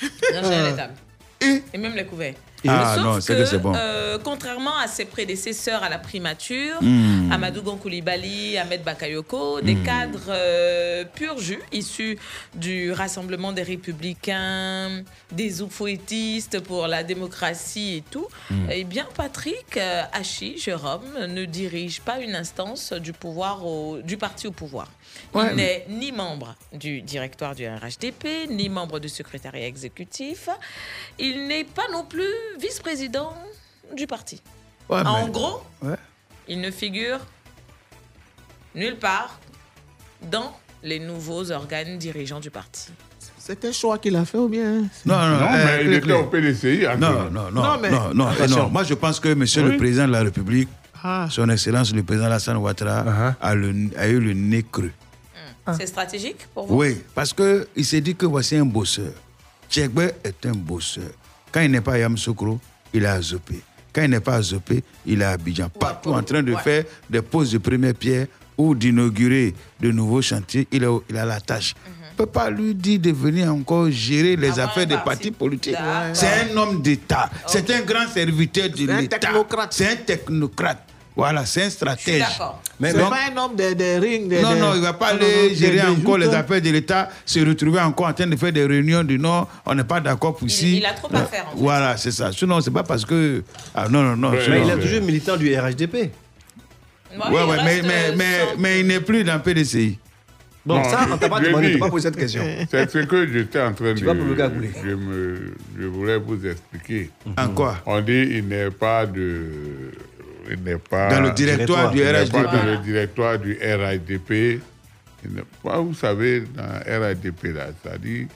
Speaker 8: Non, j'ai les tables. Et même les couverts.
Speaker 4: Euh, Ah,
Speaker 8: Sauf
Speaker 4: non, c'est que c'est bon.
Speaker 8: euh, contrairement à ses prédécesseurs à la primature,
Speaker 4: Hmm.
Speaker 8: Amadou Gonkoulibaly, Ahmed Bakayoko, des
Speaker 4: Hmm.
Speaker 8: cadres euh, pur jus issus du Rassemblement des Républicains, des oufouettistes pour la démocratie et tout,
Speaker 10: Hmm.
Speaker 8: eh bien Patrick euh, Hachi, Jérôme, ne dirige pas une instance du, pouvoir au- du parti au pouvoir.
Speaker 10: Ouais,
Speaker 8: Il
Speaker 10: mais-
Speaker 8: n'est ni membre du directoire du RHDP, ni membre du secrétariat exécutif. Il n'est pas non plus vice-président du parti.
Speaker 4: Ouais,
Speaker 8: en
Speaker 4: mais-
Speaker 8: gros,
Speaker 4: Ouais.
Speaker 8: il ne figure nulle part dans les nouveaux organes dirigeants du parti.
Speaker 14: C'est un choix qu'il a fait ou bien hein?
Speaker 4: Non, non,
Speaker 6: Non,
Speaker 4: euh,
Speaker 6: mais il était
Speaker 4: Clé-
Speaker 6: au PDCI. hein,
Speaker 4: Non,
Speaker 6: que-
Speaker 4: non, non,
Speaker 6: Non,
Speaker 4: non,
Speaker 6: mais-
Speaker 4: non, non,
Speaker 6: Attention.
Speaker 4: Moi, je pense que Monsieur
Speaker 6: Oui.
Speaker 4: le Président de la République,
Speaker 14: Ah.
Speaker 4: Son Excellence le Président Alassane Ouattara, a, le- a eu le nez creux.
Speaker 8: C'est stratégique pour vous
Speaker 4: Oui, parce que il s'est dit que voici un bosseur. Tchèque est un bosseur. Quand il n'est pas à Yamoussoukro, il est à Zopé. Quand il n'est pas à Zopé, il est à Abidjan. Partout en train de faire des poses de première pierre ou d'inaugurer de nouveaux chantiers, il a, il a la tâche.
Speaker 8: Mhm.
Speaker 4: On ne peut pas lui dire de venir encore gérer les
Speaker 8: Ah,
Speaker 4: affaires des partis politiques. C'est un homme d'État. C'est un grand serviteur de l'État. C'est un technocrate. C'est un technocrate. Voilà, c'est un stratège.
Speaker 14: Mais c'est
Speaker 4: Donc,
Speaker 14: pas un homme des des rings. des-
Speaker 4: non,
Speaker 14: des- Ah,
Speaker 4: non, il ne va pas
Speaker 14: Non, non,
Speaker 4: aller
Speaker 14: des-
Speaker 4: gérer
Speaker 14: des
Speaker 4: encore les
Speaker 14: joutes. hein.
Speaker 4: affaires de l'État, se retrouver encore en train de faire des réunions du Nord. On n'est pas d'accord pour ici.
Speaker 8: il a trop à faire, en fait.
Speaker 4: Voilà, c'est ça. Sinon, c'est pas parce que. Ah non, non, non.
Speaker 15: Mais
Speaker 4: sinon-
Speaker 15: il est toujours militant du RHDP.
Speaker 4: Ouais, ouais, mais, mais,
Speaker 8: euh,
Speaker 4: mais, mais il n'est plus dans PDCI.
Speaker 6: Non, je dis- C'est ce
Speaker 4: C'est
Speaker 6: que j'étais en train
Speaker 4: Tu
Speaker 6: de.
Speaker 4: vas provoquer à
Speaker 6: je, me, je voulais vous expliquer.
Speaker 4: En quoi
Speaker 6: On dit il n'est pas de. Il n'est pas.
Speaker 4: Dans le directoire du
Speaker 6: Il n'est pas
Speaker 4: RHDP.
Speaker 6: dans le directoire du RHDP. Il n'est pas, vous savez, dans RHDP, là, c'est-à-dire,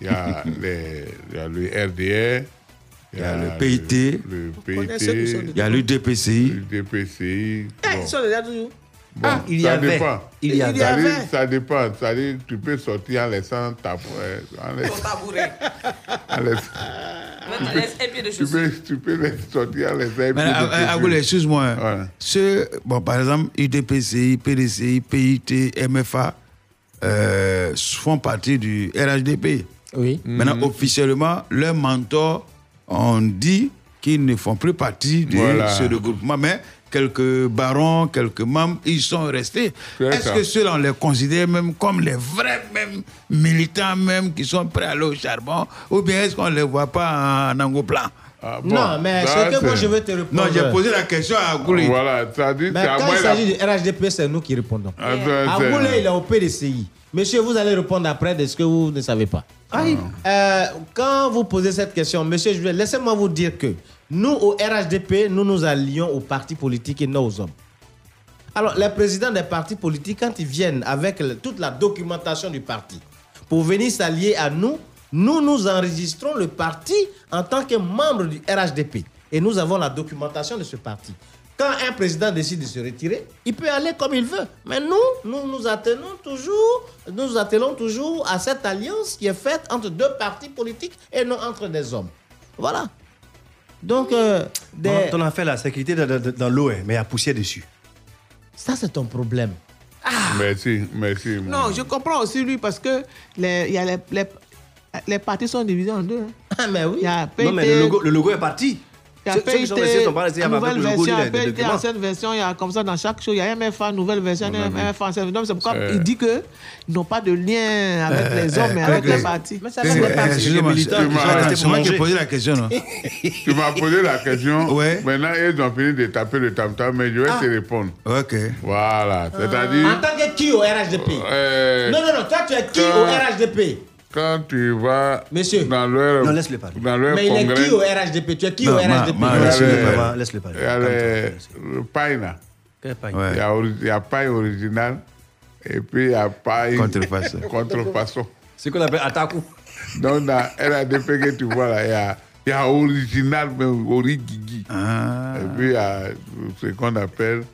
Speaker 6: il y,
Speaker 4: <laughs>
Speaker 6: a les- il y a le RDR. Il y a
Speaker 4: le PIT.
Speaker 6: Le
Speaker 14: connaissez ceux qui sont
Speaker 6: PIT.
Speaker 14: dedans.
Speaker 4: Il y a le DPCI.
Speaker 6: Le DPCI.
Speaker 14: Eh,
Speaker 6: bon.
Speaker 14: ils sont là toujours.
Speaker 6: Bon,
Speaker 14: Ah, il y
Speaker 6: ça
Speaker 14: avait.
Speaker 6: Dépend.
Speaker 14: Il y
Speaker 6: ça
Speaker 14: avait.
Speaker 6: dit- Ça dépend. Ça dit, tu peux sortir en laissant ta. euh, En laissant, en
Speaker 8: Moi, tu laisses un pied de
Speaker 6: laissant- tu,
Speaker 8: chaussure.
Speaker 6: peux, tu peux les sortir en laissant.
Speaker 14: euh,
Speaker 4: Mais ah, ah, Agoulé, excuse-moi. Ceux, bon, par exemple, UDPCI, PDCI, PIT, MFA, euh, font partie du RHDP.
Speaker 13: Oui.
Speaker 4: Maintenant, officiellement, leurs mentors ont dit qu'ils ne font plus partie de
Speaker 6: Voilà.
Speaker 4: ce regroupement, mais quelques barons, quelques membres, ils sont restés.
Speaker 6: C'est
Speaker 4: Est-ce
Speaker 6: ça.
Speaker 4: que ceux-là, on les considère même comme les vrais même militants même qui sont prêts à aller au charbon, ou bien est-ce qu'on ne les voit pas en angoplan
Speaker 13: bon, Non, mais ça, ce que moi, c'est- je veux te répondre-
Speaker 4: bah, Non, j'ai posé la question à Gouli.
Speaker 6: Voilà, ça dit,
Speaker 13: Mais quand il s'agit du RHDP, c'est nous qui répondons.
Speaker 6: Attends,
Speaker 13: Aboulé,
Speaker 6: attends.
Speaker 13: il est au PDCI. Monsieur, vous allez répondre après de ce que vous ne savez pas. Euh, quand vous posez cette question, monsieur, Julien, laissez-moi vous dire que nous, au RHDP, nous nous allions aux partis politiques et non aux hommes. Alors, les présidents des partis politiques, quand ils viennent avec le- toute la documentation du parti pour venir s'allier à nous, nous nous enregistrons le parti en tant que membre du RHDP. Et nous avons la documentation de ce parti. Quand un président décide de se retirer, il peut aller comme il veut. Mais nous, nous nous attenons toujours, nous nous attelons toujours à cette alliance qui est faite entre deux partis politiques et non entre des hommes. Voilà. Donc, euh, des-
Speaker 15: Ton- Ton affaire là, c'est qu'il était dans, dans- dans l'eau, hein, mais il a poussé dessus.
Speaker 13: ça c'est ton problème.
Speaker 6: Merci, merci. mon-
Speaker 14: Non, je comprends aussi lui parce que les, il y a les, les, les partis sont divisés en deux. hein.
Speaker 13: Ah, mais oui.
Speaker 14: Il y a
Speaker 15: Non, mais
Speaker 14: PIT.
Speaker 15: le logo, le logo est parti.
Speaker 14: Il y a
Speaker 15: Ceux- ceux qui sont restés sont pas restés
Speaker 14: PIT,
Speaker 15: avec
Speaker 14: nouvelle
Speaker 15: le logo
Speaker 14: version,
Speaker 15: des-
Speaker 14: il y a
Speaker 15: des
Speaker 14: PIT,
Speaker 15: documents.
Speaker 14: ancienne version, il y a comme ça dans chaque show, il y a MFA, nouvelle version,
Speaker 15: On a vu.
Speaker 14: MFA, ancienne version. Donc, C'est pourquoi
Speaker 15: Euh.
Speaker 14: il dit qu'ils n'ont pas de lien avec
Speaker 4: Euh,
Speaker 14: les hommes,
Speaker 4: euh,
Speaker 14: mais avec
Speaker 4: Clément,
Speaker 14: les partis.
Speaker 4: Mais ça, c'est
Speaker 14: eh,
Speaker 4: Clément, les partis, excusez-moi, les militants qui sont restés pour manger.
Speaker 6: Tu m'as posé la
Speaker 14: <laughs>
Speaker 6: question. Maintenant, ils ont fini de taper le tam-tam, mais je vais
Speaker 13: Ah.
Speaker 6: te répondre.
Speaker 4: OK.
Speaker 6: Voilà.
Speaker 13: En
Speaker 6: C'est-à-dire.
Speaker 13: tant que qui au RHDP
Speaker 6: euh,
Speaker 13: Non, non, non, toi tu es qui
Speaker 6: quand-
Speaker 13: au RHDP
Speaker 6: Quand tu vas dans leur, dans leur
Speaker 13: Mais il
Speaker 6: congrès,
Speaker 13: est qui au RHDP Tu es qui au RHDP
Speaker 6: laisse-le parler. Il y a le, le paille, là. Il y a ori- Il y a paille originale et puis il y a paille.
Speaker 4: Contrefaçon.
Speaker 6: <laughs> contrefaçon. C'est qu'on appelle Ataku. Donc, dans RADP que tu vois là, il y a, il y a original, mais origigi. Et puis il y a ce qu'on appelle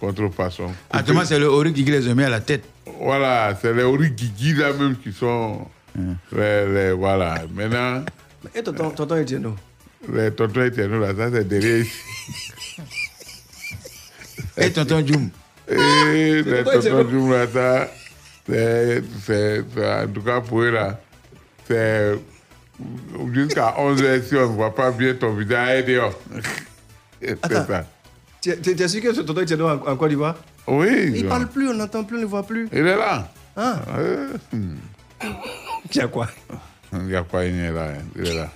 Speaker 6: contrefaçon.
Speaker 4: Actuellement, c'est le Ori qui les a mis à la tête.
Speaker 6: Voilà, c'est les origigi là même qui sont. les- les- voilà. Maintenant.
Speaker 15: <laughs> Et tonton, tonton Etienne
Speaker 6: Les tontons éternels, là, ça c'est derrière ici.
Speaker 4: Et tonton Djoum.
Speaker 6: <laughs> Et les
Speaker 4: Pourquoi ils
Speaker 6: tontons
Speaker 4: se-
Speaker 6: Djoum, là, ça, c'est, c'est, c'est- en tout cas pour eux, là, c'est jusqu'à 11h si on ne voit pas bien ton visage, elle est <laughs> dehors. C'est ça.
Speaker 15: Tu es tu es sûr que ce tonton Etienne en en Côte d'Ivoire
Speaker 6: Oui.
Speaker 15: Il
Speaker 6: genre.
Speaker 15: parle plus, on n'entend plus, on ne le voit plus.
Speaker 6: Il est là.
Speaker 15: Ah.
Speaker 6: Euh, hmm.
Speaker 15: Il y a quoi
Speaker 6: Il y a quoi, il est là. hein, Il est là.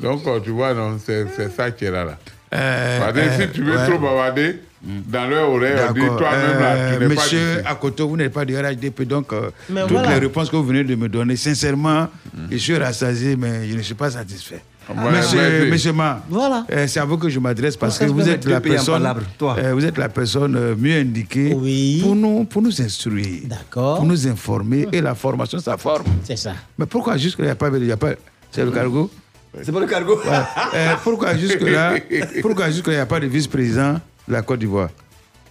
Speaker 6: Donc, quand tu vois, non, c'est, c'est ça qui est là. là. Parce que
Speaker 4: euh,
Speaker 6: si tu veux
Speaker 4: ouais.
Speaker 6: trop bavarder, dans leur oreille, Eh, on dit
Speaker 4: D'accord.
Speaker 6: toi-même, là, tu
Speaker 4: Euh,
Speaker 6: n'es pas
Speaker 4: monsieur Akoto, vous n'êtes pas du RHDP, donc euh,
Speaker 6: Mais
Speaker 4: toutes
Speaker 6: voilà.
Speaker 4: les réponses que vous venez de me donner, sincèrement, je suis rassasié, mais je ne suis pas satisfait.
Speaker 6: Hmm. Ah, voilà,
Speaker 4: monsieur,
Speaker 6: merci.
Speaker 4: monsieur Ma,
Speaker 6: Voilà.
Speaker 4: euh, c'est à vous que je m'adresse parce
Speaker 6: Ça,
Speaker 4: que
Speaker 6: je
Speaker 4: vous
Speaker 6: peux
Speaker 4: êtes,
Speaker 6: mettre
Speaker 4: la
Speaker 6: deux pays en
Speaker 4: personne,
Speaker 6: palabres, toi.
Speaker 4: euh, vous êtes la personne euh, mieux indiquée pour, nous, pour nous instruire, pour nous informer, et la formation, ça forme.
Speaker 13: C'est ça.
Speaker 4: Mais pourquoi jusque-là, il n'y a pas... il y a pas- <laughs> C'est le cargo
Speaker 15: C'est pas le cargo
Speaker 4: Ouais.
Speaker 6: Ah.
Speaker 4: Euh, pourquoi
Speaker 6: <laughs>
Speaker 4: jusque-là, pourquoi jusque-là, il n'y a pas de vice-président de la Côte d'Ivoire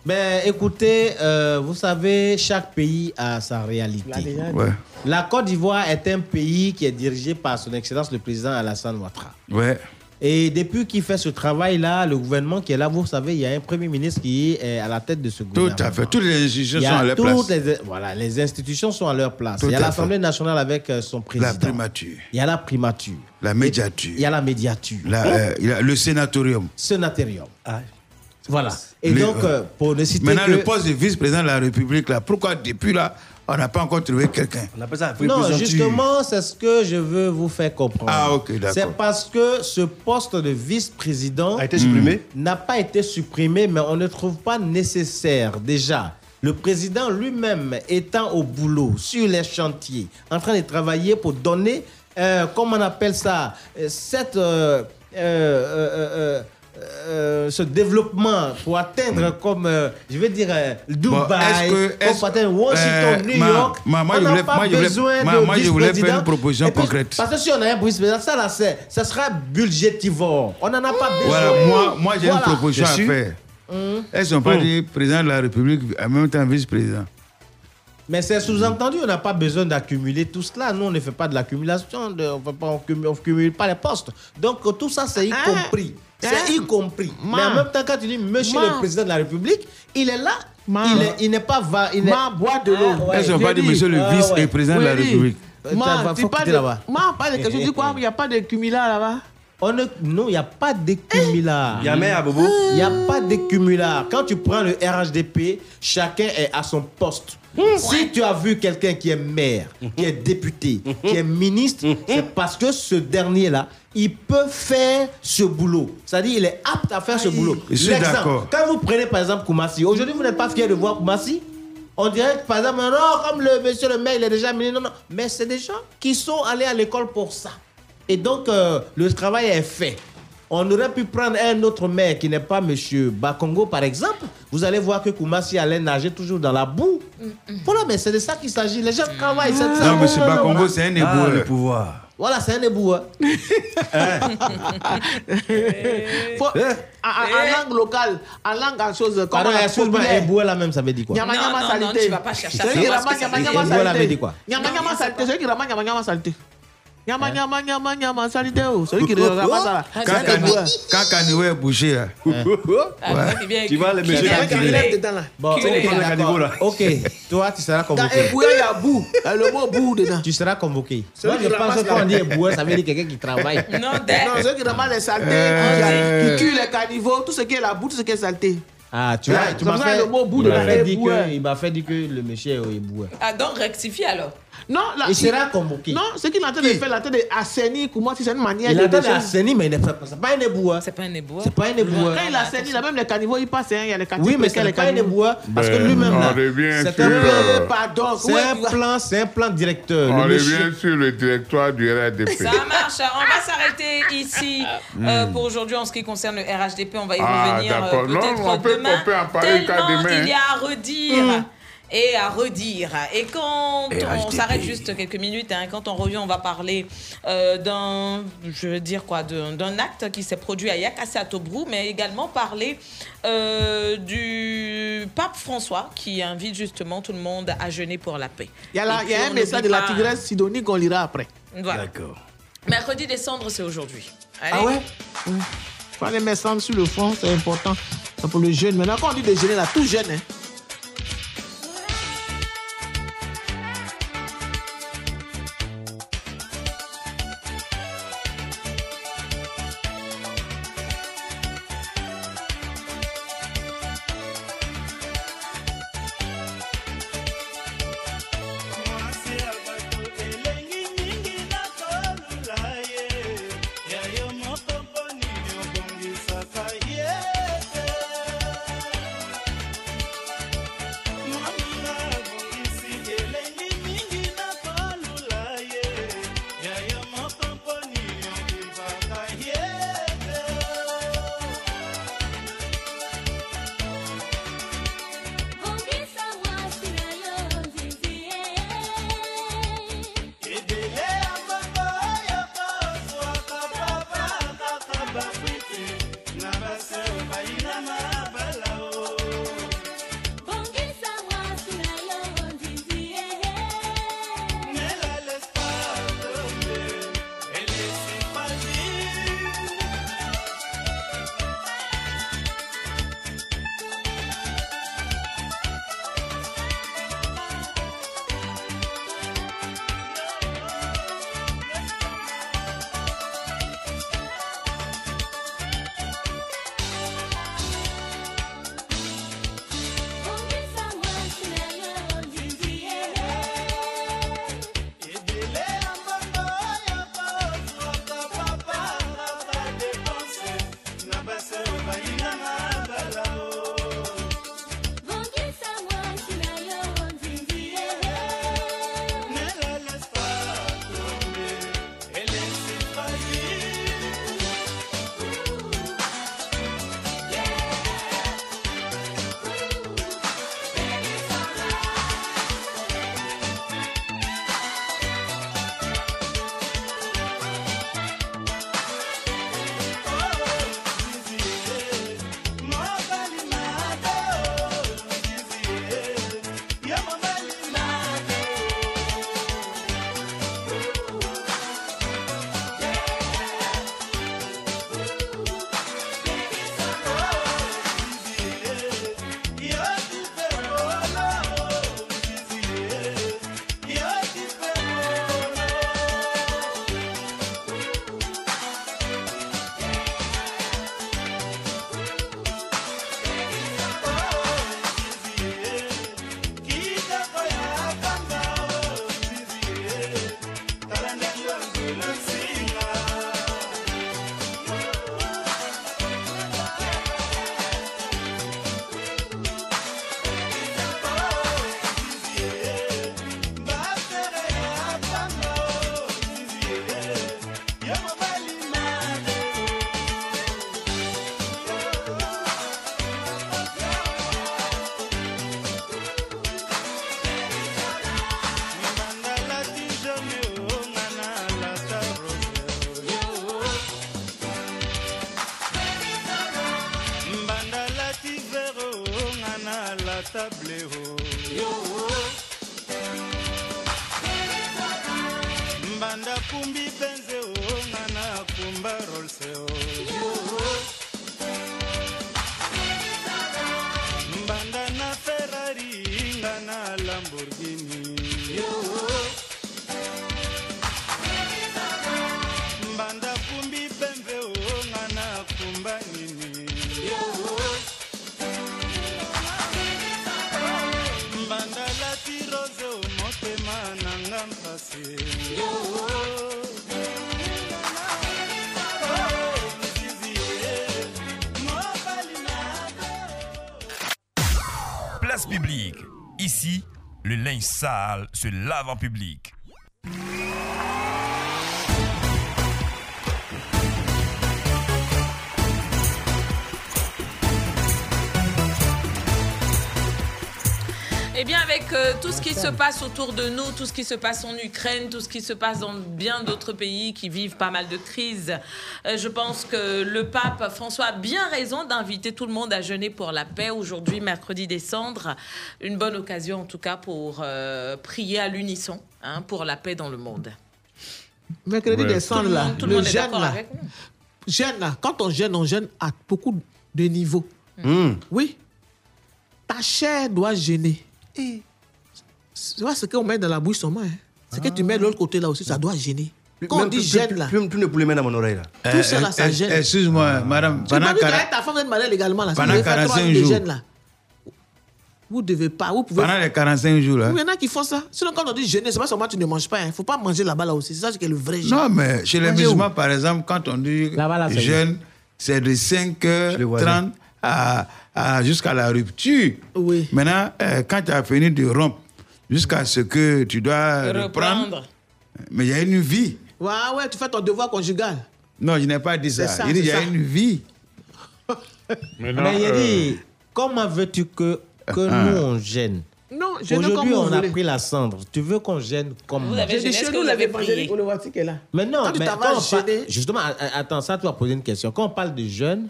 Speaker 13: Mais Ben, écoutez, euh, vous savez, chaque pays a sa réalité.
Speaker 4: Ouais.
Speaker 13: La Côte d'Ivoire est un pays qui est dirigé par son excellence le président Alassane Ouattara.
Speaker 4: Ouais.
Speaker 13: Et depuis qu'il fait ce travail-là, le gouvernement qui est là, vous savez, il y a un premier ministre qui est euh, à la tête de ce gouvernement.
Speaker 4: Tout à fait. Toutes les institutions
Speaker 13: Il y a
Speaker 4: sont à leur
Speaker 13: toutes
Speaker 4: place.
Speaker 13: les- voilà, les institutions sont à leur place.
Speaker 4: Tout
Speaker 13: il y a
Speaker 4: à
Speaker 13: l'Assemblée nationale avec euh, son président.
Speaker 4: La primature.
Speaker 13: Il y a la primature.
Speaker 4: La médiature.
Speaker 13: Il y a la médiature.
Speaker 6: Oh.
Speaker 4: La, euh, il y a le sénatorium.
Speaker 13: Sénatorium. Voilà. Et
Speaker 4: Le-
Speaker 13: donc, euh, pour ne citer
Speaker 4: Maintenant,
Speaker 13: que-
Speaker 4: le poste de vice-président de la République, là, pourquoi depuis là, on n'a pas encore trouvé quelqu'un
Speaker 15: On appelle ça
Speaker 13: Non, justement, c'est ce que je veux vous faire comprendre.
Speaker 4: Ah, ok, d'accord.
Speaker 13: C'est parce que ce poste de vice-président Hmm.
Speaker 15: été supprimé
Speaker 13: N'a pas été supprimé, mais on ne trouve pas nécessaire déjà. Le président lui-même étant au boulot, sur les chantiers, en train de travailler pour donner, euh, comment on appelle ça, euh, cette, euh, euh, euh, euh, euh, ce développement pour atteindre comme, euh, je vais dire, euh, Dubaï,
Speaker 4: Hmm. est-ce que-
Speaker 13: comme
Speaker 4: est-ce-
Speaker 13: pour atteindre Washington,
Speaker 4: euh,
Speaker 13: New
Speaker 4: ma-
Speaker 13: York.
Speaker 4: ma- moi,
Speaker 13: on
Speaker 4: je
Speaker 13: n'a
Speaker 4: voulais-
Speaker 13: pas
Speaker 4: moi, je voulais-
Speaker 13: besoin
Speaker 4: ma-
Speaker 13: de
Speaker 4: moi, je voulais faire une
Speaker 13: vice-président.
Speaker 4: proposition
Speaker 13: Et puis,
Speaker 4: concrète.
Speaker 13: Parce que si on a un vice-président, ça, là, c'est- ça sera budgétivore. On n'en a pas besoin.
Speaker 4: Voilà, moi, moi j'ai
Speaker 13: Voilà.
Speaker 4: une proposition à faire.
Speaker 13: Hum.
Speaker 4: Elles sont pas
Speaker 13: Hum.
Speaker 4: dit président de la République, en même temps vice-président.
Speaker 13: Mais c'est sous-entendu, on n'a pas besoin d'accumuler tout cela. Nous, on ne fait pas de l'accumulation, de- on ne cumule pas les postes. Donc, euh, tout ça, c'est y
Speaker 14: Ah,
Speaker 13: compris. C'est y compris. Mais en même temps, quand tu dis monsieur
Speaker 14: Ma.
Speaker 13: le président de la République, il est là. Il est- Il n'est pas va. Il est...
Speaker 14: Ma, bois de l'eau.
Speaker 13: Ah, ouais.
Speaker 4: Elles sont pas dit
Speaker 13: Thierry.
Speaker 4: monsieur le
Speaker 13: Ah,
Speaker 4: vice
Speaker 13: ouais.
Speaker 4: et président de la
Speaker 13: Thierry.
Speaker 4: République.
Speaker 13: Ma,
Speaker 14: Ma,
Speaker 13: va-
Speaker 14: tu
Speaker 13: faut
Speaker 14: parles
Speaker 13: quitter
Speaker 14: de-
Speaker 13: là-bas.
Speaker 14: Ma, parle de quelque chose. Tu dis quoi Il n'y a pas de cumulard là-bas Eh.
Speaker 13: On ne- Non, il n'y a pas de cumulard.
Speaker 15: Il y a maire à Bobo
Speaker 13: Il n'y a pas de cumulard. Quand tu prends le RHDP, chacun est à son poste. Si tu as vu quelqu'un qui est maire, qui est député, qui est ministre, c'est parce que ce dernier-là, il peut faire ce boulot. C'est-à-dire, il est apte à faire ce boulot.
Speaker 4: Je suis
Speaker 13: L'exemple,
Speaker 4: d'accord.
Speaker 13: Quand vous prenez par exemple Koumassi, aujourd'hui, vous n'êtes pas fier de voir Koumassi on dirait que, par exemple, non, comme le monsieur le maire, il est déjà ministre. Non, non. Mais c'est des gens qui sont allés à l'école pour ça. Et donc, euh, le travail est fait. On aurait pu prendre un autre maire qui n'est pas monsieur Bakongo, par exemple. Vous allez voir que Koumassi allait nager toujours dans la boue. Voilà, mais c'est de ça qu'il s'agit. Les gens travaillent. c'est ça.
Speaker 4: Non, monsieur Bakongo, c'est un
Speaker 6: Ah,
Speaker 4: éboueur.
Speaker 15: le pouvoir.
Speaker 13: Voilà, c'est un
Speaker 14: hein.
Speaker 13: éboueur.
Speaker 4: Eh,
Speaker 14: Faut- en- en- En langue locale, en langue en chose.
Speaker 13: Eh. Pardon,
Speaker 14: comme
Speaker 13: excuse-moi, éboueur là-même, ça veut dire quoi
Speaker 14: Nyama nyama saleté.
Speaker 30: non, tu vas pas chercher à
Speaker 14: Celui qui
Speaker 30: savoir
Speaker 14: ramasse
Speaker 30: ce que
Speaker 14: nyama
Speaker 13: c'est.
Speaker 14: nyama
Speaker 13: Et voilà,
Speaker 14: saleté.
Speaker 13: mais dis quoi
Speaker 14: Nyama nyama saleté. Celui qui ramasse nyama nyama saleté. Nyama,
Speaker 19: Hein?
Speaker 14: nyama, nyama, nyama, oh. salideo. Celui
Speaker 13: Oh,
Speaker 14: qui le ramasse là.
Speaker 4: Quand Kanye- Quand Kanye est bouché,
Speaker 13: <laughs>
Speaker 4: là.
Speaker 13: Oh,
Speaker 14: Ouais.
Speaker 4: bien
Speaker 14: Tu vas le
Speaker 4: culé.
Speaker 14: monsieur.
Speaker 4: Culé.
Speaker 19: Bon,
Speaker 14: Culé.
Speaker 19: ok,
Speaker 14: Culé.
Speaker 19: d'accord. Ok, <laughs> toi, tu seras
Speaker 14: Dans
Speaker 19: convoqué. Eh,
Speaker 14: Eboué, il y a
Speaker 19: <laughs>
Speaker 14: boue. Il y a le mot boue dedans.
Speaker 19: Tu seras convoqué.
Speaker 14: Celui
Speaker 19: Moi, je
Speaker 14: qui
Speaker 19: pense
Speaker 14: ramasse
Speaker 19: que
Speaker 14: la-
Speaker 19: quand on dit éboueur, ça veut dire quelqu'un qui
Speaker 14: <laughs>
Speaker 19: travaille.
Speaker 14: Non, ceux qui ramassent les saletés,
Speaker 19: Euh.
Speaker 14: qui, qui tuent les caniveaux, tout ce qui est la boue, tout ce qui est saleté.
Speaker 19: Ah, tu
Speaker 14: Ouais,
Speaker 19: vois,
Speaker 14: c'est
Speaker 19: tu m'as
Speaker 14: pour ça
Speaker 19: fait,
Speaker 14: le mot
Speaker 19: il
Speaker 14: bout de
Speaker 19: m'a
Speaker 14: la
Speaker 19: fait
Speaker 14: tête,
Speaker 19: dire
Speaker 14: ouais.
Speaker 19: que, il m'a fait dire que le monsieur est éboueur.
Speaker 8: Ah, donc rectifie alors.
Speaker 14: Non, là,
Speaker 19: Il sera convoqué.
Speaker 14: Non, ce qu'il entend de faire, il entend d'assainir, comment c'est une manière
Speaker 19: Il
Speaker 14: de.
Speaker 19: attend
Speaker 14: de-
Speaker 19: l'assaini, mais il n'est pas, c'est pas un éboueur.
Speaker 8: C'est pas un éboueur.
Speaker 19: C'est pas un éboueur.
Speaker 14: Quand il assainit, là, même les caniveaux, ils passent, hein, il y a les caniveaux.
Speaker 19: Oui, mais c'est pas un éboueur parce que lui-même là,
Speaker 6: Ben, on est bien
Speaker 19: c'est
Speaker 6: sûr.
Speaker 19: un
Speaker 6: Euh,
Speaker 19: plan,
Speaker 14: pardon,
Speaker 19: c'est
Speaker 14: ouais,
Speaker 19: un
Speaker 14: tu vois.
Speaker 19: plan, c'est un plan directeur.
Speaker 6: On
Speaker 19: le
Speaker 6: est
Speaker 19: monsieur-
Speaker 6: bien sur Oh, le directoire du RADP.
Speaker 8: Ça marche, hein. on va s'arrêter ici euh,
Speaker 6: Hmm.
Speaker 8: pour aujourd'hui en ce qui concerne le RHDP. On va y
Speaker 6: Ah,
Speaker 8: revenir euh,
Speaker 6: d'accord. Non, on
Speaker 8: peut-être
Speaker 6: peut
Speaker 8: demain.
Speaker 6: couper un pareil cas
Speaker 8: tellement
Speaker 6: demain,
Speaker 8: il y a
Speaker 6: hein.
Speaker 8: à redire
Speaker 6: Hmm.
Speaker 8: et à redire. Et quand on
Speaker 6: RHDP.
Speaker 8: s'arrête juste quelques minutes, hein, quand on revient, on va parler euh, d'un, je veux dire quoi, d'un d'un acte qui s'est produit à Yakassé à Tobrou, mais également parler euh, du pape François qui invite justement tout le monde à jeûner pour la paix.
Speaker 14: Il y a, la-
Speaker 8: Et
Speaker 14: il y a
Speaker 8: puis,
Speaker 14: un
Speaker 8: on
Speaker 14: message de
Speaker 8: n'oublie
Speaker 14: la
Speaker 8: pas-
Speaker 14: tigresse Sidonie qu'on lira après.
Speaker 8: Voilà. Mercredi décembre, c'est aujourd'hui. Allez.
Speaker 14: Ah ouais Mmh. Je prends les messages sur le front, c'est important. C'est pour le jeune. Maintenant, quand on dit de jeûner, là, tout jeune, hein.
Speaker 10: Banda kumbi barrel seo. Mbanda na Ferrari, inga na Lamborghini. Mbanda kumbi pembe, onga na kumba nini. Mbanda la tiroze, omotema nanga mpasi.
Speaker 31: Place publique. Ici, le linge sale se lave en public.
Speaker 8: Eh bien, avec euh, tout ce qui se passe autour de nous, tout ce qui se passe en Ukraine, tout ce qui se passe dans bien d'autres pays qui vivent pas mal de crises, euh, je pense que le pape François a bien raison d'inviter tout le monde à jeûner pour la paix aujourd'hui, mercredi décembre. Une bonne occasion, en tout cas, pour euh, prier à l'unisson hein, pour la paix dans le monde.
Speaker 14: Mercredi
Speaker 8: Ouais.
Speaker 14: décembre,
Speaker 8: Tout le
Speaker 14: là,
Speaker 8: monde- tout le
Speaker 14: le
Speaker 8: monde est
Speaker 14: jeûne,
Speaker 8: d'accord
Speaker 14: là.
Speaker 8: avec moi.
Speaker 14: Jeûne, là. Quand on jeûne, on jeûne à beaucoup de niveaux.
Speaker 8: Hmm.
Speaker 15: Mm.
Speaker 14: Oui. Ta chair doit gêner. Tu vois ce qu'on met dans la bouche seulement. hein. Ce que tu mets de l'autre côté, là aussi, ça doit gêner. Quand on
Speaker 15: Même
Speaker 14: dit
Speaker 15: plus-
Speaker 14: jeûne,
Speaker 15: plus-
Speaker 14: là.
Speaker 15: plus- plus ne poulet dans mon oreille là. Euh,
Speaker 14: Tout ça, là, ça
Speaker 4: Eh, eh,
Speaker 14: gêne.
Speaker 4: Excuse-moi, madame.
Speaker 14: Tu m'as
Speaker 4: Pendant
Speaker 14: dit
Speaker 4: quar-
Speaker 14: que ta femme est malade légalement, là. Si
Speaker 4: Pendant
Speaker 14: vous devez faire
Speaker 4: 45
Speaker 14: trois nuits de
Speaker 4: jours.
Speaker 14: jeûne, là. Vous ne devez pas. Vous pouvez
Speaker 4: pendant les 45 jours, là.
Speaker 14: Oui, il y en a qui font ça. Sinon, quand on dit jeûner, c'est pas seulement tu ne manges pas. Il faut pas manger là-bas, là aussi. C'est ça qui est le vrai jeûne.
Speaker 4: Non, mais chez les
Speaker 14: Manger
Speaker 4: musulmans,
Speaker 14: où
Speaker 4: par exemple, quand on dit
Speaker 14: là, c'est
Speaker 4: jeûne, c'est de 5h30 à, à- jusqu'à la rupture.
Speaker 14: Oui.
Speaker 4: Maintenant, euh, quand tu as fini de rompre, jusqu'à ce que tu dois reprendre, euh, mais il y a une vie.
Speaker 14: Ouais, ouais, tu fais ton devoir conjugal.
Speaker 4: Non, je n'ai pas dit ça.
Speaker 14: C'est ça,
Speaker 4: Il dit, il y a
Speaker 14: c'est ça.
Speaker 6: <laughs>
Speaker 4: une vie.
Speaker 13: Mais,
Speaker 4: non,
Speaker 13: il
Speaker 4: euh,
Speaker 13: dit, comment veux-tu que, que
Speaker 4: Ah.
Speaker 13: nous on gêne
Speaker 14: Non, je ne
Speaker 13: Aujourd'hui, on a
Speaker 14: pris.
Speaker 13: pris la cendre. Tu veux qu'on gêne comment
Speaker 14: J'ai dit, chez nous, l'évangélique Olowati qui est là.
Speaker 13: Mais non,
Speaker 14: Quand tu
Speaker 13: mais
Speaker 14: t'en
Speaker 13: quand
Speaker 14: vas
Speaker 13: on parle-
Speaker 14: jeûner-
Speaker 13: justement, a- a- attends, ça, tu vas poser une question. Quand on parle de jeûne,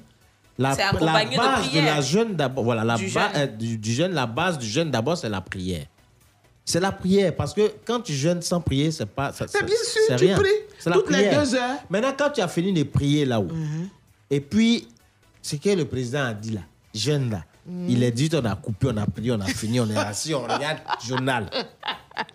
Speaker 13: la,
Speaker 14: C'est
Speaker 13: la
Speaker 14: accompagné de
Speaker 13: base de,
Speaker 14: prière.
Speaker 13: la jeûne d'abord, voilà, la
Speaker 14: Du
Speaker 13: ba-
Speaker 14: jeûne.
Speaker 13: euh, du, du jeûne, la base du jeûne d'abord, c'est la prière. C'est la prière, parce que quand tu jeûnes sans prier, c'est pas. ça-
Speaker 14: Mais
Speaker 13: ça-
Speaker 14: bien sûr,
Speaker 13: c'est
Speaker 14: tu
Speaker 13: rien.
Speaker 14: pries
Speaker 13: C'est la
Speaker 14: toutes les
Speaker 13: prière.
Speaker 14: deux heures. Mhm.
Speaker 13: Maintenant, quand tu as fini de prier là-haut, et puis, ce que le président a dit là, jeune là,
Speaker 14: Mhm.
Speaker 13: Mm. il est dit on a coupé, on a prié, on a fini, on est assis, on regarde le journal.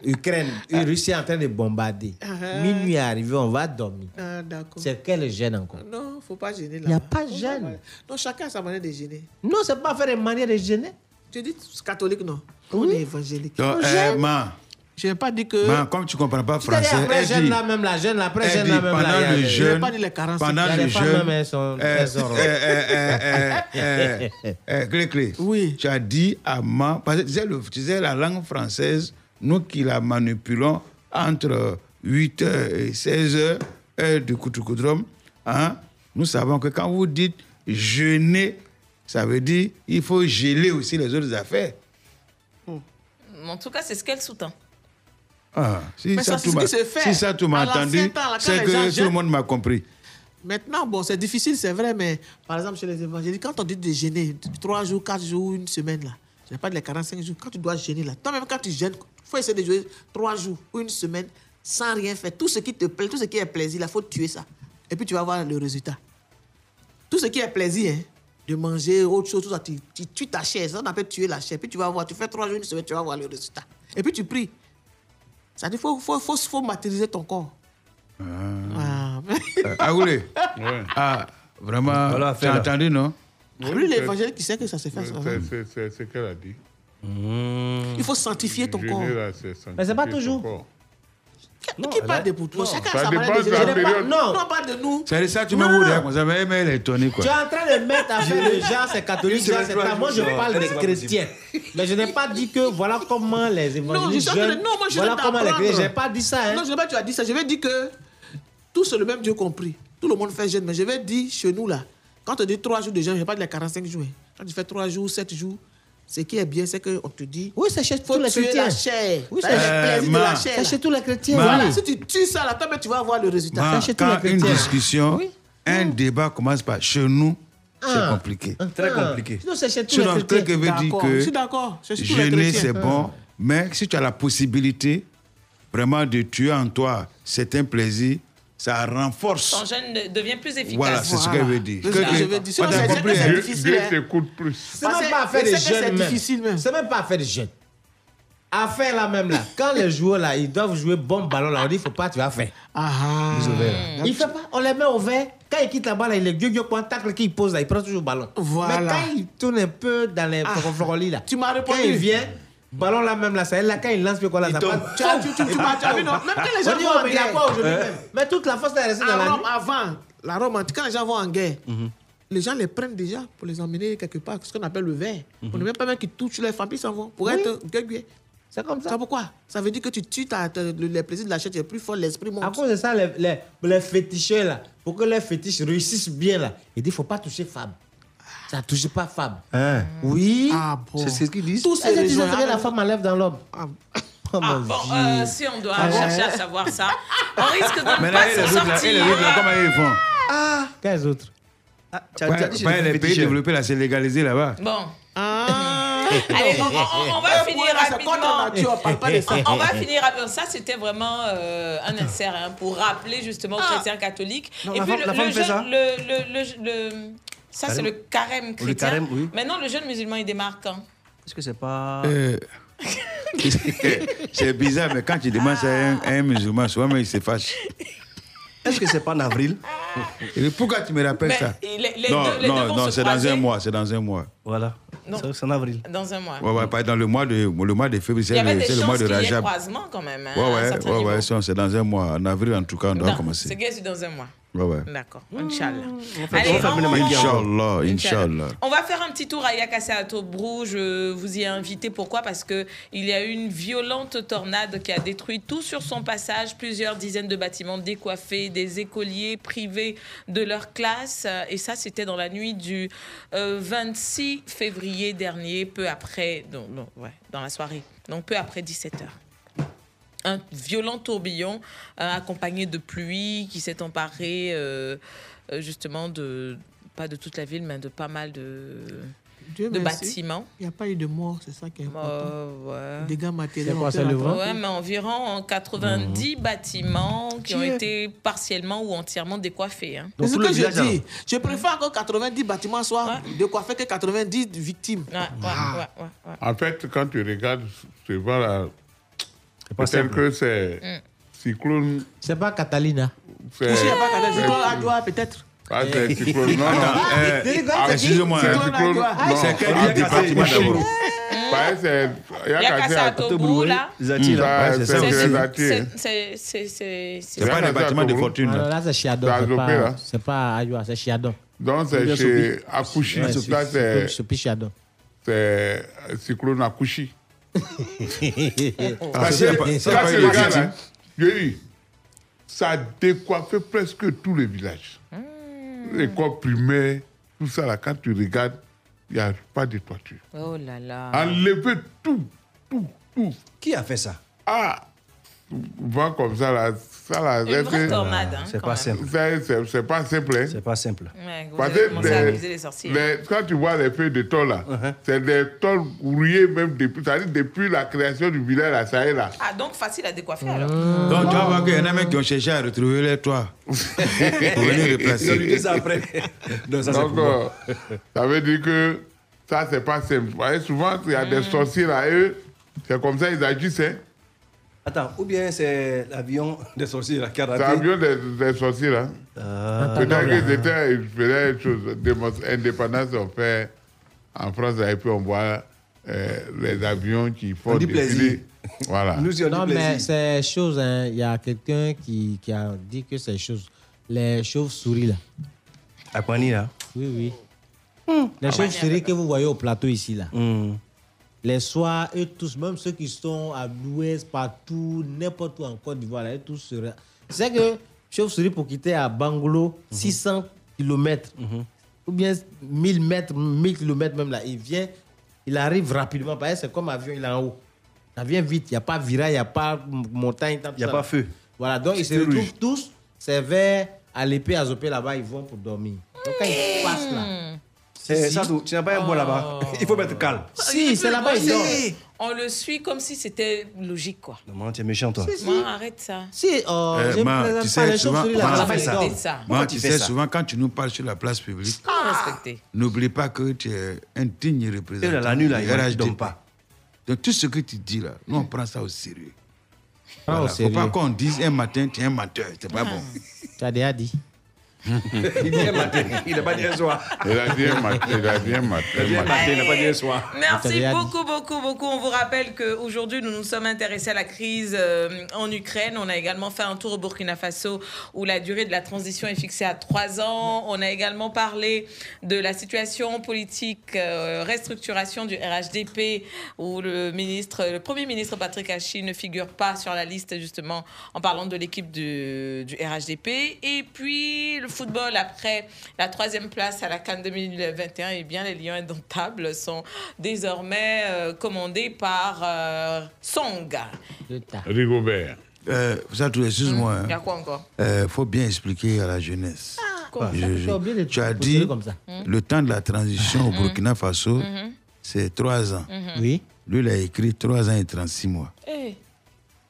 Speaker 13: Ukraine, Russie est en train de bombarder.
Speaker 4: Euh.
Speaker 14: Ah.
Speaker 13: Minuit est arrivé, on va dormir.
Speaker 14: Ah, d'accord.
Speaker 13: C'est quel gêne encore
Speaker 14: Non, faut pas gêner là.
Speaker 13: Il y a pas de gêne.
Speaker 14: Non, chacun a sa manière de gêner.
Speaker 13: Non, c'est pas faire une manière de gêner.
Speaker 14: Tu dis catholique, non On est évangélique.
Speaker 4: Donc, euh, ma,
Speaker 14: Je n'ai pas dit que.
Speaker 4: ma, comme tu ne comprends pas
Speaker 13: Tu t'as dit
Speaker 4: français,
Speaker 13: après
Speaker 4: elle
Speaker 13: jeune
Speaker 4: dit-
Speaker 13: là même, la jeune là, après
Speaker 4: elle
Speaker 13: jeune
Speaker 4: dit,
Speaker 13: là même.
Speaker 4: pendant
Speaker 13: là, il y a-
Speaker 4: le
Speaker 13: il y a-
Speaker 4: jeune, pendant
Speaker 13: Il y a
Speaker 4: le
Speaker 13: des femmes,
Speaker 4: jeune,
Speaker 13: même, elles sont-
Speaker 4: euh,
Speaker 13: elles sont-
Speaker 4: euh, euh, euh, euh, euh, euh, euh, Clé, Clé, tu as dit à ma, parce que tu sais, le- tu sais, la langue française, nous qui la manipulons entre 8 h et 16 h heure de Koutoukoudrom, hein, nous savons que quand vous dites jeûner, ça veut dire il faut geler aussi les autres affaires.
Speaker 8: En tout cas, c'est ce qu'elle sous-tend.
Speaker 4: Ah, si
Speaker 14: Mais ça,
Speaker 4: ça,
Speaker 14: c'est
Speaker 4: tout
Speaker 14: ce
Speaker 4: m'a-
Speaker 14: qui se fait.
Speaker 4: si ça, tout m'a
Speaker 14: À l'ancien
Speaker 4: entendu,
Speaker 14: temps, là, quand
Speaker 4: c'est
Speaker 14: les
Speaker 4: que
Speaker 14: gens
Speaker 4: tout le
Speaker 14: jeûnent-
Speaker 4: monde m'a compris.
Speaker 14: Maintenant, bon, c'est difficile, c'est vrai, mais par exemple, chez les évangéliques, quand on dit de gêner, trois jours, quatre jours, une semaine, là, je n'ai pas dit les 45 jours, quand tu dois gêner, là, toi-même, quand tu gênes, il faut essayer de jouer trois jours ou une semaine sans rien faire. Tout ce qui te plaît, tout ce qui est plaisir, il faut tuer ça. Et puis tu vas voir le résultat. Tout ce qui est plaisir, hein, de manger autre chose, tout ça, tu, tu tues ta chair, ça on appelle tuer la chair. Puis tu vas voir, tu fais trois jours, une semaine, tu vas voir le résultat. Et puis tu pries. Ça dit, il faut, faut, faut, faut matérialiser ton corps. Ah.
Speaker 4: Euh, Aoulé. Ah, vraiment,
Speaker 6: Voilà,
Speaker 4: tu
Speaker 6: fais-la.
Speaker 4: as entendu, non
Speaker 14: Ah, lui, l'évangile qui sait que ça se fait. ça.
Speaker 6: C'est- c'est- C'est ce qu'elle a dit.
Speaker 14: Il faut sanctifier ton corps.
Speaker 6: Mais c'est
Speaker 14: pas toujours. qui parle de pour toi Chacun a
Speaker 6: Ça
Speaker 14: sa manière
Speaker 6: dépend de la
Speaker 14: gérer.
Speaker 6: période.
Speaker 14: Non, on parle de nous.
Speaker 4: C'est ça, tu m'as ouvert comme ça, mais mais elle est étonnée, quoi.
Speaker 13: Tu es en train de mettre à faire les gens, c'est catholique,
Speaker 4: Une
Speaker 13: gens,
Speaker 4: semaine,
Speaker 13: c'est
Speaker 4: trois
Speaker 13: pas. Moi, je
Speaker 4: jours. Non,
Speaker 13: parle
Speaker 4: c'est
Speaker 13: des
Speaker 4: pas
Speaker 13: chrétiens. Mais je n'ai pas dit que voilà comment les
Speaker 14: Non, je
Speaker 13: évangéliques
Speaker 14: suis en train de-
Speaker 13: jeunes.
Speaker 14: non, moi, je
Speaker 13: Voilà
Speaker 14: vais
Speaker 13: comment les
Speaker 14: t'apprendre.
Speaker 13: chrétiens. J'ai pas dit ça. hein.
Speaker 14: Non, je ne sais pas, tu as dit ça. Je vais dire que tout c'est le même Dieu compris. Tout le monde fait jeûne. Mais je vais dire chez nous, là, quand on dit trois jours de jeûne, je parle de 45 jours. hein. Quand tu fais trois jours, sept jours, ce qui est bien, c'est qu'on te dit.
Speaker 13: Oui, c'est chez
Speaker 14: faut
Speaker 13: tous les
Speaker 14: tuer
Speaker 13: chrétiens.
Speaker 14: la chair.
Speaker 13: Oui,
Speaker 14: Ça,
Speaker 13: c'est-
Speaker 14: c'est le plaisir de
Speaker 4: Euh,
Speaker 14: la
Speaker 4: ma.
Speaker 14: chair.
Speaker 4: C'est
Speaker 14: là.
Speaker 13: chez tous les chrétiens.
Speaker 14: Voilà,
Speaker 4: Ma.
Speaker 14: si tu tues ça, là, toi-même, tu vas voir le résultat.
Speaker 4: Ma,
Speaker 14: Ça, chez tous les
Speaker 4: quand une
Speaker 14: chrétiens.
Speaker 4: discussion, un débat commence par chez nous, c'est
Speaker 14: Ah.
Speaker 4: compliqué.
Speaker 14: Très compliqué. Sinon, c'est chez tous
Speaker 4: Sinon,
Speaker 14: les chrétiens.
Speaker 4: quelqu'un veut dire
Speaker 14: D'accord,
Speaker 4: que
Speaker 14: je suis d'accord, c'est chez tous les
Speaker 4: jeûner,
Speaker 14: chrétiens.
Speaker 4: c'est bon,
Speaker 14: Ah.
Speaker 4: mais si tu as la possibilité vraiment de tuer en toi certains plaisirs, ça renforce.
Speaker 8: Ton jeûne de- devient plus efficace.
Speaker 4: Voilà, c'est ce que je veux dire.
Speaker 8: C'est
Speaker 4: Que-
Speaker 8: ça.
Speaker 4: que- on a compris, hein.
Speaker 6: t'écoute plus.
Speaker 13: C'est
Speaker 14: Parce
Speaker 13: même
Speaker 14: que-
Speaker 13: pas à faire
Speaker 14: mais
Speaker 13: des
Speaker 14: c'est que c'est
Speaker 13: jeunes.
Speaker 14: difficile
Speaker 13: même. C'est même pas à faire des jeunes. À faire là même là. Quand les joueurs là, ils doivent jouer bon ballon là, on dit faut pas, tu vas faire. Ils ouvrent, là. Ah, hmm. Il fait pas, on les met au vert. Quand ils quittent la balle, là, il est gueux, gueux, point, tacle qu'il pose là, il prend toujours le ballon.
Speaker 14: Voilà.
Speaker 13: Mais quand il tourne un peu dans les flocolis là. Ah. Tu m'as
Speaker 14: répondu.
Speaker 13: Quand il vient, ballon là même là, ça est là, quand il lance le quoi là, ça
Speaker 14: tombe.
Speaker 13: passe.
Speaker 14: Tu as- tu- tu- tu
Speaker 13: Il
Speaker 14: m'as-
Speaker 13: tombe.
Speaker 14: tu as vu, non Même quand les gens
Speaker 13: On dit,
Speaker 14: vont
Speaker 13: oh,
Speaker 14: en
Speaker 13: mais il a
Speaker 14: guerre.
Speaker 13: pas aujourd'hui
Speaker 14: Euh.
Speaker 13: même. Eh. Mais toute la force, elle est restée dans
Speaker 14: À
Speaker 13: la nuit.
Speaker 14: Rome, avant, la Rome, antique, quand les gens vont en guerre,
Speaker 13: Mhm.
Speaker 14: les gens les prennent déjà pour les emmener quelque part, ce qu'on appelle le verre.
Speaker 13: Mhm.
Speaker 14: On ne même pas même qu'ils touchent les femmes, ils s'en vont pour être guégué.
Speaker 13: C'est comme ça.
Speaker 14: Ça pourquoi Ça veut dire que tu tues ta, ta- le- les plaisirs de la chair, tu es plus fort, l'esprit monte.
Speaker 13: À cause de ça, les, les, les féticheurs, là, pour que les fétiches réussissent bien, là, il dit faut pas toucher femme. Ça ne touche pas femme.
Speaker 4: Hein?
Speaker 13: Oui.
Speaker 15: Hein?
Speaker 4: Ah,
Speaker 15: C'est ce qu'ils disent.
Speaker 13: Tous
Speaker 14: ces
Speaker 13: ces
Speaker 14: raisons-
Speaker 13: gens la femme enlève dans l'homme. <laughs> Oh, mon
Speaker 8: Bon,
Speaker 13: Dieu.
Speaker 8: euh, si on doit
Speaker 13: Ah,
Speaker 8: chercher
Speaker 13: ouais.
Speaker 8: à savoir ça, on risque de
Speaker 4: Mais
Speaker 8: ne
Speaker 4: là, et les
Speaker 8: pas s'en
Speaker 4: autres, là, et les
Speaker 8: sortir.
Speaker 4: autres, là, comment ils font
Speaker 13: Ah, quels autres
Speaker 4: Ouais, ouais, les pays développés, là, c'est légalisé là-bas.
Speaker 8: Bon.
Speaker 15: Ah.
Speaker 8: <laughs> Allez, on, on- on va
Speaker 15: Euh,
Speaker 14: Eh,
Speaker 8: finir
Speaker 14: voilà, c'est
Speaker 8: rapidement.
Speaker 14: contre nature, on parle pas de ça.
Speaker 8: On- on va finir rapidement. Ça, c'était vraiment euh, un insert hein, pour rappeler justement aux chrétiens catholiques.
Speaker 15: Ah. Non,
Speaker 8: Et
Speaker 15: la
Speaker 8: puis
Speaker 15: femme-
Speaker 8: le,
Speaker 15: la femme
Speaker 8: le
Speaker 15: fait
Speaker 8: jeune-
Speaker 15: ça
Speaker 8: le- le- le- le- ça, c'est
Speaker 15: Carême.
Speaker 8: le carême chrétien.
Speaker 15: carême, oui.
Speaker 8: Maintenant, le jeune musulman, il démarque hein, quand
Speaker 15: Est-ce que c'est pas.
Speaker 4: Euh, <laughs> c'est bizarre, mais quand tu demandes ça à un, à un musulman, souvent il se fâche.
Speaker 15: Est-ce que c'est pas en avril
Speaker 4: Il dit, Pourquoi tu me rappelles
Speaker 8: Mais
Speaker 4: ça
Speaker 8: les- les
Speaker 4: Non,
Speaker 8: deux- les deux
Speaker 4: non,
Speaker 8: vont
Speaker 4: non,
Speaker 8: se
Speaker 4: c'est dans
Speaker 8: croiser.
Speaker 4: un mois, c'est dans un mois.
Speaker 15: Voilà.
Speaker 8: Non.
Speaker 15: C'est en avril.
Speaker 8: Dans un mois.
Speaker 4: Ouais, ouais, pas dans le mois de, le mois de février,
Speaker 8: Il y
Speaker 4: c'est
Speaker 8: avait
Speaker 4: le,
Speaker 8: des
Speaker 4: c'est le
Speaker 8: chances
Speaker 4: mois de
Speaker 8: qu'il y ait
Speaker 4: Rajab.
Speaker 8: croisement quand même. hein,
Speaker 4: Ouais,
Speaker 8: à un
Speaker 4: ouais,
Speaker 8: certain
Speaker 4: ouais,
Speaker 8: niveau.
Speaker 4: ouais, c'est c'est dans un mois. En avril, en tout cas, on doit
Speaker 8: Non,
Speaker 4: commencer.
Speaker 8: C'est gay, c'est dans un mois.
Speaker 4: Ouais, ouais.
Speaker 8: D'accord. Inch'Allah.
Speaker 4: Allez,
Speaker 8: Allez, on- on-
Speaker 4: Inch'Allah, Inch'Allah.
Speaker 8: On va faire un petit tour à Yakassé à Tobrou. Je vous y ai invité. Pourquoi Parce que il y a eu une violente tornade qui a détruit tout sur son passage. Plusieurs dizaines de bâtiments décoiffés, des écoliers privés de leur classe. Euh, Et ça, c'était dans la nuit du euh, 26 février dernier, peu après, donc, non, ouais, dans la soirée. Donc peu après 17 heures un violent tourbillon euh, accompagné de pluie qui s'est emparé euh, euh, justement de pas de toute la ville mais de pas mal de
Speaker 14: Dieu
Speaker 8: de
Speaker 14: merci.
Speaker 8: bâtiments.
Speaker 14: Il n'y a pas eu de mort, c'est ça qui est important.
Speaker 13: Oh,
Speaker 8: Euh, ouais.
Speaker 14: Dégâts matériels.
Speaker 13: C'est quoi,
Speaker 14: on peut
Speaker 13: c'est le Mhm.
Speaker 14: rapporter.
Speaker 8: Ouais, mais environ 90 bâtiments qui ont
Speaker 14: Dieu.
Speaker 8: été partiellement ou entièrement décoiffés. hein.
Speaker 14: C'est ce que je dis. Je préfère que 90 bâtiments soient décoiffés que 90 victimes.
Speaker 8: Ah.
Speaker 6: En fait, quand tu regardes, tu vois là.
Speaker 13: pas
Speaker 6: Peut-être
Speaker 13: simple.
Speaker 6: que c'est
Speaker 4: Eh.
Speaker 8: Mm.
Speaker 6: cyclone.
Speaker 13: C'est pas Catalina.
Speaker 6: c'est-
Speaker 14: Si il n'y a pas
Speaker 4: Eh.
Speaker 6: c'est-
Speaker 14: 90 victimes, à doigt peut-être.
Speaker 6: Ah, c'est cyclone. Non, Eh, non.
Speaker 4: Attends, euh,
Speaker 6: C'est
Speaker 4: ah,
Speaker 6: c'est
Speaker 4: excusez-moi,
Speaker 6: cyclone,
Speaker 4: hein.
Speaker 6: cyclone,
Speaker 4: Ah,
Speaker 6: non,
Speaker 4: c'est quel
Speaker 6: ah,
Speaker 4: département
Speaker 6: c'est-
Speaker 4: d'abord
Speaker 6: Ouais, c'est. Il y a
Speaker 8: Yakassé à Tobrou, là.
Speaker 15: Zati, là. Ouais,
Speaker 6: Ça,
Speaker 15: c'est
Speaker 6: c'est-
Speaker 15: ça
Speaker 6: c'est
Speaker 15: aussi.
Speaker 6: Zati.
Speaker 8: C'est- c'est- c'est- c'est- c'est-
Speaker 4: pas des bâtiments de fortune,
Speaker 13: Alors
Speaker 4: là.
Speaker 13: Ah, là, c'est Chiadon.
Speaker 6: Ça a
Speaker 13: c'est
Speaker 6: zopé,
Speaker 13: pas-
Speaker 6: là.
Speaker 13: C'est pas Ayoa, c'est Chiadon.
Speaker 6: Donc, c'est
Speaker 13: Bien
Speaker 6: chez
Speaker 13: soupé.
Speaker 6: Akushi.
Speaker 13: Ouais,
Speaker 6: Là, c'est.
Speaker 13: c'est Sopi Chiadon.
Speaker 6: C'est euh, cyclone Akushi.
Speaker 13: Ah,
Speaker 6: Parce
Speaker 13: c'est
Speaker 6: que
Speaker 13: pas-
Speaker 6: quand
Speaker 13: c'est pas
Speaker 6: tu
Speaker 13: une
Speaker 6: regardes,
Speaker 13: victime.
Speaker 6: hein, je dis, ça a décoiffé presque tout le village. L'école primaire, tout ça, là, quand tu regardes, il n'y a pas de toiture.
Speaker 8: Oh là là.
Speaker 6: Ah. Enlever tout, tout, tout.
Speaker 15: Qui a fait ça
Speaker 6: Ah Vent comme ça, là, ça, là,
Speaker 8: Une vraie tornade, hein, C'est quand pas même. simple.
Speaker 6: C'est- C'est c'est pas simple. hein.
Speaker 15: C'est pas simple.
Speaker 8: Ouais, vous
Speaker 6: Parce
Speaker 8: avez
Speaker 6: que
Speaker 8: commencé à amuser les sorciers. hein.
Speaker 6: les- quand tu vois les feuilles de tôle, là,
Speaker 15: Uh-huh.
Speaker 6: c'est des tôles rouillées même depuis, ça dit depuis la création du village, là, ça
Speaker 15: <laughs>
Speaker 6: est là.
Speaker 8: Ah, donc facile à
Speaker 13: Mhm.
Speaker 8: décoiffer alors.
Speaker 4: Donc, tu vas voir qu'il y en a même qui ont cherché à retrouver les toits. Pour venir
Speaker 15: Ils ont lutté
Speaker 4: replacer.
Speaker 15: ça
Speaker 6: <laughs>
Speaker 15: après. Non, ça, c'est
Speaker 6: Donc,
Speaker 15: pour moi.
Speaker 6: euh, ça veut dire que ça, c'est pas simple. Vous voyez, souvent, il y a
Speaker 8: Mm.
Speaker 6: des sorciers là, eux, c'est comme ça, ils agissent. Hein.
Speaker 15: Attends, ou bien c'est l'avion des sorciers là, qui a
Speaker 6: C'est
Speaker 15: raté.
Speaker 6: l'avion des, des sorciers là. hein.
Speaker 19: Ah.
Speaker 6: Peut-être
Speaker 19: hein.
Speaker 6: qu'ils étaient, ils faisaient une chose, démon- indépendance, on fait en France, là, et puis on voit euh, les avions qui font
Speaker 15: dit
Speaker 6: défiler.
Speaker 15: plaisir.
Speaker 6: Voilà.
Speaker 13: non, mais c'est chose, hein. il y a quelqu'un qui, qui a dit que c'est chose. Les chauves-souris, là.
Speaker 15: À Kwani, là.
Speaker 13: Oui, oui.
Speaker 10: Hmm.
Speaker 15: Ah
Speaker 13: Les chauves-souris que vous voyez au plateau ici, là.
Speaker 15: Hmm.
Speaker 13: Les soirs, eux tous, même ceux qui sont à l'ouest, partout, n'importe où en Côte d'Ivoire, là, eux tous seraient. C'est que chauves-souris pour quitter à Bangolo,
Speaker 15: Mhm.
Speaker 13: 600 km, ou bien 1000 mètres, 1000 km même là, il vient, il arrive rapidement. Parce que C'est comme avion, il est en haut. Ça vient vite, il n'y a pas virage, il n'y a pas montagne. Il
Speaker 15: Y a pas feu.
Speaker 13: Voilà, donc ils se
Speaker 15: Feu rouge.
Speaker 13: retrouvent
Speaker 8: Hmm.
Speaker 13: tous, c'est vers à l'épée, à Zopé là-bas, ils vont pour dormir. Donc quand ils passent là,
Speaker 15: Eh, Sadou, tu n'as pas un bois là-bas. Il faut mettre calme.
Speaker 19: Si, c'est là-bas, il dort.
Speaker 8: On le suit comme si c'était logique, quoi.
Speaker 15: Maman, tu es méchant, toi.
Speaker 8: Moi, arrête ça.
Speaker 14: Si, oh,
Speaker 4: Eh, Ma, tu sais, souvent, Ma,
Speaker 8: On va arrêter ça.
Speaker 4: Ma, tu sais, souvent, quand tu nous parles sur la place publique,
Speaker 8: Pas respecté.
Speaker 4: n'oublie pas que tu es un digne représentant.
Speaker 15: Et là, la nuit, là,
Speaker 4: du
Speaker 15: il y en a qui
Speaker 4: RHDP.
Speaker 15: dorment pas.
Speaker 4: Donc, tout ce que tu dis là, nous, on prend ça au sérieux.
Speaker 19: Ah, au
Speaker 4: Voilà, faut pas
Speaker 19: sérieux.
Speaker 4: qu'on dise un matin, tu es un menteur. C'est pas bon.
Speaker 15: Ah.
Speaker 19: Tu as déjà
Speaker 4: <laughs>
Speaker 19: dit.
Speaker 15: Il dit un matin, il n'a pas dit un soir.
Speaker 6: Il a dit un matin, il a dit un matin.
Speaker 15: Il a dit un matin, il n'a pas dit un soir.
Speaker 8: Merci beaucoup, beaucoup, beaucoup. On vous rappelle qu'aujourd'hui, nous nous sommes intéressés à la crise euh, en Ukraine. On a également fait un tour au Burkina Faso où la durée de la transition est fixée à trois ans. On a également parlé de la situation politique, euh, restructuration du RHDP où le ministre, le premier ministre Patrick Hachi ne figure pas sur la liste justement en parlant de l'équipe du, du RHDP. Et puis le football après la troisième place à la Cannes 2021, et eh bien les Lions indomptables sont désormais euh, commandés par euh, Song.
Speaker 6: Rigobert.
Speaker 4: Euh, Sadou, excuse-moi. hein.
Speaker 8: Hmm, Il y a quoi encore Ah,
Speaker 4: Euh, faut bien expliquer à la jeunesse.
Speaker 8: quoi
Speaker 4: Je-
Speaker 8: Ça fait
Speaker 4: je-
Speaker 8: oublier les
Speaker 4: tu as
Speaker 8: trucs
Speaker 4: dit
Speaker 8: comme ça. Mm.
Speaker 4: le temps de la transition au
Speaker 8: Mm.
Speaker 4: Burkina Faso,
Speaker 8: Mhm.
Speaker 4: c'est trois ans.
Speaker 8: Mhm. Oui.
Speaker 4: Lui, il a écrit trois ans et 36 mois.
Speaker 8: Eh,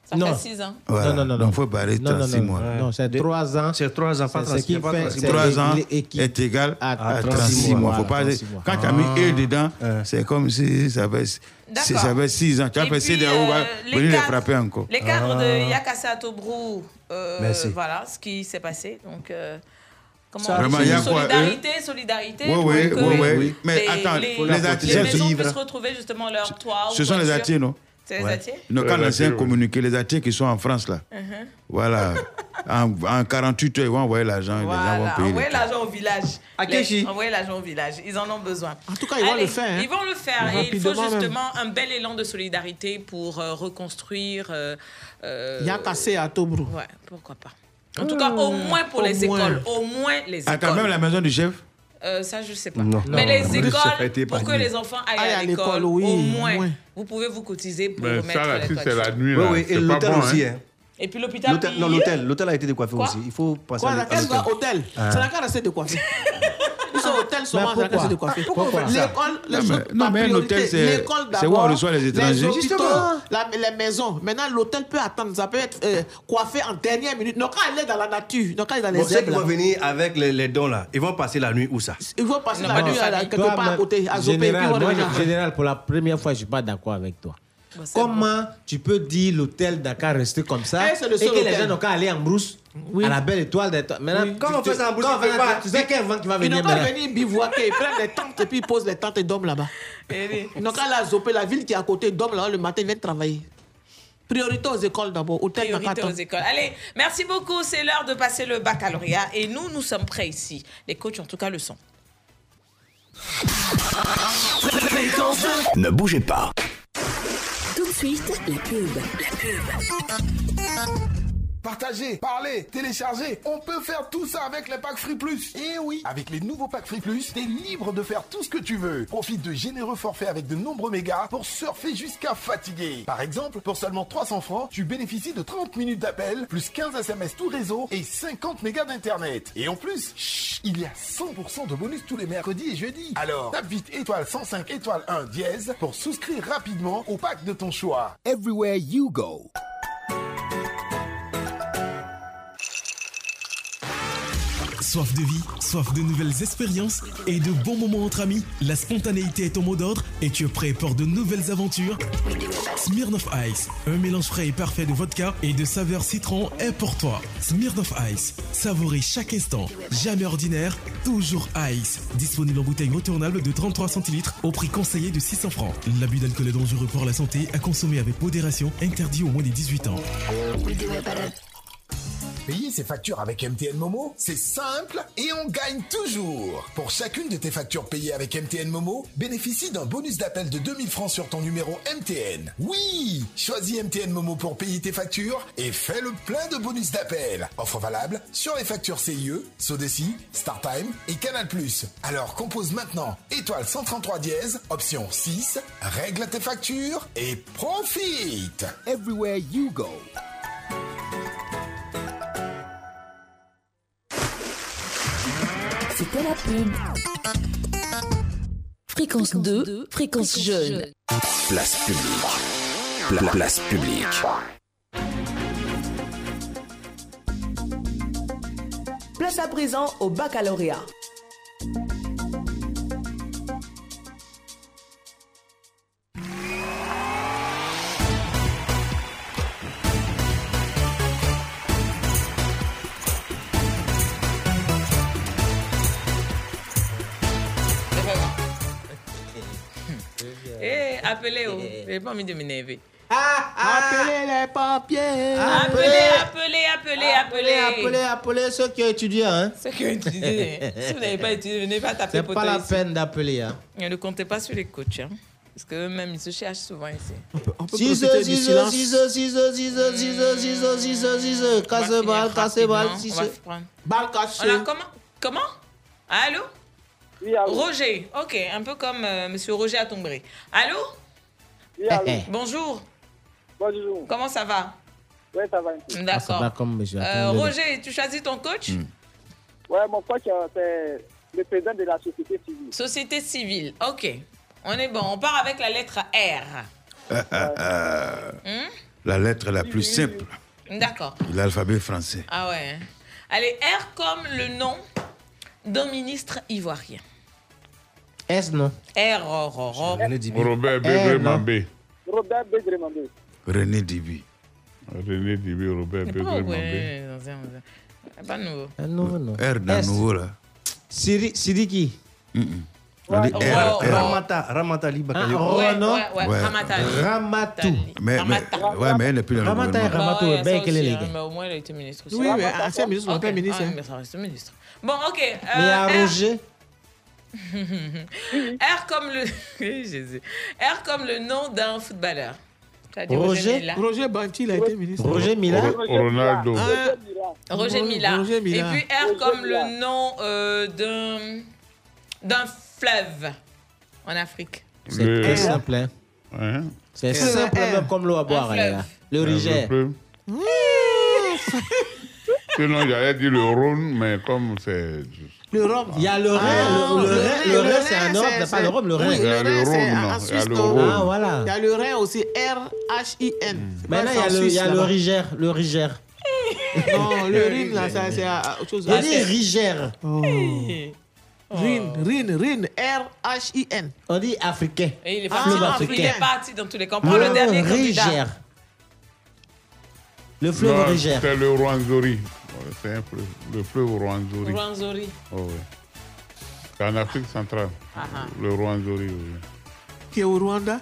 Speaker 8: ça
Speaker 19: Non.
Speaker 8: fait six ans.
Speaker 4: Voilà.
Speaker 19: non, non, non.
Speaker 4: Donc, faut barrer
Speaker 19: Non, non,
Speaker 4: 36
Speaker 19: non.
Speaker 4: mois.
Speaker 19: Ouais. Non, c'est 3 ans. C'est 3 ans, pas
Speaker 4: C'est ce qui fait
Speaker 19: c'est
Speaker 4: 3 ans
Speaker 19: l'é- l'é- équipe.
Speaker 4: est égal
Speaker 19: à
Speaker 4: à
Speaker 19: 36
Speaker 4: 36 mois. Faut
Speaker 19: mois.
Speaker 4: pas dire-
Speaker 19: 36 mois.
Speaker 4: Quand tu as mis
Speaker 19: Ah.
Speaker 4: E dedans, c'est comme si ça avait, si
Speaker 8: D'accord.
Speaker 4: ça avait 6 ans. Tu as
Speaker 8: Et
Speaker 4: passé
Speaker 8: puis,
Speaker 4: des hauts, bah,
Speaker 8: euh, les
Speaker 4: venir les
Speaker 8: cadres-
Speaker 4: frapper encore.
Speaker 8: Les cadres
Speaker 14: Ah.
Speaker 8: de Yakassé à Tobrou, euh,
Speaker 4: Merci.
Speaker 8: voilà ce qui s'est passé. Donc, euh, comment
Speaker 4: Ça, Vraiment, il y a quoi,
Speaker 8: Solidarité, solidarité.
Speaker 4: Ouais, ouais,
Speaker 8: pour que
Speaker 4: ouais, ouais. Mais attends,
Speaker 8: les,
Speaker 4: faut
Speaker 8: les,
Speaker 4: leur
Speaker 8: les,
Speaker 4: apporter à
Speaker 8: maisons
Speaker 4: vivre.
Speaker 8: puissent retrouver justement leur toit. ou
Speaker 4: Ce sont les
Speaker 8: voiture.
Speaker 4: attiers, non
Speaker 8: C'est les
Speaker 4: Ouais.
Speaker 8: attiers
Speaker 4: Non, quand
Speaker 6: Les
Speaker 4: l'ancien
Speaker 6: attiers, ouais.
Speaker 4: communiqué, les attiers qui sont en France, là,
Speaker 8: Mhm. <laughs>
Speaker 4: voilà, en, en 48 heures, ils vont envoyer l'argent, les gens
Speaker 8: Voilà,
Speaker 4: vont payer. les
Speaker 8: envoyez l'argent au village.
Speaker 4: À
Speaker 8: Les-
Speaker 4: Kechi.
Speaker 8: Envoyez l'argent au village. Ils en ont besoin. En tout
Speaker 14: cas, ils vont le faire, hein.
Speaker 8: Ils vont le faire. Et il faut
Speaker 14: Rapidement même.
Speaker 8: justement un bel élan de solidarité pour euh, reconstruire. euh, euh,
Speaker 14: Yakassé à Tobrou.
Speaker 8: Ouais, pourquoi pas. En tout cas, Ah, au moins pour les écoles. Au moins les écoles.
Speaker 4: Attends, Ah, même la maison du chef
Speaker 8: Euh, ça, je sais pas.
Speaker 4: Non.
Speaker 8: Mais
Speaker 4: Non,
Speaker 8: les
Speaker 4: non, non. Ça a
Speaker 8: écoles,
Speaker 4: été
Speaker 8: pour que
Speaker 4: épargné.
Speaker 8: les enfants aillent
Speaker 14: Aillent
Speaker 8: à
Speaker 14: à
Speaker 8: l'école,
Speaker 14: l'école, oui,
Speaker 8: au moins,
Speaker 14: moins.
Speaker 8: vous pouvez vous cotiser pour
Speaker 6: Mais
Speaker 8: remettre
Speaker 6: ça, là,
Speaker 8: les
Speaker 6: si
Speaker 8: toits
Speaker 6: c'est
Speaker 8: dessus.
Speaker 6: la nuit,
Speaker 15: Oui,
Speaker 6: là,
Speaker 15: oui, et
Speaker 6: c'est pas
Speaker 15: l'hôtel
Speaker 6: bon,
Speaker 15: aussi,
Speaker 6: hein.
Speaker 15: hein.
Speaker 8: Et puis l'hôpital.
Speaker 15: L'hôtel, non,
Speaker 8: puis-
Speaker 15: l'hôtel, l'hôtel a été décoiffé
Speaker 8: Quoi
Speaker 15: aussi. Il faut passer
Speaker 14: Quoi,
Speaker 15: à
Speaker 14: laquelle
Speaker 15: l'hôtel.
Speaker 14: soit hôtel
Speaker 15: Ah.
Speaker 14: C'est la carte, c'est de coiffer. Ils sont hôtels seulement, c'est la carte, c'est de coiffer.
Speaker 15: Pourquoi on fait ça
Speaker 14: L'école, les
Speaker 4: Non, mais-
Speaker 14: autres,
Speaker 4: non,
Speaker 14: par
Speaker 4: mais un
Speaker 14: priorité.
Speaker 4: hôtel, c'est-
Speaker 14: L'école
Speaker 4: c'est où on
Speaker 14: d'abord,
Speaker 4: reçoit les étrangers.
Speaker 14: Les hôpitaux,
Speaker 4: Justement.
Speaker 14: la- les maisons. Maintenant, l'hôtel peut attendre. Ça peut être euh, coiffé en dernière minute. Donc, quand elle est dans la nature, donc quand elle est dans
Speaker 15: Bon,
Speaker 14: les
Speaker 15: ceux
Speaker 14: herbes,
Speaker 15: qui
Speaker 14: là,
Speaker 15: vont venir avec les, les dons là, ils vont passer la nuit où ça
Speaker 14: ils vont passer la nuit à la- quelque
Speaker 19: Toi,
Speaker 14: part à
Speaker 19: mais-
Speaker 14: côté, à Zopé, et puis
Speaker 19: général,
Speaker 14: on
Speaker 19: moi,
Speaker 14: revient.
Speaker 19: je- général, pour la première fois, je suis pas d'accord avec toi. Comment tu peux dire l'hôtel Dakar rester comme ça
Speaker 14: Eh, c'est le
Speaker 19: et
Speaker 14: seul
Speaker 19: que les
Speaker 14: hôtel.
Speaker 19: gens n'ont qu'à aller en brousse à la belle étoile d'étoile Maintenant,
Speaker 14: Oui.
Speaker 19: tu- tu- quand on fait ça, tu sais quel vent qui va
Speaker 14: Ils
Speaker 19: venir
Speaker 14: n'ont qu'à
Speaker 19: maintenant.
Speaker 14: venir bivouaquer, ils prennent des tentes et puis ils posent les tentes et dorment là-bas.
Speaker 8: Eh
Speaker 14: Ils n'ont qu'à aller à Zopé, la ville qui est à côté, ils dorment là-bas le matin, ils viennent travailler. Priorité aux écoles d'abord, hôtel n'a qu'à
Speaker 8: priorité aux
Speaker 14: attendre.
Speaker 8: écoles. Allez, merci beaucoup. C'est l'heure de passer le baccalauréat. Et nous, nous sommes prêts ici. Les coachs, en tout cas, le sont.
Speaker 5: Ne bougez pas.
Speaker 1: Tout de suite, la pub. La pub.
Speaker 3: Partager, parler, télécharger, on peut faire tout ça avec les packs Free Plus. Et oui, avec les nouveaux packs Free Plus, t'es libre de faire tout ce que tu veux. Profite de généreux forfaits avec de nombreux mégas pour surfer jusqu'à fatiguer. Par exemple, pour seulement 300 francs, tu bénéficies de 30 minutes d'appel, plus 15 SMS tout réseau et 50 mégas d'internet. Et en plus, chut, il y a 100% de bonus tous les mercredis et jeudis. Alors, tape vite étoile 105 étoile 1 dièse pour souscrire rapidement au pack de ton choix. Everywhere you go.
Speaker 13: Soif de vie, soif de nouvelles expériences et de bons moments entre amis, la spontanéité est ton mot d'ordre et tu es prêt pour de nouvelles aventures. Smirnoff Ice, un mélange frais et parfait de vodka et de saveur citron est pour toi. Smirnoff Ice, savourer chaque instant, jamais ordinaire, toujours ice. Disponible en bouteille retournable de 33 centilitres au prix conseillé de 600 francs. L'abus d'alcool est dangereux pour la santé, à consommer avec modération, interdit au moins des 18 ans.
Speaker 3: Payer ses factures avec MTN Momo, c'est simple et on gagne toujours. Pour chacune de tes factures payées avec MTN Momo, bénéficie d'un bonus d'appel de 2000 francs sur ton numéro MTN. Oui, choisis MTN Momo pour payer tes factures et fais le plein de bonus d'appel. Offre valable sur les factures CIE, Sodeci, StarTime et Canal+. Alors compose maintenant étoile 133 dièse, option 6, règle tes factures et profite. Everywhere you go.
Speaker 1: C'était la pub. Fréquence 2, fréquence jeune.
Speaker 5: Place publique. Pla- place publique.
Speaker 23: Place à présent au baccalauréat.
Speaker 8: Eh, appelez-vous. J'ai pas envie de m'énerver.
Speaker 19: Ah,
Speaker 14: Appelez les pompiers.
Speaker 8: Appelez, appelez, appelez, appelez.
Speaker 19: Appelez, appelez ceux qui ont étudié.
Speaker 14: <laughs>
Speaker 19: Hein.
Speaker 8: Ceux qui ont étudié. <laughs> Si vous n'avez pas étudié, venez pas taper
Speaker 19: C'est
Speaker 8: pour
Speaker 19: pas la peine d'appeler. Hein.
Speaker 8: Ne comptez pas sur les coachs. hein. Parce qu'eux-mêmes, ils se cherchent souvent ici.
Speaker 19: Ciseaux, ciseaux, ciseaux, ciseaux, ciseaux, ciseaux, ciseaux, ciseaux, ciseaux. Casse balle, casse balle,
Speaker 8: rapidement, on va
Speaker 19: ciseaux.
Speaker 8: prendre.
Speaker 19: Balle
Speaker 8: On a
Speaker 19: cachée.
Speaker 8: comment Comment Allô
Speaker 19: Oui, allô.
Speaker 8: Roger, ok, un peu comme euh, Monsieur Roger à Tombré. Allô
Speaker 19: allô.
Speaker 8: Bonjour. Bonjour. Comment ça va Oui, ça va.
Speaker 19: Ah, ça
Speaker 8: D'accord.
Speaker 19: va comme monsieur.
Speaker 8: Euh,
Speaker 19: Attendez.
Speaker 8: Roger, tu choisis ton coach
Speaker 19: Hmm.
Speaker 22: Ouais, mon coach, euh, c'est le président de la société civile.
Speaker 8: Société civile, ok. On est bon, on part avec la lettre R. Hmm
Speaker 4: euh, La lettre la plus simple
Speaker 8: D'accord.
Speaker 4: de l'alphabet français.
Speaker 8: Ah ouais. hein. Allez, R comme le nom d'un ministre ivoirien.
Speaker 19: S, non
Speaker 8: R, R, R, R.
Speaker 6: Robert
Speaker 19: Eh,
Speaker 6: Bedre
Speaker 19: non.
Speaker 6: Mambé.
Speaker 22: Robert Bedremandé.
Speaker 4: René Dibi.
Speaker 6: René Dibi, Robert
Speaker 8: C'est pas
Speaker 6: Bedre Mambé.
Speaker 8: ouais, non, c'est- non, c'est- pas nouveau.
Speaker 19: Un nouveau nom.
Speaker 4: R d'un
Speaker 19: S.
Speaker 4: nouveau là.
Speaker 19: Siri- Siriki.
Speaker 4: On dit R, R.
Speaker 19: Ramata, Ramata Liba.
Speaker 4: Ah,
Speaker 8: ouais,
Speaker 19: non
Speaker 8: ouais, ouais,
Speaker 4: Ouais.
Speaker 8: Ramata.
Speaker 19: Ramatou.
Speaker 4: Mais, mais, ouais, mais elle n'est plus dans le
Speaker 19: Ramata et
Speaker 4: gouvernement.
Speaker 19: Ramatou,
Speaker 8: ouais,
Speaker 19: ben,
Speaker 8: ça
Speaker 19: quel est
Speaker 8: aussi,
Speaker 19: les
Speaker 8: hein,
Speaker 19: gars
Speaker 8: mais au moins, il a été ministre aussi.
Speaker 19: Oui, mais ancien ministre, on
Speaker 8: Ok.
Speaker 19: l'appelle ministre,
Speaker 8: Ah,
Speaker 19: hein.
Speaker 8: mais ça reste ministre. Bon, ok. euh,
Speaker 19: Mais il y a
Speaker 8: R-
Speaker 19: Roger.
Speaker 8: <laughs> R comme le <laughs> Jésus. R comme le nom d'un footballeur. Ça dit
Speaker 14: Roger,
Speaker 8: Milla.
Speaker 14: Roger Banti, il a été ministre.
Speaker 19: Roger Mila
Speaker 6: Ronaldo.
Speaker 14: Ah,
Speaker 8: Roger
Speaker 14: Ro-
Speaker 8: Mila.
Speaker 14: Roger Mila.
Speaker 8: Et puis R
Speaker 14: Roger
Speaker 8: comme
Speaker 14: Mila.
Speaker 8: le nom euh, d'un d'un fleuve en Afrique.
Speaker 19: C'est très simple. hein. C'est
Speaker 8: C'est
Speaker 19: simple
Speaker 8: un
Speaker 19: même comme l'eau à boire.
Speaker 8: Un
Speaker 19: les gars.
Speaker 8: fleuve.
Speaker 19: Le Rigère. <laughs>
Speaker 6: Sinon, j'allais dire le Rhône, mais comme c'est.
Speaker 14: Le Rhum.
Speaker 19: Il y a le Rhin. le- le Rhin- le Rhin, c'est en Europe, pas le Rhum, le Rhin.
Speaker 14: Oui,
Speaker 6: Il y
Speaker 14: le
Speaker 6: a le
Speaker 14: Rhin, c'est
Speaker 6: Rhône,
Speaker 14: en
Speaker 6: non, il y a
Speaker 14: Suisse.
Speaker 6: le
Speaker 14: non
Speaker 6: Rhône.
Speaker 19: Ah, voilà.
Speaker 14: Il y a le Rhin aussi, R-H-I-N. Ah. C'est pas
Speaker 19: Maintenant, il y a
Speaker 14: en
Speaker 19: le- il y a
Speaker 14: Suisse,
Speaker 19: le
Speaker 14: là-bas.
Speaker 19: Rigère. Le Rigère.
Speaker 14: <laughs> Non, le Rhin, là, ça, c'est Oh. à- à autre chose.
Speaker 19: Il y a des Rigères.
Speaker 14: Rhin, Rhin, Rhin, R-H-I-N.
Speaker 19: On dit africain.
Speaker 8: Et il est
Speaker 14: Ah,
Speaker 8: parti, dans,
Speaker 14: Africain.
Speaker 8: il est parti dans tous les camps. Prends
Speaker 19: Le
Speaker 8: le dernier candidat.
Speaker 19: Rigère. Le fleuve
Speaker 6: Non,
Speaker 19: Rigère.
Speaker 6: C'est le Rwanzori. Ouais, C'est un fleuve. Le fleuve Rwanzori.
Speaker 8: Rwanzori.
Speaker 6: Oh, ouais. C'est en Afrique centrale.
Speaker 8: Ah, ah.
Speaker 6: Le Rwanzori, oui.
Speaker 14: Qui est au Rwanda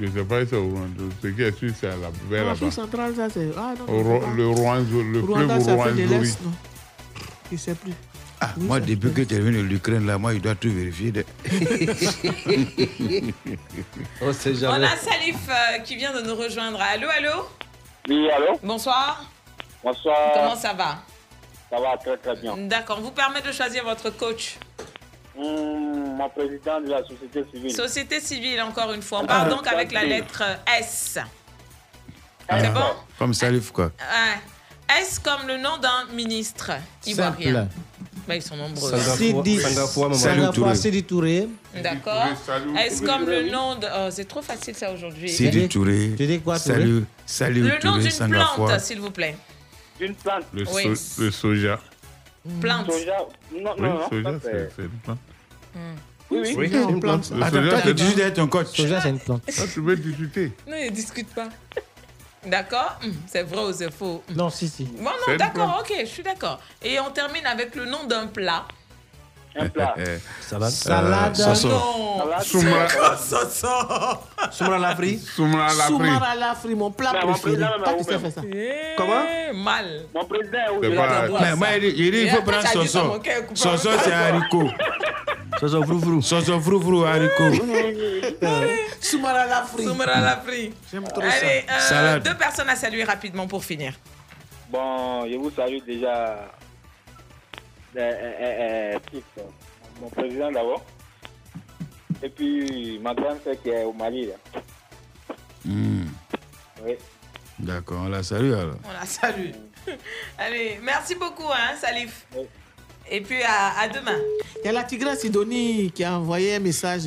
Speaker 6: Je ne sais pas si c'est au Rwanda. Ce qui est sûr, c'est à la, vers
Speaker 14: En
Speaker 6: là-bas.
Speaker 14: Afrique centrale, ça, c'est. Ah, non,
Speaker 6: Au
Speaker 14: non,
Speaker 6: Ro- Le Rwanzo- le
Speaker 14: Rwanda,
Speaker 6: fleuve
Speaker 14: c'est Afrique de
Speaker 6: Rwanzori.
Speaker 14: l'Est, non Je sais plus.
Speaker 4: Ah, moi, depuis que tu es venu de l'Ukraine, là, moi, il doit tout vérifier. de-
Speaker 19: On sait
Speaker 8: On a Salif euh, qui vient de nous rejoindre. Allô, allô
Speaker 22: Oui, allô
Speaker 8: Bonsoir.
Speaker 22: Bonsoir.
Speaker 8: Comment ça va
Speaker 22: Ça va très très bien.
Speaker 8: D'accord. On vous permet de choisir votre coach.
Speaker 22: Mmh, mon président de la société civile.
Speaker 8: Société civile, encore une fois. On part
Speaker 22: Ah,
Speaker 8: donc avec la
Speaker 22: d'accord.
Speaker 8: lettre S.
Speaker 4: Ah,
Speaker 8: bon
Speaker 4: Comme Salif, quoi.
Speaker 8: Ah, S comme le nom d'un ministre ivoirien. Bah, ils sont nombreux. hein.
Speaker 19: Sidi
Speaker 15: Sangafoua, Mamadou
Speaker 19: Sangafoua,
Speaker 15: Touré.
Speaker 19: Sidi Touré.
Speaker 8: D'accord.
Speaker 15: Salut,
Speaker 8: S
Speaker 15: Touré.
Speaker 8: comme le nom de... oh, c'est trop facile ça aujourd'hui.
Speaker 4: Sidi Touré.
Speaker 19: Tu dis quoi, Touré
Speaker 4: Salut, salut,
Speaker 8: Le nom
Speaker 4: Touré,
Speaker 8: d'une
Speaker 4: Sangafoua.
Speaker 8: plante, s'il vous plaît.
Speaker 22: D'une plante.
Speaker 6: Le,
Speaker 8: Oui.
Speaker 6: so- le soja.
Speaker 8: Plante.
Speaker 22: Ah, Non,
Speaker 6: Oui, le soja, c'est c'est une plante.
Speaker 22: Oui,
Speaker 4: Oui,
Speaker 6: c'est
Speaker 4: une plante.
Speaker 6: Le
Speaker 4: Attends, toi,
Speaker 6: soja,
Speaker 4: tu
Speaker 6: c'est-
Speaker 4: discutes avec ton coach.
Speaker 19: Soja, c'est une plante.
Speaker 6: Ah, tu veux discuter
Speaker 8: Non, ils discutent pas. D'accord Hum, C'est vrai ou c'est faux Hmm.
Speaker 19: Non, si, si.
Speaker 8: Bon,
Speaker 19: C'est
Speaker 8: non,
Speaker 19: une
Speaker 8: d'accord, ok, je suis d'accord. Et on termine avec le nom d'un plat.
Speaker 22: Un plat.
Speaker 6: Eh, Euh,
Speaker 15: Salade.
Speaker 4: Salade. Soso.
Speaker 8: Non.
Speaker 4: Soumra.
Speaker 15: Soumra l'Afrique.
Speaker 6: Soumra
Speaker 14: Soumara Lafri, mon plat
Speaker 22: Mais mon
Speaker 14: préféré.
Speaker 22: président, mais
Speaker 14: Pas
Speaker 22: vous
Speaker 14: qui sait faire ça.
Speaker 8: Comment Mal.
Speaker 22: Mon président est où
Speaker 6: C'est
Speaker 22: Je
Speaker 6: pas-
Speaker 22: l'attends.
Speaker 4: Mais Eh, moi, il dit, il dit, il
Speaker 22: Et
Speaker 4: faut
Speaker 22: après,
Speaker 4: prendre
Speaker 22: ça dit, ça
Speaker 4: Soso.
Speaker 22: manquait un coup par
Speaker 4: Soso,
Speaker 22: rapport.
Speaker 4: c'est haricot.
Speaker 15: Soso, froufrou.
Speaker 4: Soso, froufrou, haricot.
Speaker 14: Soumara Lafri.
Speaker 8: Ah Soumara Lafri.
Speaker 14: J'aime trop ça.
Speaker 8: Allez, euh,
Speaker 22: Salade.
Speaker 8: deux personnes à saluer rapidement pour finir.
Speaker 22: Bon, je vous salue déjà. Euh, euh, euh, euh, Pif, euh, mon président d'abord. Et puis ma grande sœur qui est au Mali. Là.
Speaker 4: Hmm,
Speaker 22: Oui.
Speaker 8: <laughs>
Speaker 4: D'accord, on la salue alors.
Speaker 8: On la salue. Allez, merci beaucoup, hein, Salif. Et puis à, à demain.
Speaker 14: Il y a la tigresse Sidonie qui a envoyé un message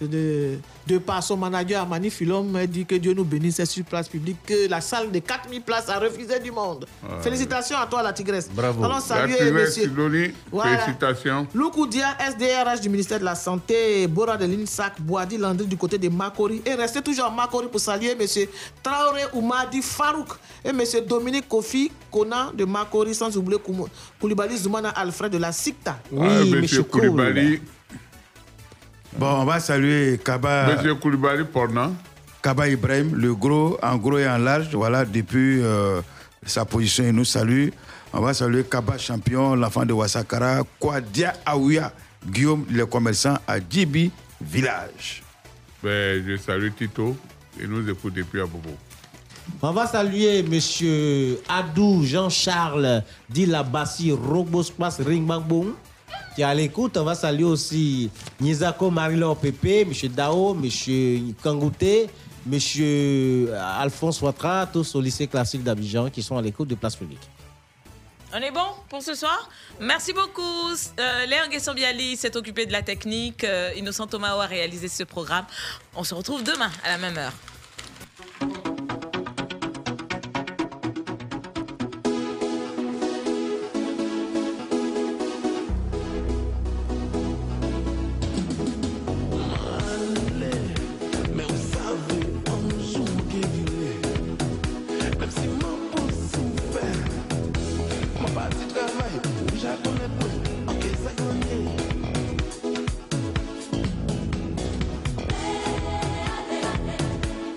Speaker 14: de, de, de par son manager à Manifilom. Elle dit que Dieu nous bénisse c'est sur place publique, que la salle de 4000 places a refusé du monde.
Speaker 6: Ah.
Speaker 14: Félicitations à toi, la tigresse. Allons
Speaker 6: La
Speaker 14: saluer,
Speaker 6: tigresse
Speaker 14: monsieur.
Speaker 6: Sidonie,
Speaker 14: Voilà.
Speaker 6: félicitations.
Speaker 14: Loukoudia, SDRH du ministère de la Santé, Bora de l'INSAC, Boadi Landry du côté de Makori. Et restez toujours à Makori pour saluer M. Traoré Oumadi Farouk et M. Dominique Kofi Kona de Makori, sans oublier Koum- Koulibaly Zoumana Alfred de la SICTA.
Speaker 6: Ah, monsieur
Speaker 14: Koul.
Speaker 6: Koulibaly,
Speaker 4: Bon, on va saluer Kaba.
Speaker 6: Monsieur Koulibaly Pornan.
Speaker 4: Kaba Ibrahim, le gros, en gros et en large, voilà, depuis euh, sa position, il nous salue. On va saluer Kaba Champion, l'enfant de Wasakara, Kwadia Aouya, Guillaume le commerçant à Djibi Village.
Speaker 6: ben, je salue Tito. Il nous écoute depuis à Bobo.
Speaker 13: On va saluer Monsieur Adou Jean-Charles Dilabassi Robospas Ringbangboum qui est à l'écoute. On va saluer aussi Nizako Marilor Pépé, Monsieur Dao, Monsieur Kangouté, Monsieur Alphonse Ouattara, tous au lycée classique d'Abidjan qui sont à l'écoute de Place Publique.
Speaker 8: On est bon pour ce soir Merci beaucoup. Euh, Léon Guessambiali s'est occupé de la technique. Euh, Innocent Tomao a réalisé ce programme. On se retrouve demain à la même heure.
Speaker 10: Thank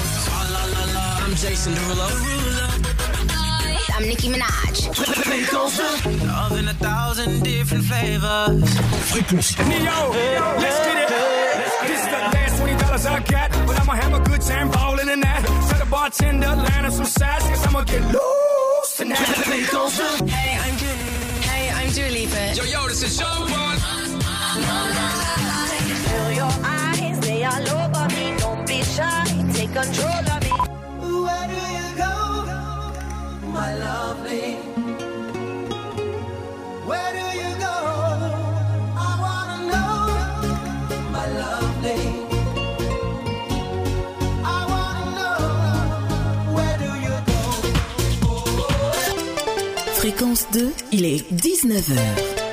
Speaker 19: I'm Jason Derulo. I'm Nicki Minaj. All in a thousand different flavors.
Speaker 10: Frequency. Neo, let's get it. This is the last twenty dollars I got, but I'ma have a good time balling in that. Set a bartender, line up some shots, cause I'ma get loose tonight.
Speaker 19: Hey, I'm Dua, hey, I'm Dua Lipa.
Speaker 10: Yo, yo, this is Sean Paul.
Speaker 19: Fill your eyes, they all over me. Don't be shy, take control of me. Where do you go, my lovely?
Speaker 32: Where do you go? I wanna know, my lovely. I wanna know, where do you go?
Speaker 8: Fréquence 2, il est 19h.